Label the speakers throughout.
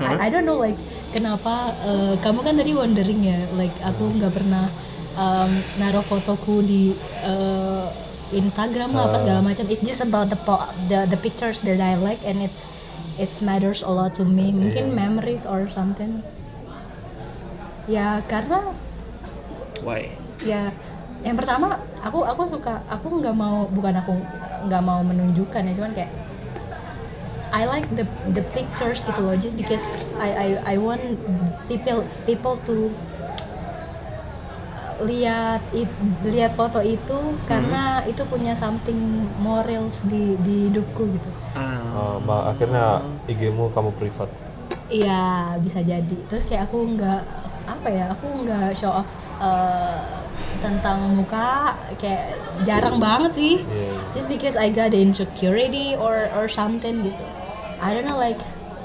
Speaker 1: like kenapa eh, kamu kan tadi wondering ya like aku nggak pernah um, naruh fotoku di eh, Instagram lah apa
Speaker 2: Ah.
Speaker 1: segala macam it's just about the, po- the the pictures that I like and it's it matters a lot to me mungkin
Speaker 2: Iya.
Speaker 1: memories or something ya karena
Speaker 2: Why?
Speaker 1: ya yang pertama aku aku suka aku nggak mau bukan aku nggak mau menunjukkan ya cuman kayak I like the the pictures gitu loh just because I I I want people people to lihat it- lihat foto itu karena itu punya something morals di di hidupku gitu
Speaker 2: Ah,
Speaker 3: Eh, ma- akhirnya IG-mu kamu privat.
Speaker 1: Iya bisa jadi. Terus kayak aku nggak apa ya, aku nggak show off eh, tentang muka, kayak jarang banget sih.
Speaker 3: Iya, iya.
Speaker 1: Just because I got the insecurity or or something gitu. I don't know like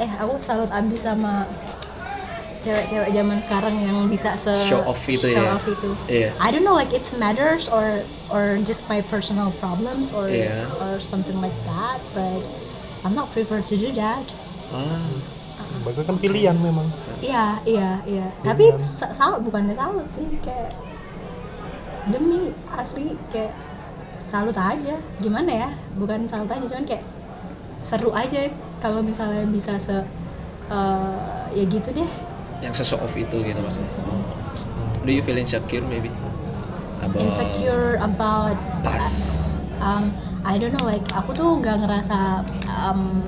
Speaker 1: eh aku salut abis sama cewek-cewek zaman sekarang yang bisa se
Speaker 2: Show off
Speaker 1: show
Speaker 2: itu ya.
Speaker 1: off itu.
Speaker 2: Iya.
Speaker 1: I don't know like it's matters or or just my personal problems or
Speaker 2: Iya.
Speaker 1: or something like that, but I'm not preferred to do that.
Speaker 2: Ah,
Speaker 3: Bahkan kan pilihan memang.
Speaker 1: Iya, iya, iya. Tapi sa- salut bukannya salut sih kayak demi asli kayak salut aja. Gimana ya? Bukan salut aja, cuman kayak seru aja kalau misalnya bisa se eh, ya gitu deh.
Speaker 2: yang sesuatu off itu gitu maksudnya.
Speaker 3: Hmm.
Speaker 2: Do you feel insecure maybe? About
Speaker 1: Insecure about
Speaker 2: past.
Speaker 1: um, I don't know like aku tuh gak ngerasa um,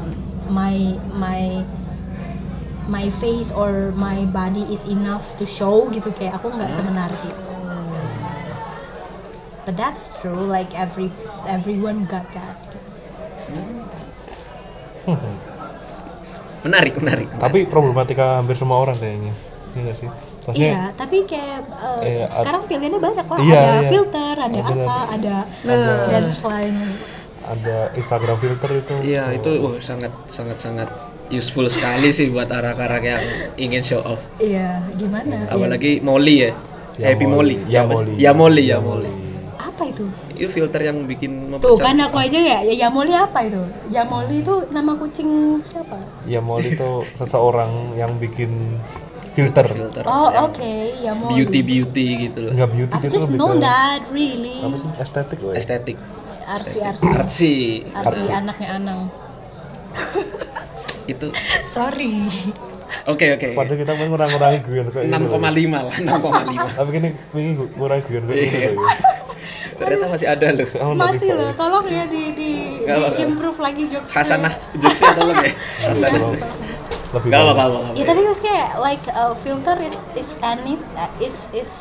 Speaker 1: my my my face or my body is enough to show gitu kayak aku nggak
Speaker 2: Hmm.
Speaker 1: semenarik itu. But that's true like every everyone got that.
Speaker 2: Menarik, menarik.
Speaker 3: Hmm, Tapi problematika hampir semua orang kayaknya. Iya nggak sih? Maksudnya
Speaker 1: Iya, tapi kayak uh,
Speaker 3: Iya, ad-
Speaker 1: sekarang pilihannya banyak lah.
Speaker 3: Iya,
Speaker 1: ada
Speaker 3: iya.
Speaker 1: filter, ada
Speaker 3: Ada-
Speaker 1: apa, ada
Speaker 3: Nah.
Speaker 2: Ah.
Speaker 1: dan selain
Speaker 3: ada Instagram filter itu. Oh.
Speaker 2: Iya, itu wah, sangat sangat sangat useful sekali sih buat arak-arak yang ingin show off.
Speaker 1: iya gimana? ya?
Speaker 2: Apalagi Molly ya.
Speaker 3: Ya
Speaker 2: Happy Molly.
Speaker 3: Ya
Speaker 2: Apa
Speaker 3: Molly. Iya,
Speaker 2: sih? Ya Molly, ya Molly.
Speaker 1: apa itu?
Speaker 2: Itu filter yang bikin
Speaker 1: Tuh
Speaker 2: mempercaya-
Speaker 1: kan aku aja ya, ya Yamoli apa itu? Yamoli itu nama kucing siapa?
Speaker 3: Ya Molly itu seseorang yang bikin filter.
Speaker 2: filter.
Speaker 1: Oh
Speaker 2: yang
Speaker 1: oke, Yamoli.
Speaker 2: ya. Beauty beauty gitu loh.
Speaker 3: Enggak beauty
Speaker 1: I've
Speaker 3: itu
Speaker 1: just
Speaker 3: lebih
Speaker 1: known
Speaker 3: ke
Speaker 1: that really.
Speaker 3: apa sih? Estetik loh. Ya.
Speaker 2: Estetik.
Speaker 1: Arsi
Speaker 2: Estetik.
Speaker 1: Arsi.
Speaker 2: Artsy.
Speaker 1: Arsi
Speaker 3: Arsi.
Speaker 1: anaknya Anang.
Speaker 2: Itu.
Speaker 1: Sorry.
Speaker 2: Oke oke.
Speaker 3: Padahal kita mau ngurang-ngurangi guyon kayak gitu loh.
Speaker 2: 6,5 lah, 6,5.
Speaker 3: Tapi kini ini ngurangin guyon kayak gitu
Speaker 2: Iya.
Speaker 3: loh. ya.
Speaker 2: Ternyata masih ada loh.
Speaker 3: Saya mau nanti,
Speaker 1: Masih
Speaker 3: Pak,
Speaker 1: loh,
Speaker 3: ya.
Speaker 1: tolong ya di di,
Speaker 2: Nggak
Speaker 1: di
Speaker 2: apa-apa.
Speaker 1: improve lagi jokes.
Speaker 2: Hasanah jokesnya tolong ya. Hasanah.
Speaker 3: Tolong. Lebih
Speaker 2: Gak apa-apa.
Speaker 3: baik.
Speaker 2: gak apa-apa.
Speaker 1: Ya tapi maksudnya like uh, filter is is any uh, is is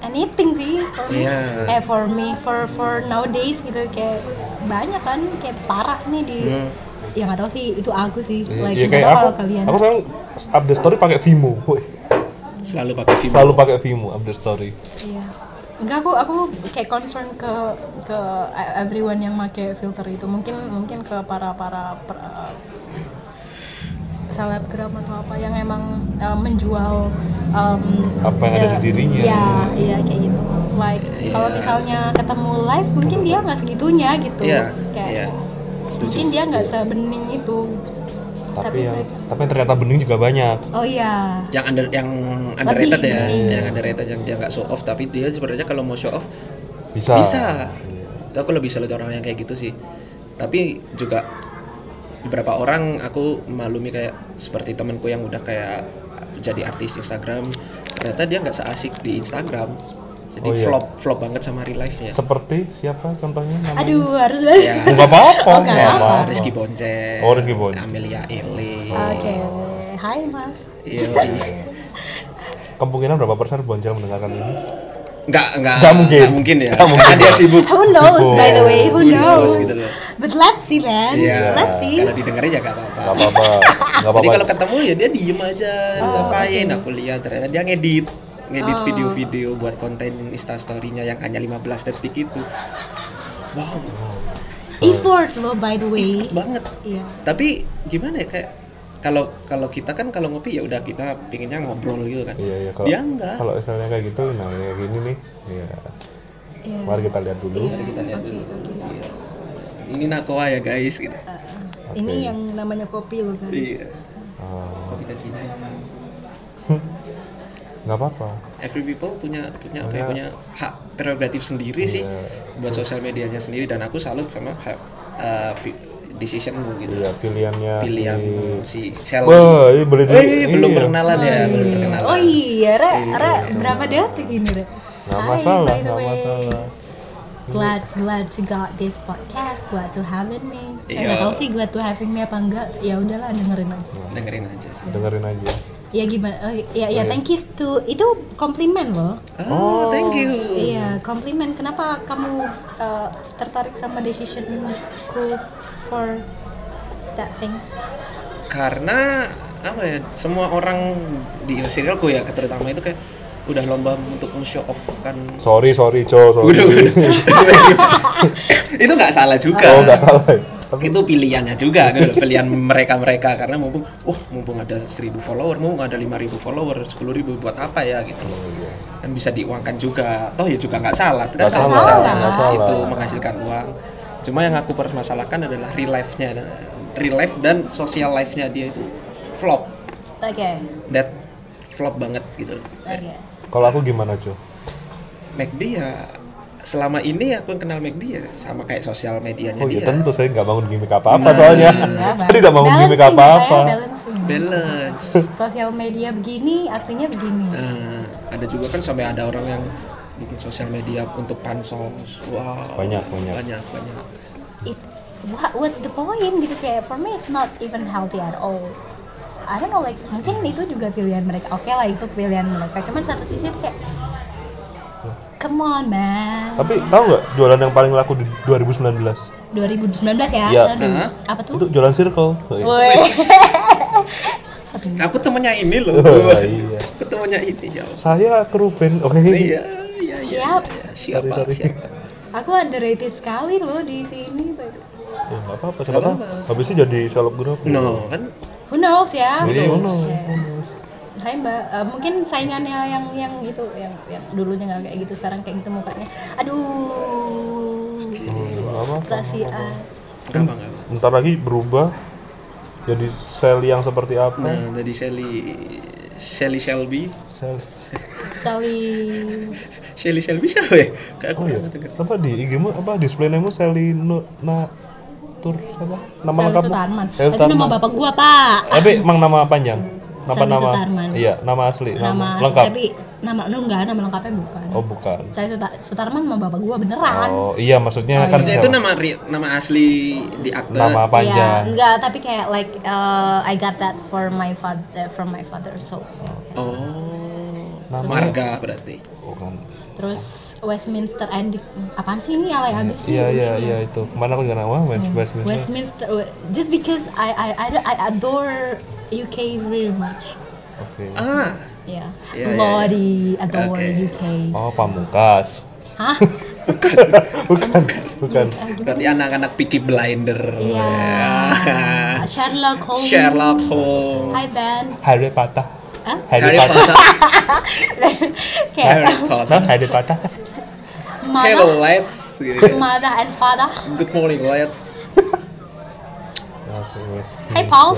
Speaker 1: anything sih for me.
Speaker 2: Iya.
Speaker 1: Eh for me for for nowadays gitu kayak banyak kan kayak parah nih di
Speaker 2: Hmm.
Speaker 1: ya nggak tahu sih itu aku sih like
Speaker 3: Iya
Speaker 1: nggak
Speaker 3: kayak
Speaker 1: tahu
Speaker 3: aku,
Speaker 1: kalau kalian
Speaker 3: aku sekarang update story pakai Vimo, Woi,
Speaker 2: Selalu pakai Vimo.
Speaker 3: selalu pakai Vimo update story.
Speaker 1: iya Enggak aku aku kayak concern ke ke everyone yang pakai filter itu mungkin mungkin ke para para per- eh, selebgram atau apa yang emang eh, menjual em,
Speaker 3: Apa yang ada
Speaker 1: the-
Speaker 3: di dirinya.
Speaker 1: Iya iya kayak gitu like
Speaker 2: Iya.
Speaker 1: kalau misalnya ketemu live mungkin dia nggak segitunya gitu
Speaker 2: Iya.
Speaker 1: kayak
Speaker 2: Iya.
Speaker 1: mungkin dia nggak sebening itu Tapi
Speaker 3: Tapi ya. yang
Speaker 1: mereka-
Speaker 3: tapi yang ternyata bening juga banyak.
Speaker 1: oh iya
Speaker 2: yang under yang underrated ya,
Speaker 3: Iya.
Speaker 2: yang underrated yang dia nggak show off tapi dia sebenarnya kalau mau show off
Speaker 3: Bisa.
Speaker 2: Bisa.
Speaker 3: Iya.
Speaker 2: itu aku lebih salut orang yang kayak gitu sih. Tapi juga beberapa orang aku malumi kayak seperti temanku yang udah kayak jadi artis Instagram ternyata dia nggak seasik di Instagram jadi
Speaker 3: Oh, iya.
Speaker 2: flop flop banget sama real life nya
Speaker 3: Seperti siapa contohnya namanya?
Speaker 1: aduh harus
Speaker 2: Iya.
Speaker 3: Enggak apa-apa.
Speaker 1: Oh, nggak
Speaker 3: nggak
Speaker 1: apa-apa.
Speaker 3: apa-apa.
Speaker 2: Rizky Bonce,
Speaker 3: kan Oh, Rizky Bonce.
Speaker 2: Amelia Ele,
Speaker 3: Oh.
Speaker 1: Ah, Oke, hai Mas.
Speaker 2: Yoi.
Speaker 3: Kemungkinan berapa persen Bonjel mendengarkan ini?
Speaker 2: nggak nggak
Speaker 3: Nggak mungkin.
Speaker 2: nggak mungkin ya,
Speaker 3: Nggak mungkin.
Speaker 2: karena dia sibuk.
Speaker 1: Who knows by the way, who
Speaker 2: Who knows,
Speaker 1: knows?
Speaker 2: gitu loh.
Speaker 1: But let's see then.
Speaker 2: Iya,
Speaker 1: Let's see.
Speaker 2: kalau didengerin ya gak apa-apa.
Speaker 3: Enggak apa-apa. Enggak
Speaker 2: Jadi
Speaker 3: apa-apa.
Speaker 2: kalau ketemu ya dia diem aja,
Speaker 1: Oh,
Speaker 2: ngapain?
Speaker 1: oke.
Speaker 2: Aku lihat ternyata dia ngedit, ngedit
Speaker 1: Oh.
Speaker 2: video-video buat konten instastorynya yang hanya 15 detik itu. Wow,
Speaker 3: So,
Speaker 1: Effort loh by the way.
Speaker 2: banget.
Speaker 1: Iya.
Speaker 2: Tapi gimana ya kayak kalau kalau kita kan kalau ngopi ya udah kita pinginnya ngobrol gitu kan.
Speaker 3: Iya, iya. Kalau
Speaker 2: Dia enggak.
Speaker 3: kalau misalnya kayak gitu, nah kayak gini nih. Iya.
Speaker 1: Iya.
Speaker 3: Mari kita lihat dulu.
Speaker 1: Iya.
Speaker 2: Mari kita lihat
Speaker 1: Oke,
Speaker 2: dulu.
Speaker 1: oke.
Speaker 2: Iya. Ini nakoa ya guys gitu.
Speaker 1: Uh, Ini yang namanya kopi loh guys.
Speaker 2: Iya.
Speaker 3: Oh,
Speaker 2: Kopi kacina.
Speaker 3: nggak apa-apa
Speaker 2: every people punya punya apa ya,
Speaker 3: Iya.
Speaker 2: punya hak prerogatif sendiri sih
Speaker 3: Iya.
Speaker 2: buat sosial medianya sendiri dan aku salut sama hak eh, pi- decisionmu gitu
Speaker 3: iya pilihannya
Speaker 2: pilihan
Speaker 3: si...
Speaker 2: si sel
Speaker 3: wah iya beli
Speaker 2: Eh, belum
Speaker 3: iya.
Speaker 2: perkenalan ya belum perkenalan
Speaker 1: Oh iya, Re, Re,
Speaker 2: Iya.
Speaker 1: berapa detik ini, Re?
Speaker 3: nggak
Speaker 1: Hai,
Speaker 3: masalah
Speaker 1: by the
Speaker 3: nggak
Speaker 1: way.
Speaker 3: masalah
Speaker 1: Glad, glad to got this podcast, glad to having me. Eh,
Speaker 2: Iya.
Speaker 1: nggak tahu sih glad to having me apa enggak. Ya udahlah, dengerin aja.
Speaker 3: Nah,
Speaker 2: dengerin aja sih
Speaker 3: dengerin aja
Speaker 1: Ya gimana? Oh, ya, ya
Speaker 3: Iya.
Speaker 1: thank you to itu komplimen loh.
Speaker 2: oh thank you
Speaker 1: Iya, komplimen. Kenapa kamu uh, tertarik sama decisionku for that things?
Speaker 2: karena apa ya semua orang di inner circleku ya terutama itu kayak udah lomba untuk show off kan
Speaker 3: sorry sorry cow sorry
Speaker 2: Udah, udah. itu nggak salah juga
Speaker 3: oh nggak salah ya. tapi
Speaker 2: itu pilihannya juga gitu, pilihan mereka mereka karena mumpung oh mumpung ada 1000 follower mumpung ada 5000 follower 10000 buat apa ya gitu
Speaker 3: Oh, iya.
Speaker 2: kan bisa diuangkan juga toh ya juga nggak salah kan
Speaker 3: Nggak
Speaker 2: kalau
Speaker 1: salah,
Speaker 2: misalnya
Speaker 1: nggak
Speaker 3: salah.
Speaker 2: itu menghasilkan uang cuma yang aku permasalahkan adalah real life nya real life dan social life nya dia itu flop
Speaker 1: Oke,
Speaker 2: that flop banget gitu
Speaker 1: oke.
Speaker 3: kalau aku gimana cow
Speaker 2: McD ya selama ini aku yang kenal McD ya sama kayak sosial medianya
Speaker 3: oh iya
Speaker 2: dia
Speaker 3: tentu saya nggak bangun gimmick apa apa
Speaker 2: Nah,
Speaker 3: soalnya
Speaker 1: Iya,
Speaker 3: saya tidak bangun
Speaker 1: balancing
Speaker 3: gimmick
Speaker 1: ya,
Speaker 3: apa apa
Speaker 1: Pak ya, balancing.
Speaker 2: balance
Speaker 1: Sosial media begini, aslinya begini.
Speaker 2: Nah, ada juga kan sampai ada orang yang bikin sosial media untuk pansos. Wow.
Speaker 3: Banyak, banyak.
Speaker 2: Banyak, banyak.
Speaker 1: It, what, what's the point gitu kayak for me it's not even healthy at all. I don't know like mungkin itu juga pilihan mereka. Oke lah itu pilihan mereka. Cuman satu sisi kayak Come on, man.
Speaker 3: tapi tahu nggak jualan yang paling laku di 2019
Speaker 1: 2019 ya.
Speaker 3: Iya.
Speaker 1: Aduh.
Speaker 2: Nah.
Speaker 1: Apa tuh?
Speaker 3: itu jualan circle Oh, iya.
Speaker 1: Woi.
Speaker 2: Aku temennya ini loh.
Speaker 3: Oh, iya.
Speaker 2: Aku temennya ini ya. Allah.
Speaker 3: saya ke Ruben oke
Speaker 2: Iya, iya, iya.
Speaker 1: Siap.
Speaker 2: iya. Siapa?
Speaker 3: Sorry, sorry.
Speaker 2: Siapa?
Speaker 1: Aku underrated sekali loh di sini.
Speaker 3: ya nggak apa-apa
Speaker 2: Nggak
Speaker 3: siapa tahu
Speaker 2: apa-apa.
Speaker 3: habis itu jadi selebgram
Speaker 2: No, kan
Speaker 1: Who knows ya?
Speaker 3: jadi
Speaker 2: Iya.
Speaker 3: ono
Speaker 1: Saya mbak, eh, mungkin saingannya yang yang itu yang yang dulunya nggak kayak gitu sekarang kayak gitu mukanya. Aduh.
Speaker 3: Iya. apa
Speaker 1: Perasaan.
Speaker 2: enggak apa enggak. apa.
Speaker 3: ntar lagi berubah jadi sel yang seperti
Speaker 2: Nah,
Speaker 3: apa
Speaker 2: dari Sally Sally Shelby.
Speaker 3: sel
Speaker 1: Sally.
Speaker 2: Sally Shelby siapa ya? Kayak aku
Speaker 3: oh iya
Speaker 2: pernah denger.
Speaker 3: apa di IG-mu apa display name-mu Selino na tur apa nama
Speaker 1: Sally
Speaker 3: lengkapmu
Speaker 1: Sutarman.
Speaker 3: Sel
Speaker 1: Itu nama bapak gua, Pak.
Speaker 3: tapi emang nama panjang nama
Speaker 1: Sel
Speaker 3: nama
Speaker 1: Sutarman.
Speaker 3: iya nama asli
Speaker 1: Nama,
Speaker 3: nama, lengkap
Speaker 1: tapi nama lu enggak, nama lengkapnya bukan.
Speaker 3: oh bukan
Speaker 1: Saya Suta- Sutarman sama bapak gua beneran.
Speaker 3: oh iya maksudnya
Speaker 1: Oh,
Speaker 3: kan
Speaker 1: iya.
Speaker 2: Maksudnya itu nama ri- nama asli di akte.
Speaker 3: nama panjang
Speaker 1: Iya, enggak, tapi kayak like uh, I got that for my father from my father. So,
Speaker 2: Oh.
Speaker 3: Nama-
Speaker 2: Marga berarti.
Speaker 3: bukan
Speaker 1: terus Westminster Edict apaan sih ini alay Oh, habis nih?
Speaker 3: iya iya iya itu kemana aku nggak nama West West West-
Speaker 1: Westminster just because I I I, I adore UK very much.
Speaker 3: oke
Speaker 2: Ah,
Speaker 1: Yeah.
Speaker 2: Iya, iya, iya.
Speaker 1: Bloody adore
Speaker 2: Oke.
Speaker 1: UK.
Speaker 3: oh pamungkas
Speaker 1: Hah?
Speaker 3: bukan bukan
Speaker 1: Eh, gimana?
Speaker 2: berarti anak-anak Peaky Blinder.
Speaker 1: Iya.
Speaker 2: Ya.
Speaker 1: Sherlock Holmes.
Speaker 2: Sherlock Holmes.
Speaker 1: Hi Ben.
Speaker 3: Harry Potter
Speaker 1: Hah?
Speaker 3: Harry Potter
Speaker 2: Harry
Speaker 1: kayak
Speaker 3: Nah,
Speaker 2: Potter.
Speaker 3: Harry Potter
Speaker 2: Hello
Speaker 1: mother,
Speaker 2: lads. Gitu kan.
Speaker 1: mother and father.
Speaker 2: Good morning lads.
Speaker 1: Hey, Paul.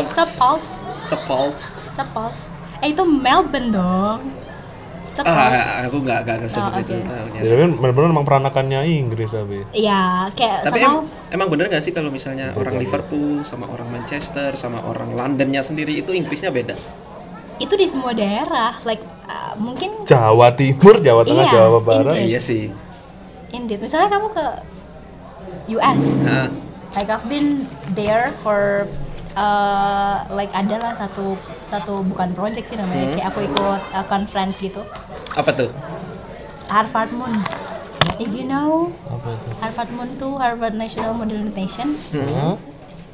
Speaker 2: Yeah.
Speaker 1: Stop pause.
Speaker 2: Sepulse.
Speaker 1: Stop pause. Eh itu Melbourne dong. Stop pause.
Speaker 2: Ah, aku nggak nggak kesebut
Speaker 1: Oh,
Speaker 2: itu.
Speaker 1: oke.
Speaker 2: Ah, ya.
Speaker 3: Ya, tapi benar-benar emang peranakannya Inggris tapi.
Speaker 1: Iya, kayak
Speaker 2: Tapi
Speaker 1: somehow
Speaker 2: em- emang bener nggak sih kalau misalnya
Speaker 3: Betul,
Speaker 2: orang
Speaker 3: betul.
Speaker 2: Liverpool sama orang Manchester sama orang Londonnya sendiri itu Inggrisnya beda.
Speaker 1: itu di semua daerah, like uh, mungkin
Speaker 3: Jawa Timur, Jawa Tengah,
Speaker 1: Iya,
Speaker 3: Jawa Barat.
Speaker 1: Inggris.
Speaker 2: Iya sih.
Speaker 1: indeed. Misalnya kamu ke US,
Speaker 2: Nah,
Speaker 1: like I've been there for uh, like adalah satu satu bukan project sih namanya,
Speaker 2: Hmm.
Speaker 1: kayak aku ikut uh, conference gitu,
Speaker 2: apa tuh?
Speaker 1: Harvard Moon. If you know
Speaker 3: Apa itu?
Speaker 1: Harvard Moon tuh Harvard National Modernization,
Speaker 2: Hmm.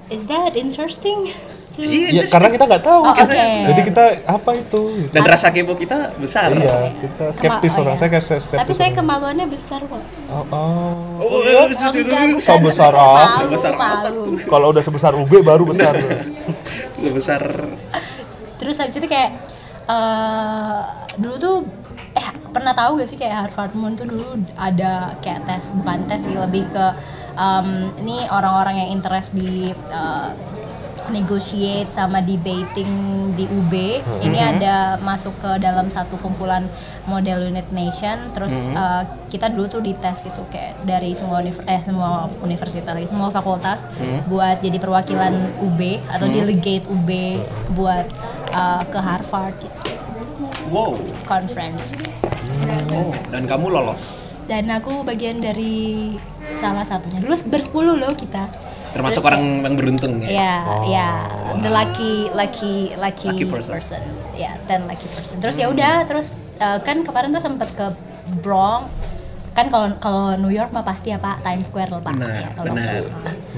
Speaker 1: is that interesting? to-
Speaker 2: Iya.
Speaker 3: Ya, karena kita nggak tahu.
Speaker 1: Oh, oke.
Speaker 3: Jadi kita apa itu?
Speaker 2: Dan rasa kepo kita besar.
Speaker 3: Iya, kita skeptis
Speaker 1: Kema- oh,
Speaker 3: orang.
Speaker 1: iya.
Speaker 3: Saya kayak skeptis.
Speaker 1: Tapi saya
Speaker 3: orang.
Speaker 1: kemaluannya besar kok.
Speaker 3: Oh, oh.
Speaker 2: Oh,
Speaker 3: Iya.
Speaker 2: iya. Sebesar-
Speaker 1: Bukan, bukan.
Speaker 3: sebesar apa?
Speaker 1: Palu,
Speaker 2: Sebesar apa
Speaker 1: palu.
Speaker 3: iya. Kalau udah sebesar UB baru besar.
Speaker 2: Iya. sebesar
Speaker 1: Terus habis itu kayak eh dulu tuh eh pernah tahu gak sih kayak Harvard Moon tuh dulu ada kayak tes bukan tes sih lebih ke em, ini orang-orang yang interest di eh, negotiate sama debating di UB
Speaker 3: Mhm.
Speaker 1: ini ada masuk ke dalam satu kumpulan model unit nation terus
Speaker 2: Mhm.
Speaker 1: eh, kita dulu tuh dites gitu kayak dari semua univer- eh semua universitas lagi, semua fakultas
Speaker 2: Mhm.
Speaker 1: buat jadi perwakilan UB atau
Speaker 2: Mhm.
Speaker 1: delegate UB buat eh, ke Harvard gitu,
Speaker 2: Wow.
Speaker 1: conference
Speaker 3: Hmm.
Speaker 2: Oh, dan kamu lolos.
Speaker 1: dan aku bagian dari salah satunya dulu bersepuluh loh kita Terus
Speaker 2: Termasuk orang yang beruntung ya.
Speaker 1: Ya,
Speaker 3: Oh.
Speaker 1: ya, the lucky, lucky, lucky,
Speaker 2: Lucky person.
Speaker 1: person. Ya, dan lucky person. Terus ya udah, terus eh, kan kemarin tuh sempet ke Bronx. Kan kalau kalau New York mah pasti ya Pak Times Square lah Pak.
Speaker 2: Benar,
Speaker 1: ya, kalau-
Speaker 2: benar.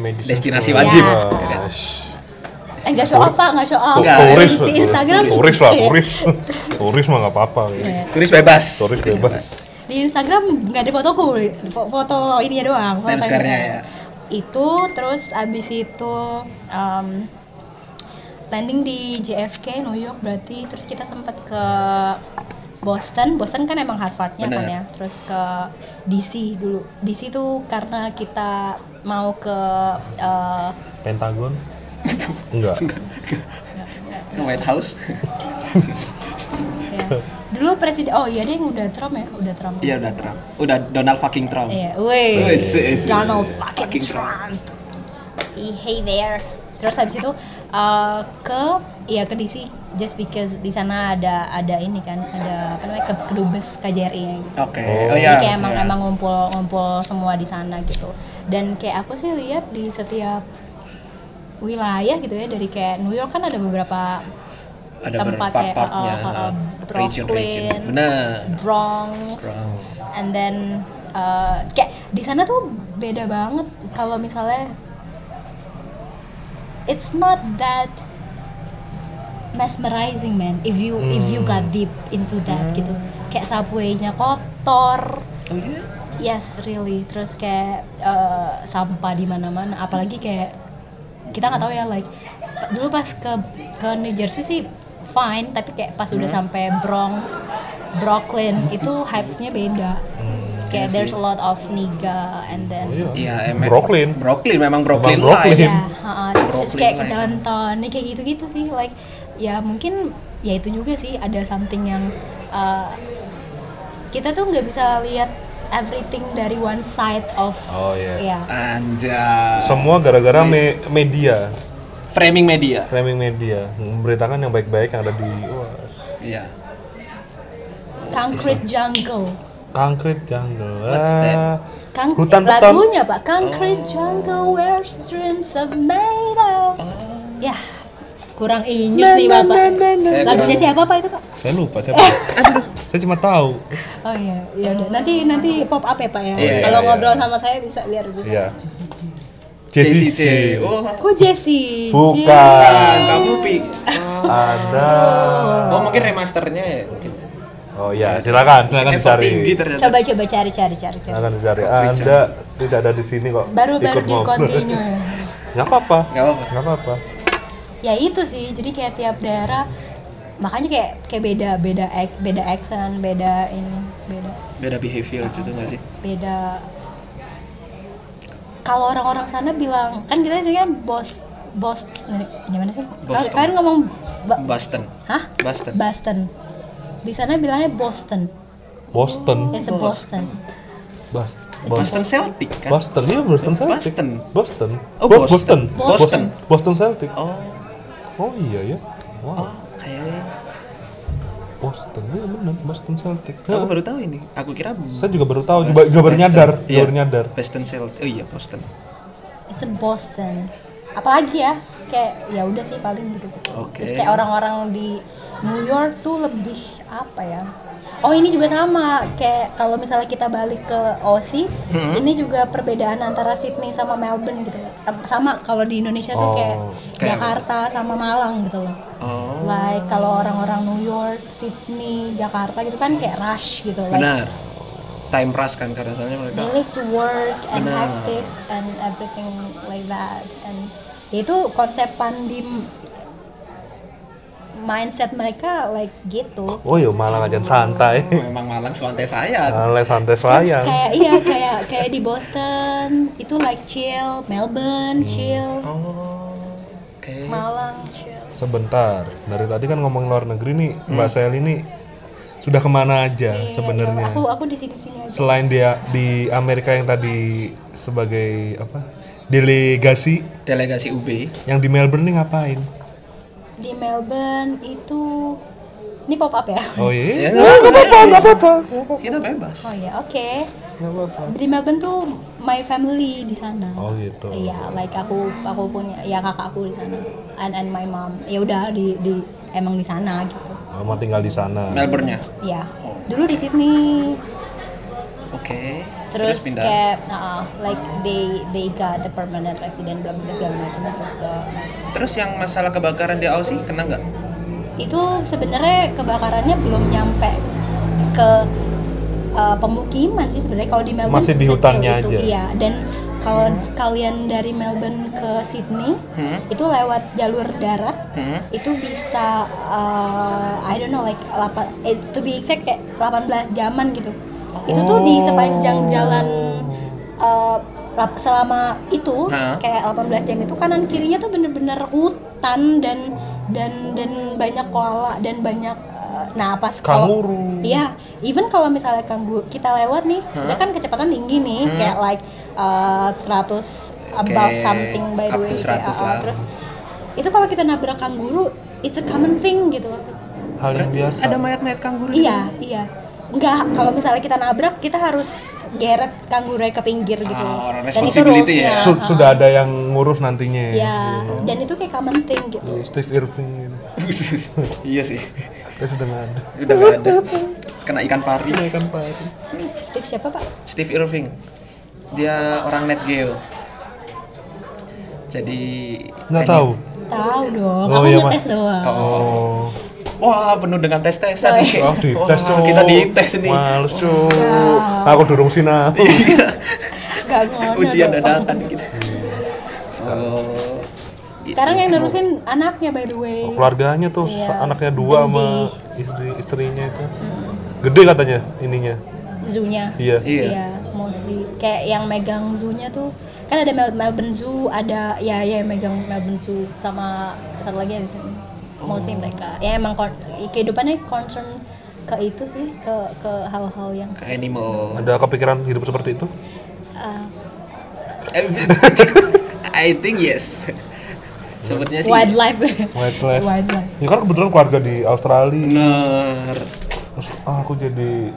Speaker 3: Madison
Speaker 2: Destinasi Iya.
Speaker 3: Square.
Speaker 1: wajib.
Speaker 3: Ya.
Speaker 1: Ya. Eh nggak show off Pak, nggak show off.
Speaker 2: Enggak,
Speaker 3: Tu- Turis,
Speaker 1: di, di Instagram.
Speaker 3: turis lah, turis, turis mah nggak apa-apa.
Speaker 1: Iya.
Speaker 2: Turis bebas.
Speaker 3: Turis bebas.
Speaker 1: Di Instagram nggak ada fotoku, fo- foto ininya doang. foto
Speaker 2: Times Square-nya ya.
Speaker 1: Itu terus abis itu em, landing di JFK New York berarti terus kita sempat ke Boston, Boston kan emang Harvardnya kan
Speaker 2: Benar.
Speaker 1: ya, terus ke DC dulu. DC tuh karena kita mau ke eh,
Speaker 3: Pentagon? Enggak.
Speaker 2: White House.
Speaker 1: ya. dulu presiden, oh iya dia yang udah Trump ya, udah Trump.
Speaker 2: Iya udah Trump. Udah Donald fucking Trump.
Speaker 1: Iya, weh.
Speaker 2: Oh, it's- it's-
Speaker 1: Donald
Speaker 2: it's- fucking
Speaker 1: fucking Trump. He- Hey there. Terus habis itu eh, ke ya ke DC just because di sana ada ada ini kan, ada apa namanya ke- kedubes KJRI ya gitu.
Speaker 2: Oke.
Speaker 3: Oh.
Speaker 2: Oh,
Speaker 1: Jadi
Speaker 2: iya.
Speaker 1: kayak emang
Speaker 2: iya.
Speaker 1: emang ngumpul ngumpul semua di sana gitu. Dan kayak aku sih lihat di setiap wilayah gitu ya dari kayak New York kan ada beberapa
Speaker 2: ada
Speaker 1: tempat
Speaker 2: tempat
Speaker 1: kayak,
Speaker 2: partnya
Speaker 1: uh, uh,
Speaker 2: region region.
Speaker 1: Brooklyn.
Speaker 2: Benar.
Speaker 1: Bronx,
Speaker 2: Bronx.
Speaker 1: and then uh, kayak di sana tuh beda banget kalau misalnya it's not that mesmerizing man if you if you
Speaker 3: Hmm.
Speaker 1: got deep into that gitu kayak subway-nya kotor
Speaker 2: Oh iya.
Speaker 1: yes really terus kayak uh, sampah di mana-mana apalagi kayak kita nggak tahu ya like pa- dulu pas ke ke New Jersey sih fine tapi kayak pas udah
Speaker 2: Hmm.
Speaker 1: sampai Bronx Brooklyn itu hypesnya beda
Speaker 3: Hmm.
Speaker 1: kayak
Speaker 2: Iya
Speaker 1: there's a
Speaker 2: sih.
Speaker 1: lot of niga and then
Speaker 3: Oh,
Speaker 2: Iya, emang
Speaker 3: Brooklyn.
Speaker 2: Brooklyn memang Brooklyn,
Speaker 3: Emang Brooklyn.
Speaker 2: live.
Speaker 1: ya ha-ha. terus
Speaker 2: Brooklyn
Speaker 1: kayak ke
Speaker 2: lah ya.
Speaker 1: downtown nih kayak gitu-gitu sih like ya mungkin ya itu juga sih ada something yang uh, kita tuh nggak bisa lihat everything dari one side of
Speaker 3: Oh, iya.
Speaker 1: ya
Speaker 2: Anjay.
Speaker 3: Semua gara-gara
Speaker 2: Yes.
Speaker 3: me- media,
Speaker 2: framing media.
Speaker 3: framing media, memberitakan yang baik-baik yang ada di wah,
Speaker 2: Iya.
Speaker 1: concrete jungle
Speaker 3: Concrete jungle.
Speaker 2: What's that?
Speaker 3: Ah,
Speaker 1: Kang
Speaker 3: Hutan-hutan.
Speaker 1: lagunya pak concrete
Speaker 2: Oh.
Speaker 1: jungle where streams are made of
Speaker 2: Oh.
Speaker 1: ya kurang inyus nih bapak
Speaker 2: Saya
Speaker 1: lagunya
Speaker 2: kurang-
Speaker 1: siapa pak itu pak
Speaker 3: Saya lupa
Speaker 2: Eh,
Speaker 3: siapa. saya cuma tahu.
Speaker 1: Oh iya, iya udah. Nanti nanti pop up ya Pak ya.
Speaker 2: Iya,
Speaker 1: Kalau
Speaker 3: iya,
Speaker 1: ngobrol
Speaker 3: iya.
Speaker 1: sama saya bisa biar bisa.
Speaker 3: Iya. Jessie
Speaker 2: JCC.
Speaker 3: J.
Speaker 2: Oh.
Speaker 1: Kok Jesse?
Speaker 3: Bukan.
Speaker 2: Ah,
Speaker 1: J.
Speaker 2: kamu pik.
Speaker 3: Ada.
Speaker 2: Oh, mungkin remasternya ya. mungkin.
Speaker 3: Oh iya, silakan, silakan
Speaker 2: Effort
Speaker 3: dicari.
Speaker 2: Eh, Tinggi ternyata.
Speaker 1: Coba coba cari cari cari cari.
Speaker 3: Silakan dicari.
Speaker 2: Kok
Speaker 3: Anda
Speaker 2: bisa?
Speaker 3: tidak ada di sini kok.
Speaker 1: Baru baru
Speaker 3: ikut
Speaker 1: di
Speaker 3: ngobrol.
Speaker 1: continue ya.
Speaker 3: Nggak apa-apa.
Speaker 2: Nggak apa-apa.
Speaker 3: Nggak apa-apa.
Speaker 1: Ya itu sih. Jadi kayak tiap daerah makanya kayak kayak beda beda ac, beda accent, beda ini, beda
Speaker 2: Beda behavior gitu nggak sih?
Speaker 1: beda kalau orang-orang sana bilang kan kita sih kan bos bos gimana sih? Kalau
Speaker 2: Boston.
Speaker 1: kalian ngomong ba-
Speaker 2: Boston.
Speaker 1: hah?
Speaker 2: Boston.
Speaker 1: Boston. Di sana bilangnya Boston.
Speaker 3: Boston.
Speaker 1: It's a Boston.
Speaker 3: Bos-
Speaker 2: Boston Celtic kan?
Speaker 3: Boston. Iya, Boston Celtic.
Speaker 2: Boston.
Speaker 3: Boston.
Speaker 2: Oh,
Speaker 3: Bo-
Speaker 2: Boston.
Speaker 3: Boston. Boston.
Speaker 2: Boston.
Speaker 3: Boston Celtic.
Speaker 2: Oh.
Speaker 3: Oh iya ya.
Speaker 2: Oh,
Speaker 3: Wow.
Speaker 2: kayaknya.
Speaker 3: Boston. Iya benar, Boston Celtic.
Speaker 2: Aku
Speaker 3: Hah.
Speaker 2: baru tahu ini. Aku kira
Speaker 3: Saya juga baru tahu, juga, juga baru
Speaker 2: Boston.
Speaker 3: nyadar, juga
Speaker 2: Iya.
Speaker 3: baru nyadar.
Speaker 2: Boston Celtic. Oh iya, Boston.
Speaker 1: It's a Boston. Apalagi ya, kayak ya udah sih paling gitu gitu.
Speaker 2: Oke.
Speaker 1: Terus kayak orang-orang di New York tuh lebih apa ya? Oh ini juga sama kayak kalau misalnya kita balik ke Aussie,
Speaker 2: Hmm.
Speaker 1: ini juga perbedaan antara Sydney sama Melbourne gitu. Em, Sama kalau di Indonesia tuh
Speaker 3: Oh,
Speaker 1: kayak
Speaker 2: kayak-
Speaker 1: Jakarta sama Malang gitu loh.
Speaker 2: Oh.
Speaker 1: Like kalau orang-orang New York, Sydney, Jakarta gitu kan kayak rush gitu. Like
Speaker 2: Benar. Time rush kan karena soalnya mereka.
Speaker 1: they live to work and
Speaker 2: Benar.
Speaker 1: hectic and everything like that and ya itu konsep pandi mindset mereka like gitu
Speaker 3: Oh iya, malah ngajarin santai.
Speaker 2: Memang Malang selantai saya.
Speaker 3: Malah santai
Speaker 1: Terus
Speaker 3: sayang.
Speaker 1: kayak iya kayak kayak di Boston itu like chill Melbourne
Speaker 3: Hmm.
Speaker 1: chill
Speaker 2: Oh. Oke.
Speaker 4: Malang chill.
Speaker 3: Sebentar, dari tadi kan ngomong luar negeri nih,
Speaker 2: Hmm.
Speaker 3: Mbak Sel ini sudah kemana aja
Speaker 1: Iya,
Speaker 3: Ya, sebenarnya?
Speaker 1: aku aku di sini sini aja
Speaker 3: Selain dia di Amerika yang tadi sebagai apa delegasi
Speaker 2: Delegasi UB.
Speaker 3: yang di Melbourne nih ngapain?
Speaker 1: di Melbourne itu ini pop up ya
Speaker 3: Oh iya,
Speaker 2: Ya,
Speaker 3: Nggak apa-apa, nggak apa-apa,
Speaker 2: Kita bebas.
Speaker 1: oh ya oke
Speaker 3: nggak apa-apa.
Speaker 1: di Melbourne tuh my family di sana
Speaker 3: Oh gitu.
Speaker 1: Iya, like aku aku punya ya kakak aku di sana and and my mom. Ya udah di di emang di sana gitu.
Speaker 3: Mama tinggal di sana.
Speaker 2: Melbourne-nya.
Speaker 1: Iya.
Speaker 2: Oh.
Speaker 1: Dulu di Sydney.
Speaker 2: Oke.
Speaker 1: Terus,
Speaker 2: pindah.
Speaker 1: kayak uh, like they they got the permanent resident bla bla bla, segala macam terus ke nah,
Speaker 2: Terus yang masalah kebakaran di Aussie kena nggak?
Speaker 1: itu sebenarnya kebakarannya belum nyampe ke uh, pemukiman sih sebenarnya kalau di Melbourne
Speaker 3: Masih di
Speaker 1: sejauh
Speaker 3: hutannya
Speaker 1: itu,
Speaker 3: aja.
Speaker 1: Iya, dan kalau
Speaker 2: Hmm.
Speaker 1: kalian dari Melbourne ke Sydney
Speaker 2: Hmm?
Speaker 1: itu lewat jalur darat
Speaker 2: Hmm?
Speaker 1: itu bisa uh, I don't know like 8 eh, to be exact kayak 18 jaman gitu. Itu tuh di sepanjang jalan uh, lap- selama itu
Speaker 2: Ha.
Speaker 1: kayak 18 jam itu kanan kirinya tuh bener-bener hutan dan dan dan banyak koala dan banyak uh, nah pas kalau
Speaker 3: Kanguru.
Speaker 1: Iya, even kalau misalnya kanggu kita lewat nih,
Speaker 2: Ha.
Speaker 1: kita kan kecepatan tinggi nih,
Speaker 2: Hmm.
Speaker 1: kayak like uh, 100 above
Speaker 2: Oke,
Speaker 1: something by the
Speaker 2: up
Speaker 1: way,
Speaker 2: to
Speaker 1: kayak, uh,
Speaker 2: 100
Speaker 1: uh,
Speaker 2: lah.
Speaker 1: terus itu kalau kita nabrak kanguru, it's a common thing gitu.
Speaker 3: Hmm. Hal yang
Speaker 2: Berarti
Speaker 3: biasa.
Speaker 2: Ada mayat-mayat kanguru. di
Speaker 1: Iya, iya. Enggak, kalau misalnya kita nabrak, kita harus geret kanguru ke pinggir gitu.
Speaker 2: Ah, orang
Speaker 1: dan itu
Speaker 2: responsibility
Speaker 1: rules-nya,
Speaker 2: ya. Oh.
Speaker 3: Su-
Speaker 1: ha.
Speaker 3: sudah ada yang ngurus nantinya.
Speaker 1: Iya,
Speaker 3: Iya.
Speaker 1: dan itu kayak common thing gitu.
Speaker 3: Iya, Steve Irving gitu.
Speaker 2: iya sih.
Speaker 3: Dia sudah nggak ada.
Speaker 2: Udah nggak ada. Kena ikan pari.
Speaker 3: Ini kan pari.
Speaker 1: Hmm, Steve siapa, Pak?
Speaker 2: Steve Irving. Dia orang Net Geo. Jadi
Speaker 3: Nggak
Speaker 2: kayaknya-
Speaker 3: tahu.
Speaker 1: Tahu dong,
Speaker 3: Oh,
Speaker 1: aku
Speaker 3: iya, Pak.
Speaker 1: ngetes doang.
Speaker 3: Oh.
Speaker 2: Wah, penuh dengan
Speaker 1: Oh,
Speaker 2: tes-tesan. nih.
Speaker 1: iya.
Speaker 3: Wah, dites
Speaker 2: Wah,
Speaker 3: cuk.
Speaker 2: Kita dites nih.
Speaker 3: Males cuk.
Speaker 1: Ya.
Speaker 3: Aku durung sinau.
Speaker 2: Iya.
Speaker 1: Gak ngono
Speaker 2: Ujian
Speaker 1: dong.
Speaker 2: dadakan gitu. Oh,
Speaker 1: Sekarang yang nerusin anaknya by the way.
Speaker 3: Oh, keluarganya tuh
Speaker 1: Iya.
Speaker 3: sa- anaknya dua
Speaker 1: Dan
Speaker 3: sama istri istrinya itu
Speaker 1: Hmm,
Speaker 3: gede katanya ininya
Speaker 1: zoo-nya.
Speaker 3: iya
Speaker 2: Iya.
Speaker 1: mostly kayak yang megang zoo-nya tuh kan ada Mel- Melbourne Zoo, ada ya ya yang megang Melbourne Zoo sama satu lagi habis ini. Mostly
Speaker 2: Oh.
Speaker 1: mereka. Ya emang kon- kehidupannya concern ke itu sih, ke ke hal-hal yang
Speaker 2: Ke animal.
Speaker 3: ada kepikiran hidup seperti itu
Speaker 1: uh,
Speaker 2: I think yes. Sebutnya sih.
Speaker 1: wildlife.
Speaker 3: wildlife
Speaker 1: wildlife.
Speaker 3: ya kan kebetulan keluarga di Australia
Speaker 2: Bener.
Speaker 3: terus ah, aku jadi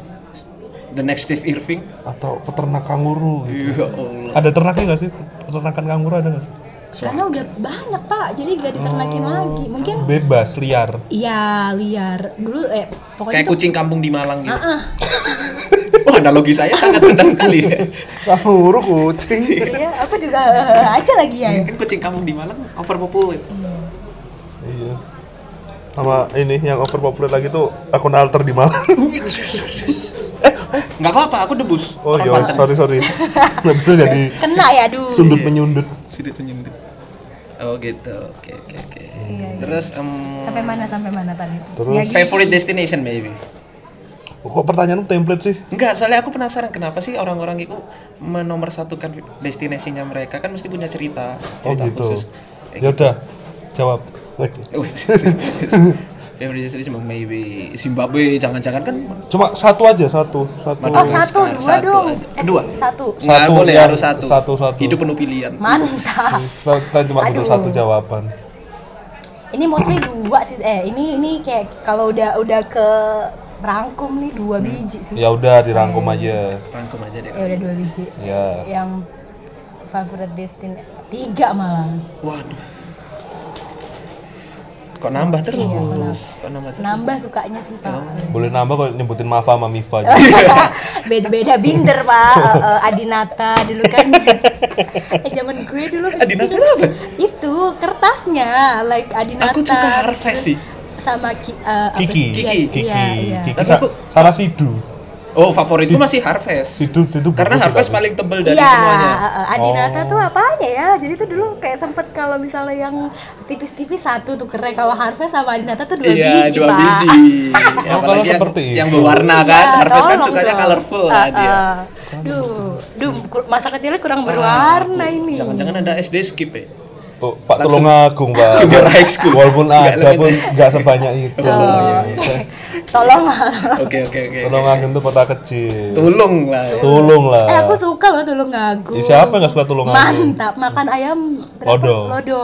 Speaker 2: The next Steve Irving.
Speaker 3: atau peternak kanguru gitu.
Speaker 2: Ya Allah.
Speaker 3: ada ternaknya nggak sih peternakan kanguru ada nggak sih Oh.
Speaker 1: Karena udah banyak, Pak. Jadi
Speaker 2: Oh.
Speaker 1: gak diternakin lagi. Mungkin
Speaker 3: bebas liar
Speaker 1: Iya, liar. Dulu eh pokoknya
Speaker 2: Kayak
Speaker 1: tuh
Speaker 2: kucing kampung di Malang gitu.
Speaker 1: Ah, ah.
Speaker 2: Oh, analogi saya sangat benar sekali. ya.
Speaker 3: kanguru kucing
Speaker 1: Iya, aku juga aja lagi ya.
Speaker 2: Mungkin kucing kampung di Malang overpopulated.
Speaker 3: iya sama ini yang overpopulated lagi tuh akun alter di Malang
Speaker 2: Eh, Nggak apa-apa, aku debus.
Speaker 3: oh
Speaker 2: Orang
Speaker 3: iya
Speaker 2: Banten.
Speaker 3: sorry sorry betul jadi
Speaker 1: Kena ya, aduh.
Speaker 3: sundut menyundut
Speaker 2: Sudut menyundut. Oh gitu. Oke, oke, oke.
Speaker 1: Iya, iya.
Speaker 2: Terus em
Speaker 1: Sampai mana sampai mana Ya gitu. tadi?
Speaker 3: Terus?
Speaker 1: Yagi.
Speaker 2: Favorite destination maybe.
Speaker 3: kok pertanyaan lu template sih
Speaker 2: Enggak, soalnya aku penasaran kenapa sih orang-orang itu menomorsatukan destinasinya mereka kan mesti punya cerita,
Speaker 3: Oh
Speaker 2: cerita
Speaker 3: gitu.
Speaker 2: khusus.
Speaker 1: Eh,
Speaker 2: gitu. Oh,
Speaker 3: Ya udah, jawab.
Speaker 2: Favorite destination maybe Zimbabwe, jangan-jangan kan
Speaker 3: Cuma satu aja, satu, satu.
Speaker 1: Oh, satu,
Speaker 2: Madagaskar,
Speaker 1: dua dong. Eh,
Speaker 2: aja. Dua.
Speaker 1: Satu.
Speaker 2: Nggak
Speaker 3: Satu
Speaker 2: boleh
Speaker 3: yang-
Speaker 2: harus satu.
Speaker 3: satu, satu.
Speaker 2: Hidup penuh pilihan.
Speaker 1: Mantap.
Speaker 3: Kita cuma
Speaker 1: Aduh.
Speaker 3: butuh satu jawaban.
Speaker 1: Ini mostly dua sih. Eh, ini ini kayak kalau udah udah ke rangkum nih dua biji sih. Eh,
Speaker 3: Ya udah dirangkum aja.
Speaker 2: Rangkum aja deh.
Speaker 1: Ya udah dua biji.
Speaker 3: Ya.
Speaker 1: Yang favorite destination tiga malah.
Speaker 2: Waduh. Kok nambah terus?
Speaker 1: Iya, kenapa?
Speaker 2: Kok nambah terus?
Speaker 1: Nambah sukanya sih, Pak.
Speaker 2: Oh.
Speaker 3: Boleh nambah kalau nyebutin Mafa sama Mifa.
Speaker 1: Beda-beda binder, Pak. Eh, eh, Adinata dulu kan. eh, zaman gue dulu kan
Speaker 2: Adinata apa?
Speaker 1: itu kertasnya like Adinata
Speaker 2: Aku suka harvest sih.
Speaker 1: sama ki, eh, apa
Speaker 3: Kiki,
Speaker 1: sih?
Speaker 2: Kiki.
Speaker 1: Iya,
Speaker 3: Kiki,
Speaker 1: iya.
Speaker 3: Kiki,
Speaker 2: Tapi
Speaker 3: sa-
Speaker 2: aku-
Speaker 3: Sarah Sidu,
Speaker 2: Oh, favoritku masih
Speaker 3: Si-
Speaker 2: harvest.
Speaker 3: Sidu, Sidu.
Speaker 2: Karena
Speaker 3: bagus sih,
Speaker 2: harvest
Speaker 3: tapi.
Speaker 2: paling tebel dari
Speaker 1: Iya,
Speaker 2: semuanya.
Speaker 1: eh, Adinata
Speaker 3: Oh.
Speaker 1: tuh apanya ya? Jadi tuh dulu kayak sempet kalau misalnya yang tipis-tipis satu tuh keren kalau Harvest sama Adinata tuh dua
Speaker 2: Iya,
Speaker 1: biji,
Speaker 2: dua
Speaker 1: Pak.
Speaker 2: biji. Apalagi
Speaker 3: Oh, kalau
Speaker 2: yang,
Speaker 3: seperti
Speaker 2: yang
Speaker 3: itu.
Speaker 2: berwarna kan.
Speaker 1: Iya,
Speaker 2: harvest kan
Speaker 1: tolong
Speaker 2: sukanya
Speaker 1: dong.
Speaker 2: colorful kan? Iya.
Speaker 1: Eh,
Speaker 2: lah dia.
Speaker 1: eh. Duh, duh, kur- masa kecilnya kurang berwarna
Speaker 2: Ah,
Speaker 1: ini.
Speaker 2: Jangan-jangan ada SD skip ya.
Speaker 3: Oh, Pak
Speaker 2: Langsung-
Speaker 3: Tulungagung, Pak. Iya.
Speaker 2: Junior high school.
Speaker 3: Ah. Walaupun
Speaker 2: Nggak iya,
Speaker 3: ada
Speaker 2: lebih.
Speaker 3: pun nggak sebanyak itu. Iya.
Speaker 1: Oh, oke. Tolong lah.
Speaker 2: Oke oke oke.
Speaker 3: Tulungagung itu kota kecil.
Speaker 2: Tulung lah. ya.
Speaker 3: Tulung lah.
Speaker 1: Eh aku suka loh tulung ngagu.
Speaker 3: Ih, siapa yang nggak suka tulung ngagu?
Speaker 1: Mantap, makan ayam berapa?
Speaker 3: Lodo.
Speaker 1: Lodo,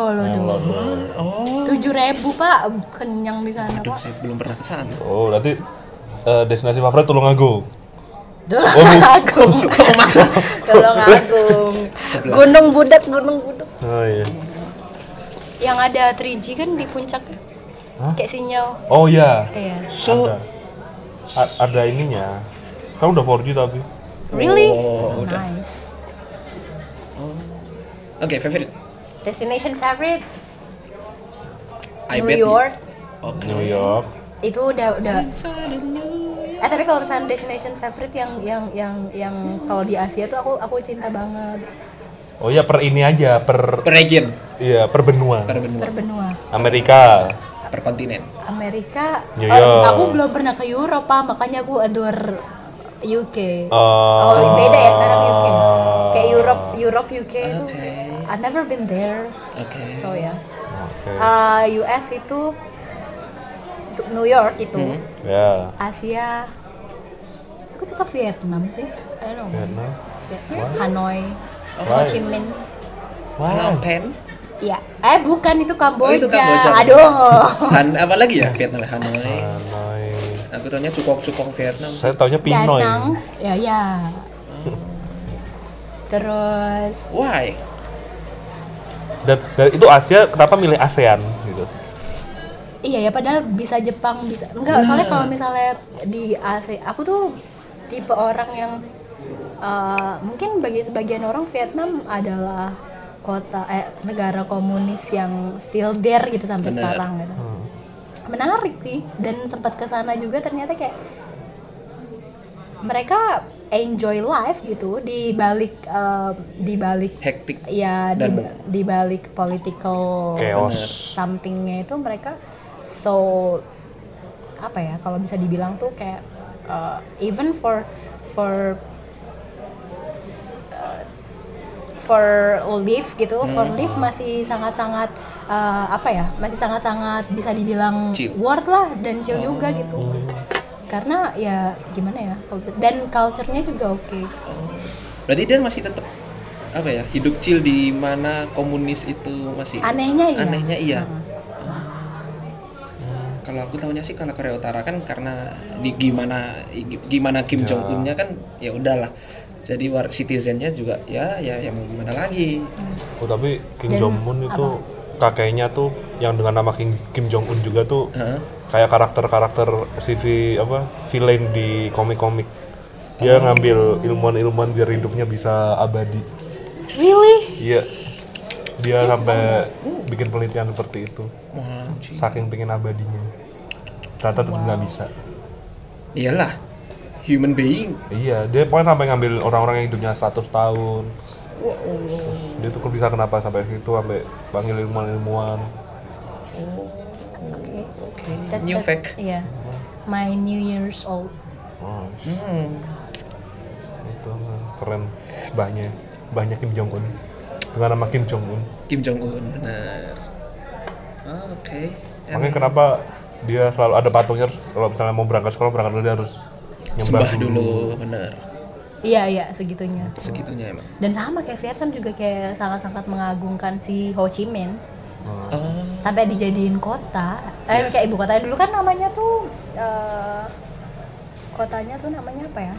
Speaker 1: lodo.
Speaker 3: Yang lodo.
Speaker 2: Oh.
Speaker 1: Tujuh ribu pak, kenyang di sana
Speaker 2: Aduh,
Speaker 1: pak.
Speaker 2: saya belum pernah ke sana.
Speaker 3: Oh, berarti eh, destinasi favorit Tulungagung.
Speaker 1: Tulung
Speaker 3: Oh, bu-
Speaker 1: agung,
Speaker 2: Kok masuk?
Speaker 1: tulung agung.
Speaker 2: Sebelah.
Speaker 1: Gunung budak, gunung budak.
Speaker 3: Oh iya.
Speaker 1: Yang ada 3G kan di puncak,
Speaker 3: Hah?
Speaker 1: kayak sinyal.
Speaker 3: Oh iya.
Speaker 1: Iya.
Speaker 2: So,
Speaker 3: ada. A- ada ininya. Kamu udah 4G tapi.
Speaker 1: Really?
Speaker 2: Oh, udah.
Speaker 1: nice.
Speaker 2: oh. oke favorite.
Speaker 1: Destination favorite
Speaker 2: I
Speaker 1: New
Speaker 2: bet
Speaker 1: York.
Speaker 2: Oke.
Speaker 3: New York.
Speaker 1: Itu udah udah. Eh tapi kalau misalnya destination favorite yang yang yang yang kalau di Asia tuh aku aku cinta banget
Speaker 3: Oh iya per ini aja, per
Speaker 2: Per region,
Speaker 3: iya per benua.
Speaker 2: per benua,
Speaker 1: terbenua.
Speaker 3: Amerika.
Speaker 2: per kontinen.
Speaker 1: Amerika. eh,
Speaker 3: New York.
Speaker 1: aku belum pernah ke Eropa, makanya aku adore UK.
Speaker 3: Oh,
Speaker 1: Oh, beda ya sekarang UK. Kayak Europe, Europe UK itu.
Speaker 2: Oke.
Speaker 1: I've never been there,
Speaker 2: Oke.
Speaker 1: so ya.
Speaker 3: Oke.
Speaker 1: Eh, US itu tu- New York itu.
Speaker 2: Hmm.
Speaker 3: Ya.
Speaker 1: Ah. Asia. Aku suka Vietnam sih. I don't know.
Speaker 3: Vietnam.
Speaker 1: Vietnam, Hanoi, Ho
Speaker 3: Why?
Speaker 1: Chi Minh.
Speaker 3: Wow.
Speaker 2: Phnom
Speaker 1: Iya. Eh bukan itu Kamboja.
Speaker 2: Oh, itu Kamboja.
Speaker 1: Aduh.
Speaker 2: Han apa lagi ya Vietnam Ah. Hanoi.
Speaker 3: Hanoi.
Speaker 2: Aku tanya cukong-cukong Vietnam.
Speaker 3: Saya taunya Pinoy.
Speaker 1: Danang. Ya ya. Terus
Speaker 2: Why?
Speaker 3: Dan, dan itu Asia, kenapa milih ASEAN gitu?
Speaker 1: Iya ya padahal bisa Jepang bisa enggak soalnya kalau misalnya di AC aku tuh tipe orang yang eh, mungkin bagi sebagian orang Vietnam adalah kota eh negara komunis yang still there gitu sampai
Speaker 2: Bener.
Speaker 1: sekarang gitu.
Speaker 3: Hmm.
Speaker 1: Menarik sih dan sempat ke sana juga ternyata kayak mereka enjoy life gitu di balik eh, di balik
Speaker 2: Hektik.
Speaker 1: ya di,
Speaker 2: Dan-
Speaker 1: di balik political
Speaker 2: Bener.
Speaker 3: Chaos.
Speaker 1: somethingnya itu mereka so apa ya kalau bisa dibilang tuh kayak uh, even for for uh, for live gitu for
Speaker 2: Hmm.
Speaker 1: live masih sangat-sangat uh, apa ya masih sangat-sangat bisa dibilang
Speaker 2: Chill.
Speaker 1: worth lah dan chill
Speaker 2: Oh.
Speaker 1: juga gitu
Speaker 3: Hmm.
Speaker 1: karena ya gimana ya culture- dan culture-nya juga oke
Speaker 2: Oh. Berarti dia masih tetap apa ya hidup chill di mana komunis itu masih
Speaker 1: anehnya iya
Speaker 2: Anehnya iya.
Speaker 1: Heeh.
Speaker 2: kalau aku tahunya sih kalau Korea Utara kan karena di gimana gimana Kim
Speaker 3: Ya.
Speaker 2: Jong Unnya kan ya udahlah jadi war citizennya juga ya ya yang gimana lagi
Speaker 3: Oh, tapi Kim
Speaker 1: Dan
Speaker 3: Jong Un itu kakeknya tuh yang dengan nama Kim, Kim Jong Un juga tuh
Speaker 2: Hah?
Speaker 3: kayak karakter-karakter CV apa villain di komik-komik. Dia
Speaker 1: Oh.
Speaker 3: ngambil ilmuwan-ilmuwan biar hidupnya bisa abadi.
Speaker 1: really
Speaker 3: Iya. Dia
Speaker 2: Iya,
Speaker 3: sampai bikin penelitian seperti itu.
Speaker 2: Wah, anjing.
Speaker 3: Saking pengen abadinya. Ternyata tetap nggak bisa.
Speaker 2: iyalah human being
Speaker 3: Iya, dia pokoknya sampai ngambil orang-orang yang hidupnya 100 tahun.
Speaker 2: Wah, Allah.
Speaker 3: Dia tuh bisa kenapa sampai situ sampai panggil ilmuwan-ilmuwan.
Speaker 2: oh,
Speaker 1: oke
Speaker 2: oke
Speaker 1: That's
Speaker 2: new
Speaker 1: the-
Speaker 2: fact
Speaker 1: Iya. My New Year's old.
Speaker 3: Oh,
Speaker 2: hmm.
Speaker 3: itu keren banyak banyak Kim Jong Un dengan nama Kim Jong Un
Speaker 2: Kim Jong Un benar Ah, oke
Speaker 3: makanya kenapa dia selalu ada patungnya harus- kalau misalnya mau berangkat sekolah berangkat dulu dia harus nyembah,
Speaker 2: sembah dulu benar
Speaker 1: Iya iya segitunya.
Speaker 2: segitunya emang
Speaker 1: Dan sama kayak Vietnam juga kayak sangat-sangat mengagungkan si Ho Chi Minh
Speaker 3: Hmm.
Speaker 2: oh
Speaker 1: sampai dijadiin kota. Eh
Speaker 2: Iya.
Speaker 1: kayak ibu kota dulu kan namanya tuh eh, kotanya tuh namanya apa ya?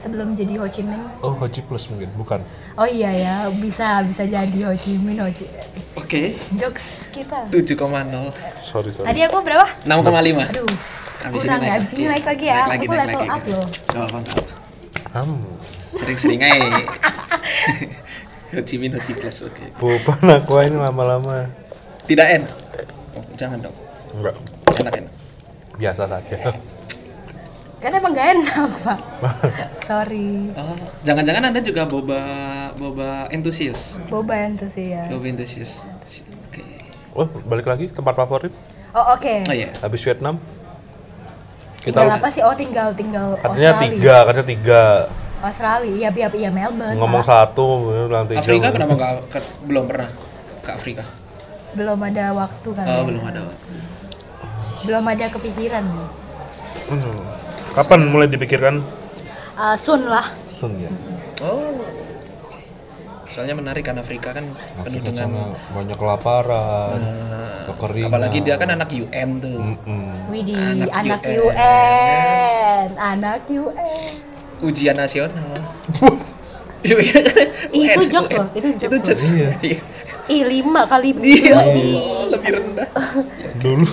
Speaker 1: Sebelum jadi Ho Chi Minh.
Speaker 3: oh Ho Chi Plus mungkin bukan
Speaker 1: Oh iya ya, bisa bisa jadi Ho Chi Minh Ho Chi.
Speaker 2: oke
Speaker 1: Jokes kita.
Speaker 2: 7,0 6,5
Speaker 3: sorry
Speaker 1: Tadi aku berapa? Aduh.
Speaker 2: Abis
Speaker 1: kurang ya,
Speaker 2: ini naik
Speaker 1: abis ini
Speaker 2: lagi.
Speaker 1: naik lagi ya.
Speaker 2: Naik lagi,
Speaker 1: aku
Speaker 2: naik
Speaker 1: level
Speaker 2: lagi.
Speaker 1: up loh.
Speaker 2: Gak apa-apa, gak apa.
Speaker 3: kamu
Speaker 2: Sering-sering aja. Ho Chi Minh, Ho Chi Plus, oke.
Speaker 3: bukan aku ini lama-lama
Speaker 2: Tidak en. Oh, jangan dong.
Speaker 3: enggak
Speaker 2: Enak enak.
Speaker 3: biasa saja
Speaker 1: Kan emang gak enak, Pak. Sorry.
Speaker 2: Oh, jangan-jangan Anda juga boba boba entusias.
Speaker 1: Boba antusias.
Speaker 2: Boba entusias. Si- Oke.
Speaker 3: oh balik lagi tempat favorit
Speaker 1: Oh oke.
Speaker 2: Oh iya.
Speaker 3: habis Vietnam
Speaker 1: Tinggal
Speaker 3: kita
Speaker 1: apa sih? Oh tinggal tinggal
Speaker 3: katanya
Speaker 1: Australia.
Speaker 3: tiga katanya tiga
Speaker 1: Australia. Iya iya iya Melbourne.
Speaker 3: ngomong
Speaker 1: Pak.
Speaker 3: satu bilang tiga
Speaker 2: Afrika kenapa nggak ke- belum pernah? ke Afrika?
Speaker 1: belum ada waktu kali
Speaker 2: Oh,
Speaker 1: ya.
Speaker 2: belum ada waktu.
Speaker 1: belum ada kepikiran
Speaker 3: Hmm. Kapan mulai dipikirkan?
Speaker 1: Eh, soon lah
Speaker 3: Sun ya.
Speaker 2: Oh. Soalnya menarik kan Afrika kan penuh
Speaker 3: Afrika
Speaker 2: dengan
Speaker 3: sana banyak kelaparan.
Speaker 2: eh,
Speaker 3: kekeringan.
Speaker 2: apalagi dia kan anak UN tuh.
Speaker 3: Mm-mm.
Speaker 1: Widih,
Speaker 2: Anak
Speaker 1: anak,
Speaker 2: UN.
Speaker 1: UN. anak UN.
Speaker 2: Ujian nasional. Iya, iya, kan?
Speaker 1: Itu
Speaker 2: UN.
Speaker 1: jokes loh, itu jokes
Speaker 2: Itu
Speaker 1: loh.
Speaker 2: jokes.
Speaker 3: Iya.
Speaker 2: Iya.
Speaker 1: Ih, lima kali
Speaker 2: Iya,
Speaker 1: Widih.
Speaker 2: Allah, lebih rendah.
Speaker 3: Dulu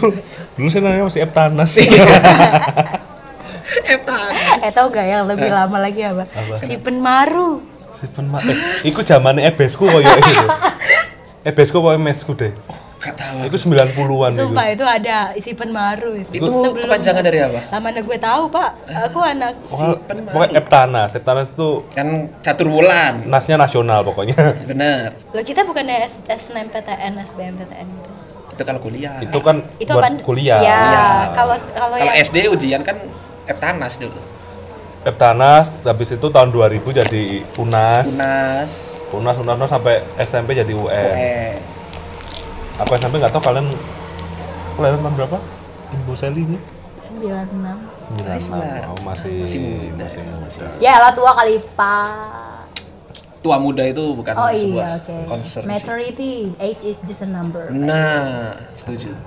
Speaker 3: dulu saya namanya masih Eptanas. Iya.
Speaker 2: Eptanas.
Speaker 1: Eh tau gak yang lebih lama lagi apa?
Speaker 3: Apa?
Speaker 1: Si penmaru.
Speaker 3: si penma eh, iku zamane ebesku koyo gitu. Ebesku koyo mesku deh.
Speaker 2: Gak tahu.
Speaker 3: Iku 90-an iku.
Speaker 1: Sumpah itu ada si penmaru itu.
Speaker 2: Itu
Speaker 1: Sebelum-
Speaker 2: kepanjangan dari apa? Eh.
Speaker 1: Lah mana gue tahu, Pak. Aku anak
Speaker 2: Si
Speaker 3: Pokoknya-
Speaker 2: penmaru.
Speaker 3: Pokoknya Eptanas, Eptanas itu
Speaker 2: Kan catur bulan.
Speaker 3: nasnya nasional pokoknya.
Speaker 2: Nah. Bener.
Speaker 1: Loh kita bukannya S- SNMPTN, SBMPTN gitu.
Speaker 2: Itu kalau kuliah.
Speaker 3: Itu kan
Speaker 1: Itu
Speaker 3: buat
Speaker 1: apaan?
Speaker 3: kuliah. Iya.
Speaker 1: Ya, kalau kalau
Speaker 2: kalau
Speaker 1: yang
Speaker 2: SD ujian kan Eptanas dulu.
Speaker 3: Eptanas habis itu tahun 2000 jadi UNAS.
Speaker 2: Unas,
Speaker 3: UNAS UNAS, UNAS sampai SMP jadi UN.
Speaker 2: UN.
Speaker 3: Apa SMP nggak tahu kalian kalian tahun berapa? Ibu Seli ini
Speaker 1: 96.
Speaker 3: 96. Oh, masih
Speaker 2: Masih muda,
Speaker 3: masih muda.
Speaker 2: masih.
Speaker 1: Ya, lah tua kali, Pak.
Speaker 2: Tua muda itu bukan
Speaker 1: Oh
Speaker 2: Kan sebuah
Speaker 1: iya, oke.
Speaker 2: concern sih.
Speaker 1: Maturity, age is just a number.
Speaker 2: Nah, setuju.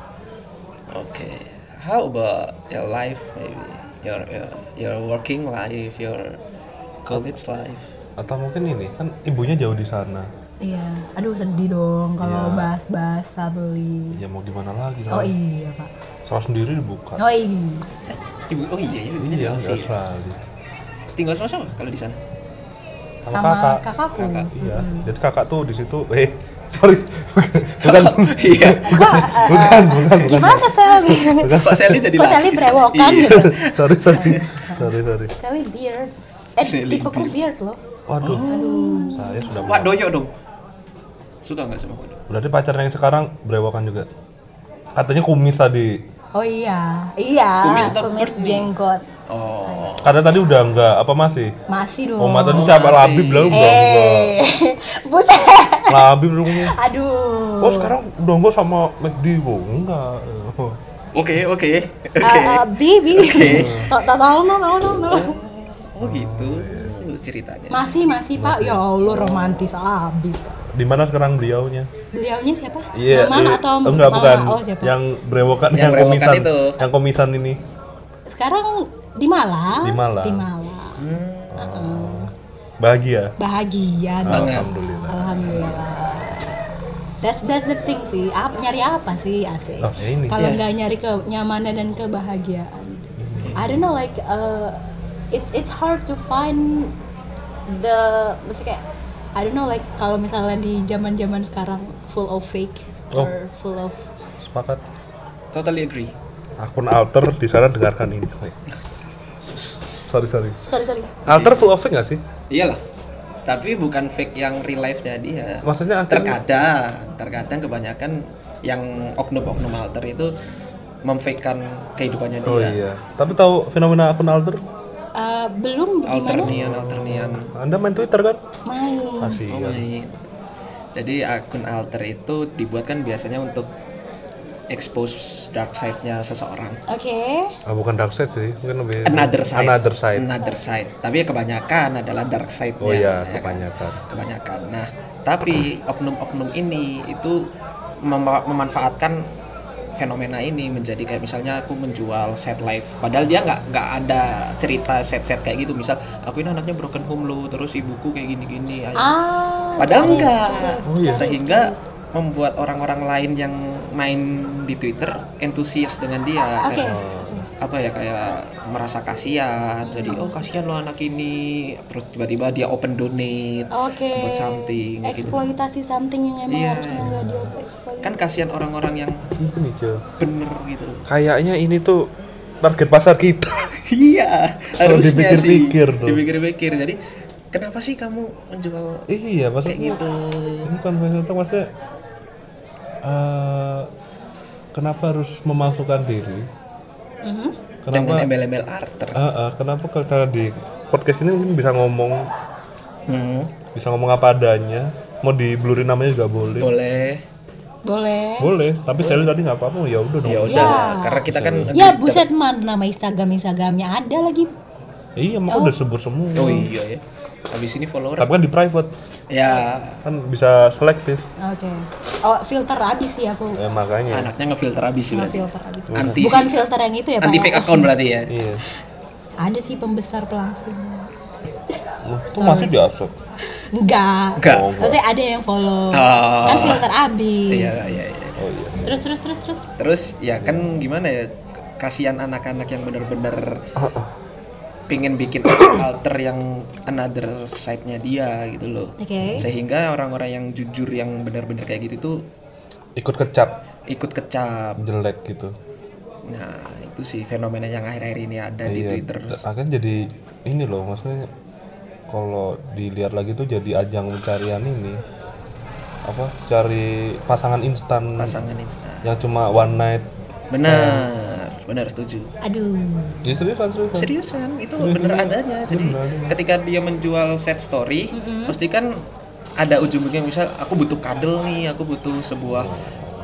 Speaker 2: Oke. How about your life maybe? Your your, your working life, your college life.
Speaker 3: Atau mungkin ini kan ibunya jauh di sana.
Speaker 1: Iya, aduh sedih dong kalau
Speaker 3: Iya.
Speaker 1: bahas-bahas tabeli.
Speaker 2: Iya.
Speaker 3: Ya mau gimana lagi?
Speaker 1: Oh
Speaker 3: Sal?
Speaker 1: iya pak.
Speaker 3: Salah sendiri dibuka.
Speaker 1: Oh iya.
Speaker 2: Ibu, oh iya, ibu
Speaker 3: Iya,
Speaker 2: iya,
Speaker 3: di
Speaker 2: sih.
Speaker 3: Australia.
Speaker 2: Tinggal sama siapa kalau di sana?
Speaker 1: Sama
Speaker 3: Sama kakak.
Speaker 1: kakakku.
Speaker 2: Kakak,
Speaker 3: Iya.
Speaker 1: Mm-mm.
Speaker 3: Jadi kakak tuh di situ eh sorry. bukan
Speaker 2: iya.
Speaker 1: Kok, eh,
Speaker 3: bukan bukan bukan.
Speaker 1: Gimana Sally?
Speaker 3: Bukan.
Speaker 2: Kok Sally jadi
Speaker 1: Kok Sally
Speaker 2: lapis?
Speaker 1: brewokan
Speaker 2: Iya.
Speaker 1: gitu?
Speaker 3: sorry sorry sorry sorry.
Speaker 1: Sally beard. Eh,
Speaker 2: Sally
Speaker 1: tipe ku
Speaker 2: beard.
Speaker 1: beard loh.
Speaker 3: Waduh.
Speaker 2: Oh.
Speaker 3: Saya sudah
Speaker 2: Wak
Speaker 3: punya.
Speaker 2: doyo dong. Suka nggak sama wadoyo?
Speaker 3: Berarti pacarnya yang sekarang brewokan juga. Katanya kumis tadi.
Speaker 1: Oh iya, iya.
Speaker 2: Kumis atau beard nih?
Speaker 1: jenggot.
Speaker 2: Oh.
Speaker 3: Karena tadi udah enggak apa masih?
Speaker 1: Masih dong.
Speaker 3: Oh, mata
Speaker 2: Oh,
Speaker 3: siapa
Speaker 2: masih.
Speaker 3: Labib lalu udah enggak.
Speaker 1: Eh, buset.
Speaker 3: Labib dulu.
Speaker 1: Aduh.
Speaker 3: Oh, sekarang udah enggak sama McD kok. Enggak.
Speaker 2: Oke, oke.
Speaker 1: Eh,
Speaker 2: Oke.
Speaker 1: eh, Bibi.
Speaker 2: Oke.
Speaker 1: Tau tau tau no, tau tau no.
Speaker 2: Oh gitu
Speaker 3: iya.
Speaker 2: ceritanya.
Speaker 1: Masih masih pak. Ya Allah romantis abis.
Speaker 3: Di mana sekarang beliaunya?
Speaker 1: Beliaunya siapa?
Speaker 3: Iya.
Speaker 1: Mama
Speaker 3: iya.
Speaker 1: atau
Speaker 3: enggak
Speaker 1: Mama?
Speaker 3: bukan
Speaker 1: Oh, siapa?
Speaker 3: yang brewokan
Speaker 2: Yang
Speaker 3: yang,
Speaker 2: brewokan
Speaker 3: komisan
Speaker 2: itu.
Speaker 3: yang komisan ini.
Speaker 1: Sekarang di Malang.
Speaker 3: Di Malang.
Speaker 1: Di Malang.
Speaker 2: Hmm.
Speaker 3: Oh. Bahagia.
Speaker 1: Bahagia. dong.
Speaker 2: Banget.
Speaker 3: Alhamdulillah.
Speaker 1: Alhamdulillah. That's that's the thing sih. Ap- nyari apa sih asik?
Speaker 3: Oh, ya ini.
Speaker 1: Kalau
Speaker 2: Iya.
Speaker 1: nggak nyari kenyamanan dan kebahagiaan. I don't know like uh, it's it's hard to find the maksudnya kayak I don't know like kalau misalnya di zaman zaman sekarang full of fake or
Speaker 3: Oh.
Speaker 1: full of
Speaker 3: Sepakat.
Speaker 2: Totally agree.
Speaker 3: Akun alter di sana dengarkan ini. Sorry sorry.
Speaker 1: sorry sorry
Speaker 3: Alter full of fake nggak sih?
Speaker 2: Iyalah. Tapi bukan fake yang real life nya dia.
Speaker 3: Maksudnya kan alter
Speaker 2: Terkadang, terkadang kebanyakan yang oknum-oknum alter itu memfakekan kehidupannya dia.
Speaker 3: Oh iya. Tapi tahu fenomena akun alter?
Speaker 1: Uh, belum gimana
Speaker 2: Alternian, alternian.
Speaker 3: Anda main Twitter kan?
Speaker 1: main
Speaker 2: Oh
Speaker 3: Kasihan.
Speaker 2: my. Jadi akun alter itu dibuatkan biasanya untuk expose dark side-nya seseorang.
Speaker 1: oke
Speaker 3: Ah, bukan dark side sih, mungkin lebih
Speaker 2: Another side.
Speaker 3: Iya. Another side.
Speaker 2: Another side. Tapi kebanyakan adalah dark side-nya.
Speaker 3: Oh iya,
Speaker 2: ya kan?
Speaker 3: kebanyakan.
Speaker 2: kebanyakan. Nah, tapi oknum-oknum ini itu mema- memanfaatkan fenomena ini menjadi kayak misalnya aku menjual set life padahal dia nggak nggak ada cerita set-set kayak gitu misal aku ini anaknya broken home loh terus ibuku kayak gini-gini ayah-
Speaker 1: ah
Speaker 2: Padahal
Speaker 1: cari,
Speaker 2: enggak.
Speaker 1: cari,
Speaker 3: Oh iya.
Speaker 1: cari.
Speaker 2: sehingga membuat orang-orang lain yang main di Twitter antusias dengan dia
Speaker 1: oke
Speaker 2: Kayak-
Speaker 1: oke.
Speaker 2: apa ya kayak merasa kasihan jadi oh kasihan lo anak ini terus tiba-tiba dia open donate
Speaker 1: oke
Speaker 2: Buat something, gitu.
Speaker 1: eksploitasi something yang emang
Speaker 2: Iya.
Speaker 1: harusnya nggak dia eksploitasi
Speaker 2: kan kasihan orang-orang yang
Speaker 3: Ini Cil.
Speaker 2: bener gitu loh
Speaker 3: Kayaknya ini tuh target pasar kita.
Speaker 2: iya
Speaker 3: Kalau
Speaker 2: harusnya
Speaker 3: dipikir-pikir
Speaker 2: sih
Speaker 3: tuh.
Speaker 2: dipikir-pikir jadi kenapa sih kamu menjual
Speaker 3: iya,
Speaker 2: kayak
Speaker 3: maksudnya
Speaker 2: gitu
Speaker 3: ini konvensi itu maksudnya eh, kenapa harus memasukkan diri?
Speaker 1: Mhm.
Speaker 2: dengan
Speaker 3: Kenapa?
Speaker 2: embel-embel arter
Speaker 3: Eh, eh, kenapa kalau misalnya di podcast ini mungkin bisa ngomong,
Speaker 2: Hmm,
Speaker 3: bisa ngomong apa adanya. Mau diblurin namanya juga boleh.
Speaker 2: boleh
Speaker 1: boleh
Speaker 3: Boleh, tapi Sally tadi nggak apa-apa, ya udah dong.
Speaker 2: ya udah
Speaker 1: Ya.
Speaker 2: karena kita kan
Speaker 1: ya buset man nama instagram instagramnya ada lagi
Speaker 3: Iya,
Speaker 1: Oh.
Speaker 3: maka udah sebut semua.
Speaker 2: oh iya ya habis ini follower
Speaker 3: Tapi kan di private
Speaker 2: ya
Speaker 3: kan bisa selektif.
Speaker 1: oke oh filter abis sih aku
Speaker 3: Ya makanya.
Speaker 2: anaknya ngefilter habis Iya, sih
Speaker 1: Nggak
Speaker 2: berarti
Speaker 1: filter abis
Speaker 2: anti
Speaker 1: bukan filter yang itu ya pak
Speaker 2: anti
Speaker 1: ya?
Speaker 2: fake account berarti ya
Speaker 3: Iya.
Speaker 1: ada sih pembesar pelangsing
Speaker 3: Loh, tuh masih di asap.
Speaker 1: enggak
Speaker 2: enggak
Speaker 3: Oh.
Speaker 1: maksudnya ada yang follow
Speaker 2: Oh.
Speaker 1: kan filter abis
Speaker 2: iya iya iya
Speaker 3: Oh iya. sih.
Speaker 1: terus terus terus terus
Speaker 2: terus ya kan gimana ya kasihan anak-anak yang bener-bener
Speaker 3: Ah, ah.
Speaker 2: pingin bikin alter yang another side-nya dia gitu loh
Speaker 1: oke
Speaker 2: sehingga orang-orang yang jujur yang benar-benar kayak gitu tuh
Speaker 3: Ikut kecap
Speaker 2: ikut kecap
Speaker 3: jelek gitu.
Speaker 2: nah itu sih fenomena yang akhir-akhir ini ada di
Speaker 3: Iya,
Speaker 2: Twitter
Speaker 3: Akhirnya jadi ini loh, maksudnya kalau dilihat lagi tuh jadi ajang pencarian ini apa cari pasangan instan
Speaker 2: pasangan Insta
Speaker 3: yang cuma one night
Speaker 2: benar benar setuju
Speaker 1: aduh
Speaker 3: ya seriusan seriusan
Speaker 2: seriusan itu
Speaker 3: Serius,
Speaker 2: bener
Speaker 3: iya.
Speaker 2: adanya jadi
Speaker 3: Bener adanya.
Speaker 2: ketika dia menjual set story
Speaker 1: Mm-mm.
Speaker 2: pasti kan ada ujung-ujungnya misal aku butuh kadel nih aku butuh sebuah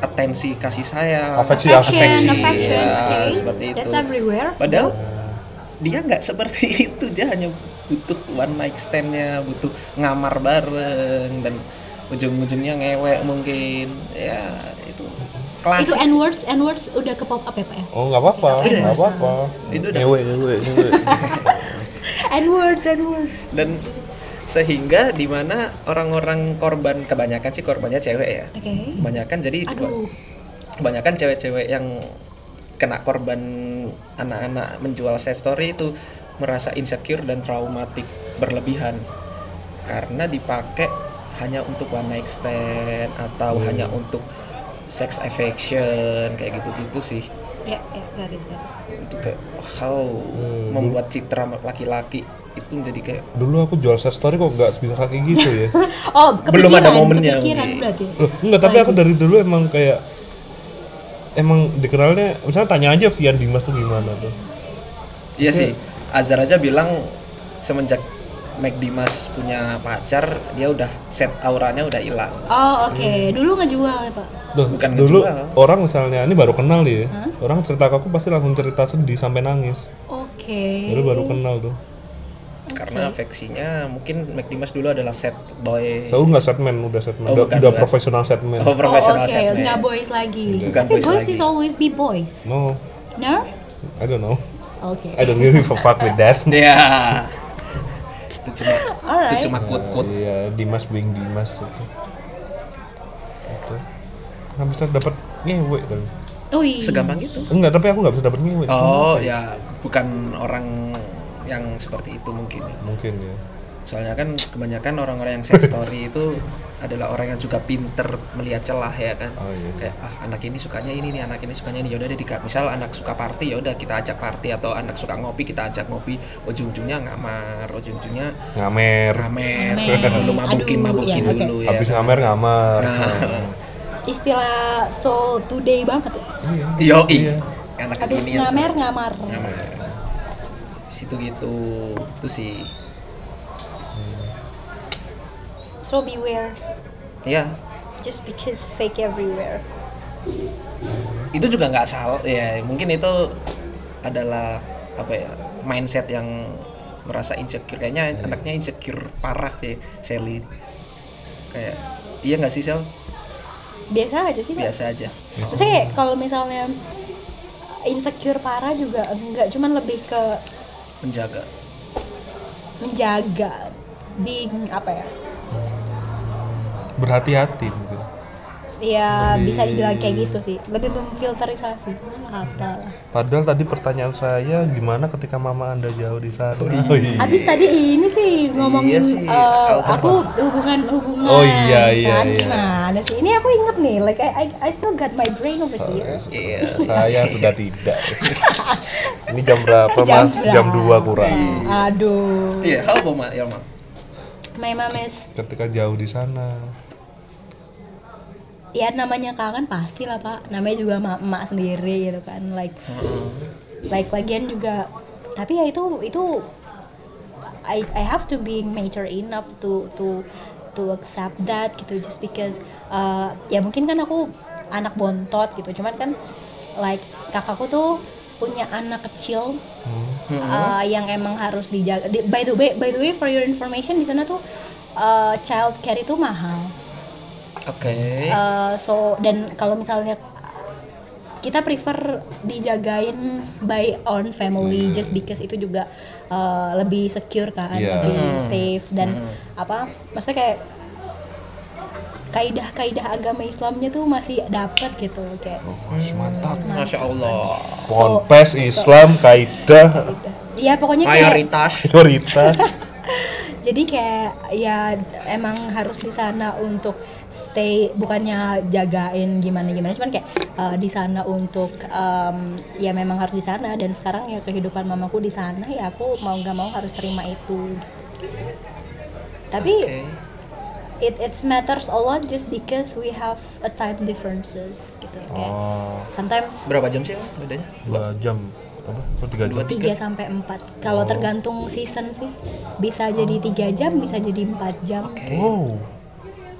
Speaker 2: atensi kasih sayang
Speaker 3: Iya. Affection. Si
Speaker 1: affection
Speaker 3: affection.
Speaker 1: affection
Speaker 2: Ya,
Speaker 1: oke
Speaker 2: seperti itu.
Speaker 1: that's everywhere
Speaker 2: padahal
Speaker 3: Eh,
Speaker 2: dia nggak seperti itu dia hanya butuh one night standnya butuh ngamar bareng dan ujung-ujungnya ngewek mungkin ya itu
Speaker 1: itu
Speaker 2: klasik
Speaker 1: n
Speaker 2: sih.
Speaker 1: words n words udah ke pop up ya pak ya
Speaker 3: Oh nggak apa-apa,
Speaker 1: Iya,
Speaker 3: nggak apa-apa.
Speaker 2: Itu udah-
Speaker 3: nyewe nyewe nyewe.
Speaker 1: n words n words
Speaker 2: dan sehingga dimana orang-orang korban kebanyakan sih korbannya cewek ya
Speaker 1: oke
Speaker 2: kebanyakan jadi
Speaker 1: aduh
Speaker 2: kebanyakan cewek-cewek yang kena korban anak-anak menjual sex story itu merasa insecure dan traumatik berlebihan karena dipakai hanya untuk one night stand atau
Speaker 3: Hmm.
Speaker 2: hanya untuk sex affection kayak gitu-gitu sih
Speaker 1: ya ya got it, got it.
Speaker 2: itu kayak wow
Speaker 3: Hmm.
Speaker 2: membuat citra laki-laki itu menjadi kayak
Speaker 3: Dulu aku jual set story kok nggak bisa kayak gitu ya.
Speaker 1: oh
Speaker 2: Belum ada
Speaker 1: kepikiran,
Speaker 2: momennya,
Speaker 1: kepikiran
Speaker 2: mungkin.
Speaker 1: berarti ya?
Speaker 3: Loh, enggak, tapi aku dari dulu emang kayak emang dikenalnya misalnya tanya aja Vian Dimas tuh gimana tuh.
Speaker 2: iya sih Azhar aja bilang semenjak Mac Dimas punya pacar dia udah set auranya udah hilang
Speaker 1: oh oke dulu ngejual ya pak
Speaker 3: Loh,
Speaker 2: Bukan
Speaker 3: dulu
Speaker 2: ngejual.
Speaker 3: orang misalnya ini baru kenal nih ya.
Speaker 1: Hah?
Speaker 3: Orang cerita ke aku pasti langsung cerita sedih sampai nangis.
Speaker 1: oke
Speaker 3: Baru baru kenal tuh.
Speaker 2: karena afeksinya mungkin Mac Dimas dulu adalah set boy
Speaker 3: Saya nggak setman, udah setman,
Speaker 2: Oh,
Speaker 3: udah,
Speaker 2: bukan,
Speaker 3: udah
Speaker 2: bukan.
Speaker 3: profesional setman.
Speaker 2: oh profesional
Speaker 1: oh, oke
Speaker 2: set man.
Speaker 1: nggak boys lagi
Speaker 2: Bukan
Speaker 1: tapi
Speaker 2: boys
Speaker 1: boys
Speaker 2: lagi.
Speaker 1: is always be boys
Speaker 3: No,
Speaker 1: no
Speaker 3: I don't know.
Speaker 1: oke
Speaker 3: I don't give a fuck with that.
Speaker 2: ya itu Gitu, cuma itu
Speaker 1: alright
Speaker 2: cuma quote quote
Speaker 3: Iya, Dimas being Dimas itu. Itu. Nggak bisa dapat ngewe kan.
Speaker 1: Ui.
Speaker 2: segampang gitu. itu
Speaker 3: Enggak, tapi aku nggak bisa dapat ngewe.
Speaker 2: oh
Speaker 3: Kenapa
Speaker 2: ya bukan orang yang seperti itu mungkin
Speaker 3: Mungkin ya.
Speaker 2: soalnya kan kebanyakan orang-orang yang set story itu adalah orang yang juga pinter melihat celah ya kan
Speaker 3: Oh iya.
Speaker 2: kayak ah anak ini sukanya ini nih anak ini sukanya ini yaudah deh dika- misal anak suka party yaudah kita ajak party atau anak suka ngopi kita ajak ngopi ujung-ujungnya ngamar ujung-ujungnya
Speaker 3: Ngamer.
Speaker 2: ramer
Speaker 1: Ngamer.
Speaker 2: lu mabukin
Speaker 1: Aduh,
Speaker 2: mabukin
Speaker 1: iya, oke.
Speaker 2: dulu ya
Speaker 3: Habis
Speaker 2: kan?
Speaker 3: ngamer ngamar.
Speaker 2: Nah.
Speaker 1: istilah so today banget ya.
Speaker 3: Iya.
Speaker 2: Yoi.
Speaker 3: Iya.
Speaker 2: anak
Speaker 1: habis
Speaker 2: ini
Speaker 1: ngamer ngamar
Speaker 2: ngamer situ gitu itu sih
Speaker 3: Hmm.
Speaker 1: so beware
Speaker 2: ya
Speaker 1: just because fake everywhere
Speaker 2: itu juga nggak salah ya mungkin itu adalah apa ya mindset yang merasa insecure kayaknya
Speaker 3: Hmm.
Speaker 2: anaknya insecure parah sih Sally kayak iya nggak sih Sel
Speaker 1: biasa aja sih Pak.
Speaker 2: biasa aja
Speaker 1: Maksudnya kayak kalau misalnya insecure parah juga enggak cuman lebih ke
Speaker 2: menjaga
Speaker 1: menjaga being apa ya
Speaker 3: Berhati-hati mungkin.
Speaker 1: ya
Speaker 3: Lebih-
Speaker 1: bisa dibilang kayak gitu sih lebih memfilterisasi apa
Speaker 3: Padahal tadi pertanyaan saya gimana ketika mama anda jauh di sana? Oh iya.
Speaker 1: habis tadi ini sih ngomongin
Speaker 2: Iya sih,
Speaker 1: eh,
Speaker 2: alter-
Speaker 1: aku hubungan hubungan kan?
Speaker 3: Oh iya, iya, iya.
Speaker 1: gimana sih ini aku inget nih like I, I- I still got my brain over here
Speaker 3: Sa-
Speaker 2: Iya.
Speaker 3: Saya sudah tidak. Ini jam berapa,
Speaker 1: Jam
Speaker 3: Mas? Jam 2
Speaker 1: berapa?
Speaker 3: kurang.
Speaker 1: aduh
Speaker 2: iya how about ma- your mom?
Speaker 1: my mom is
Speaker 3: Ketika jauh di sana.
Speaker 1: ya namanya kangen pasti lah pak namanya juga emak, emak sendiri gitu kan like
Speaker 2: Heeh.
Speaker 1: like lagian juga tapi ya itu itu I I have to be mature enough to to to accept that gitu just because uh, ya mungkin kan aku anak bontot gitu cuman kan like kakakku tuh punya anak kecil
Speaker 3: Hmm.
Speaker 2: Mm-hmm.
Speaker 1: uh, yang emang harus dijaga. Di- by the way, by the way for your information di sana tuh uh, child care itu mahal.
Speaker 2: Oke.
Speaker 3: Eh,
Speaker 1: Uh, so dan kalau misalnya uh, kita prefer dijagain by own family
Speaker 3: Hmm.
Speaker 1: just because itu juga uh, lebih secure kan,
Speaker 3: Iya.
Speaker 1: lebih
Speaker 2: Hmm.
Speaker 1: safe dan
Speaker 2: Hmm.
Speaker 1: apa? Maksudnya kayak kaidah-kaidah agama Islamnya tuh masih dapat gitu kayak
Speaker 3: Oh, masih mantap.
Speaker 2: Masya Allah.
Speaker 3: Ponpes, Islam, kaidah,
Speaker 1: Iya pokoknya kayak
Speaker 2: Mayoritas.
Speaker 3: prioritas.
Speaker 1: jadi kayak ya emang harus di sana untuk stay bukannya jagain gimana gimana cuman kayak eh, di sana untuk em, ya memang harus di sana dan sekarang ya kehidupan mamaku di sana ya aku mau nggak mau harus terima itu tapi
Speaker 2: Oke.
Speaker 1: it it matters a lot just because we have a time differences gitu kayak
Speaker 3: Oh,
Speaker 1: sometimes
Speaker 2: berapa jam sih Bang, bedanya?
Speaker 3: dua jam apa? Dua, tiga jam.
Speaker 2: Dua, tiga.
Speaker 1: 3 sampai 4 kalau
Speaker 3: Oh.
Speaker 1: tergantung season sih bisa jadi tiga jam bisa jadi empat jam
Speaker 2: Oke.
Speaker 3: Wow,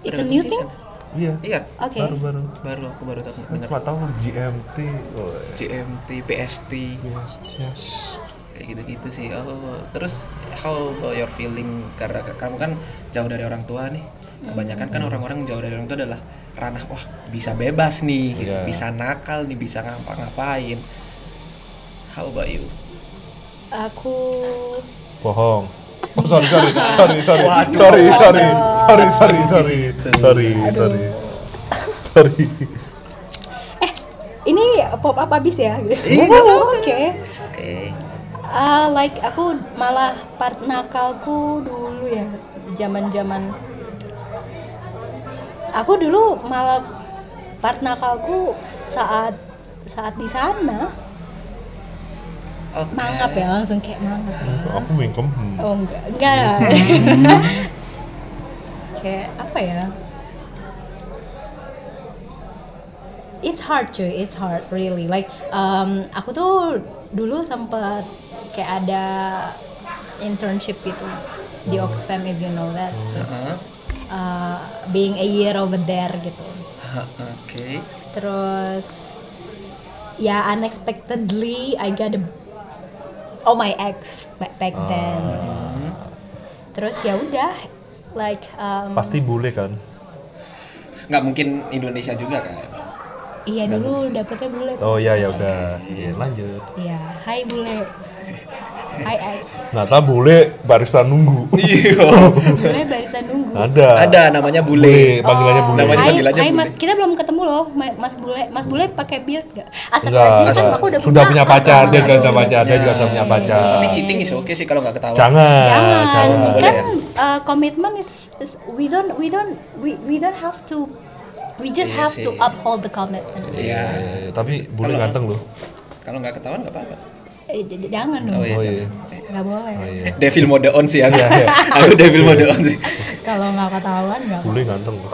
Speaker 1: it's a new thing
Speaker 2: Tergantung season.
Speaker 3: iya.
Speaker 2: Iya,
Speaker 1: oke
Speaker 3: Baru-baru.
Speaker 2: baru aku baru tahu.
Speaker 3: Saya
Speaker 2: bener.
Speaker 3: cuma tahu GMT. woy.
Speaker 2: GMT, PST,
Speaker 3: Oh, Yes, yes.
Speaker 2: kayak gitu-gitu sih. Oh, terus how about your feeling karena kamu kan jauh dari orang tua nih. Kebanyakan kan orang-orang jauh dari orang tua adalah ranah wah bisa bebas nih, gitu.
Speaker 3: Iya.
Speaker 2: bisa nakal nih, bisa ngapa-ngapain. How about you?
Speaker 1: aku
Speaker 3: Bohong. Oh, sorry, sorry, sorry, sorry,
Speaker 2: Waduh.
Speaker 3: sorry, sorry, sorry, sorry, sorry, sorry,
Speaker 1: Aduh.
Speaker 3: sorry, sorry.
Speaker 1: ini pop up abis ya gitu.
Speaker 2: Iya, nggak
Speaker 1: oke
Speaker 2: apa-apa. It's okay.
Speaker 1: Ah, like aku malah part nakalku dulu ya zaman zaman aku dulu malah part nakalku saat saat di sana
Speaker 2: Oke.
Speaker 1: mangap ya langsung kayak mangap
Speaker 3: Aku mingkem. hmm.
Speaker 1: Oh enggak, enggak. lah. Kayak apa ya? It's hard cuy, it's hard really. Like um, aku tuh dulu sempet kayak ada internship gitu di Oxfam if you know that. Terus
Speaker 2: Heeh.
Speaker 1: uh, being a year over there gitu.
Speaker 2: Ha, Oke.
Speaker 1: Terus ya unexpectedly I got a oh my ex back, back then.
Speaker 2: Hmm.
Speaker 1: terus ya udah like um,
Speaker 3: Pasti bule kan?
Speaker 2: Nggak mungkin Indonesia juga kan?
Speaker 1: iya dulu dapetnya bule
Speaker 3: kan? Oh iya ya udah, Iya, lanjut.
Speaker 1: iya hai bule hai Ed.
Speaker 3: Nata bule barista nunggu.
Speaker 2: Iya.
Speaker 1: bule barista nunggu Oh,
Speaker 3: Ada.
Speaker 2: Ada namanya bule.
Speaker 3: Kan? panggilannya bule.
Speaker 2: Namanya
Speaker 1: Hai,
Speaker 2: panggilannya
Speaker 1: hai,
Speaker 2: bule.
Speaker 1: mas, kita belum ketemu loh, Ma- mas bule, mas bule pakai beard nggak? Ah,
Speaker 3: Enggak,
Speaker 1: Astagfirullahaladzim,
Speaker 3: enggak.
Speaker 1: Kan aku udah
Speaker 3: sudah punya pacar, dia juga
Speaker 2: Sudah
Speaker 3: sudah punya pacar, dia
Speaker 2: punya.
Speaker 3: juga sudah punya pacar.
Speaker 2: Iya. Tapi cheating is okay sih kalau nggak ketahuan.
Speaker 3: Jangan,
Speaker 1: Jangan,
Speaker 3: jangan.
Speaker 1: kan
Speaker 2: Boleh
Speaker 1: uh, komitmen is, is- we don't we don't we, we don't have to we just
Speaker 2: Iya
Speaker 1: have to
Speaker 2: sih.
Speaker 1: uphold the commitment.
Speaker 2: Iya.
Speaker 3: Eh, tapi bule
Speaker 2: Kalau-
Speaker 3: ganteng loh.
Speaker 2: Kalau nggak ketahuan nggak apa-apa.
Speaker 1: Eh, j- j- jangan
Speaker 2: Oh
Speaker 1: dong,
Speaker 2: iya.
Speaker 3: Oh,
Speaker 2: jangan. Eh,
Speaker 3: iya.
Speaker 1: nggak boleh.
Speaker 3: Oh, iya.
Speaker 2: Devil mode on sih aku.
Speaker 3: Iya, iya.
Speaker 2: aku devil mode on sih.
Speaker 1: Kalau nggak ketahuan nggak.
Speaker 3: Bule ganteng loh.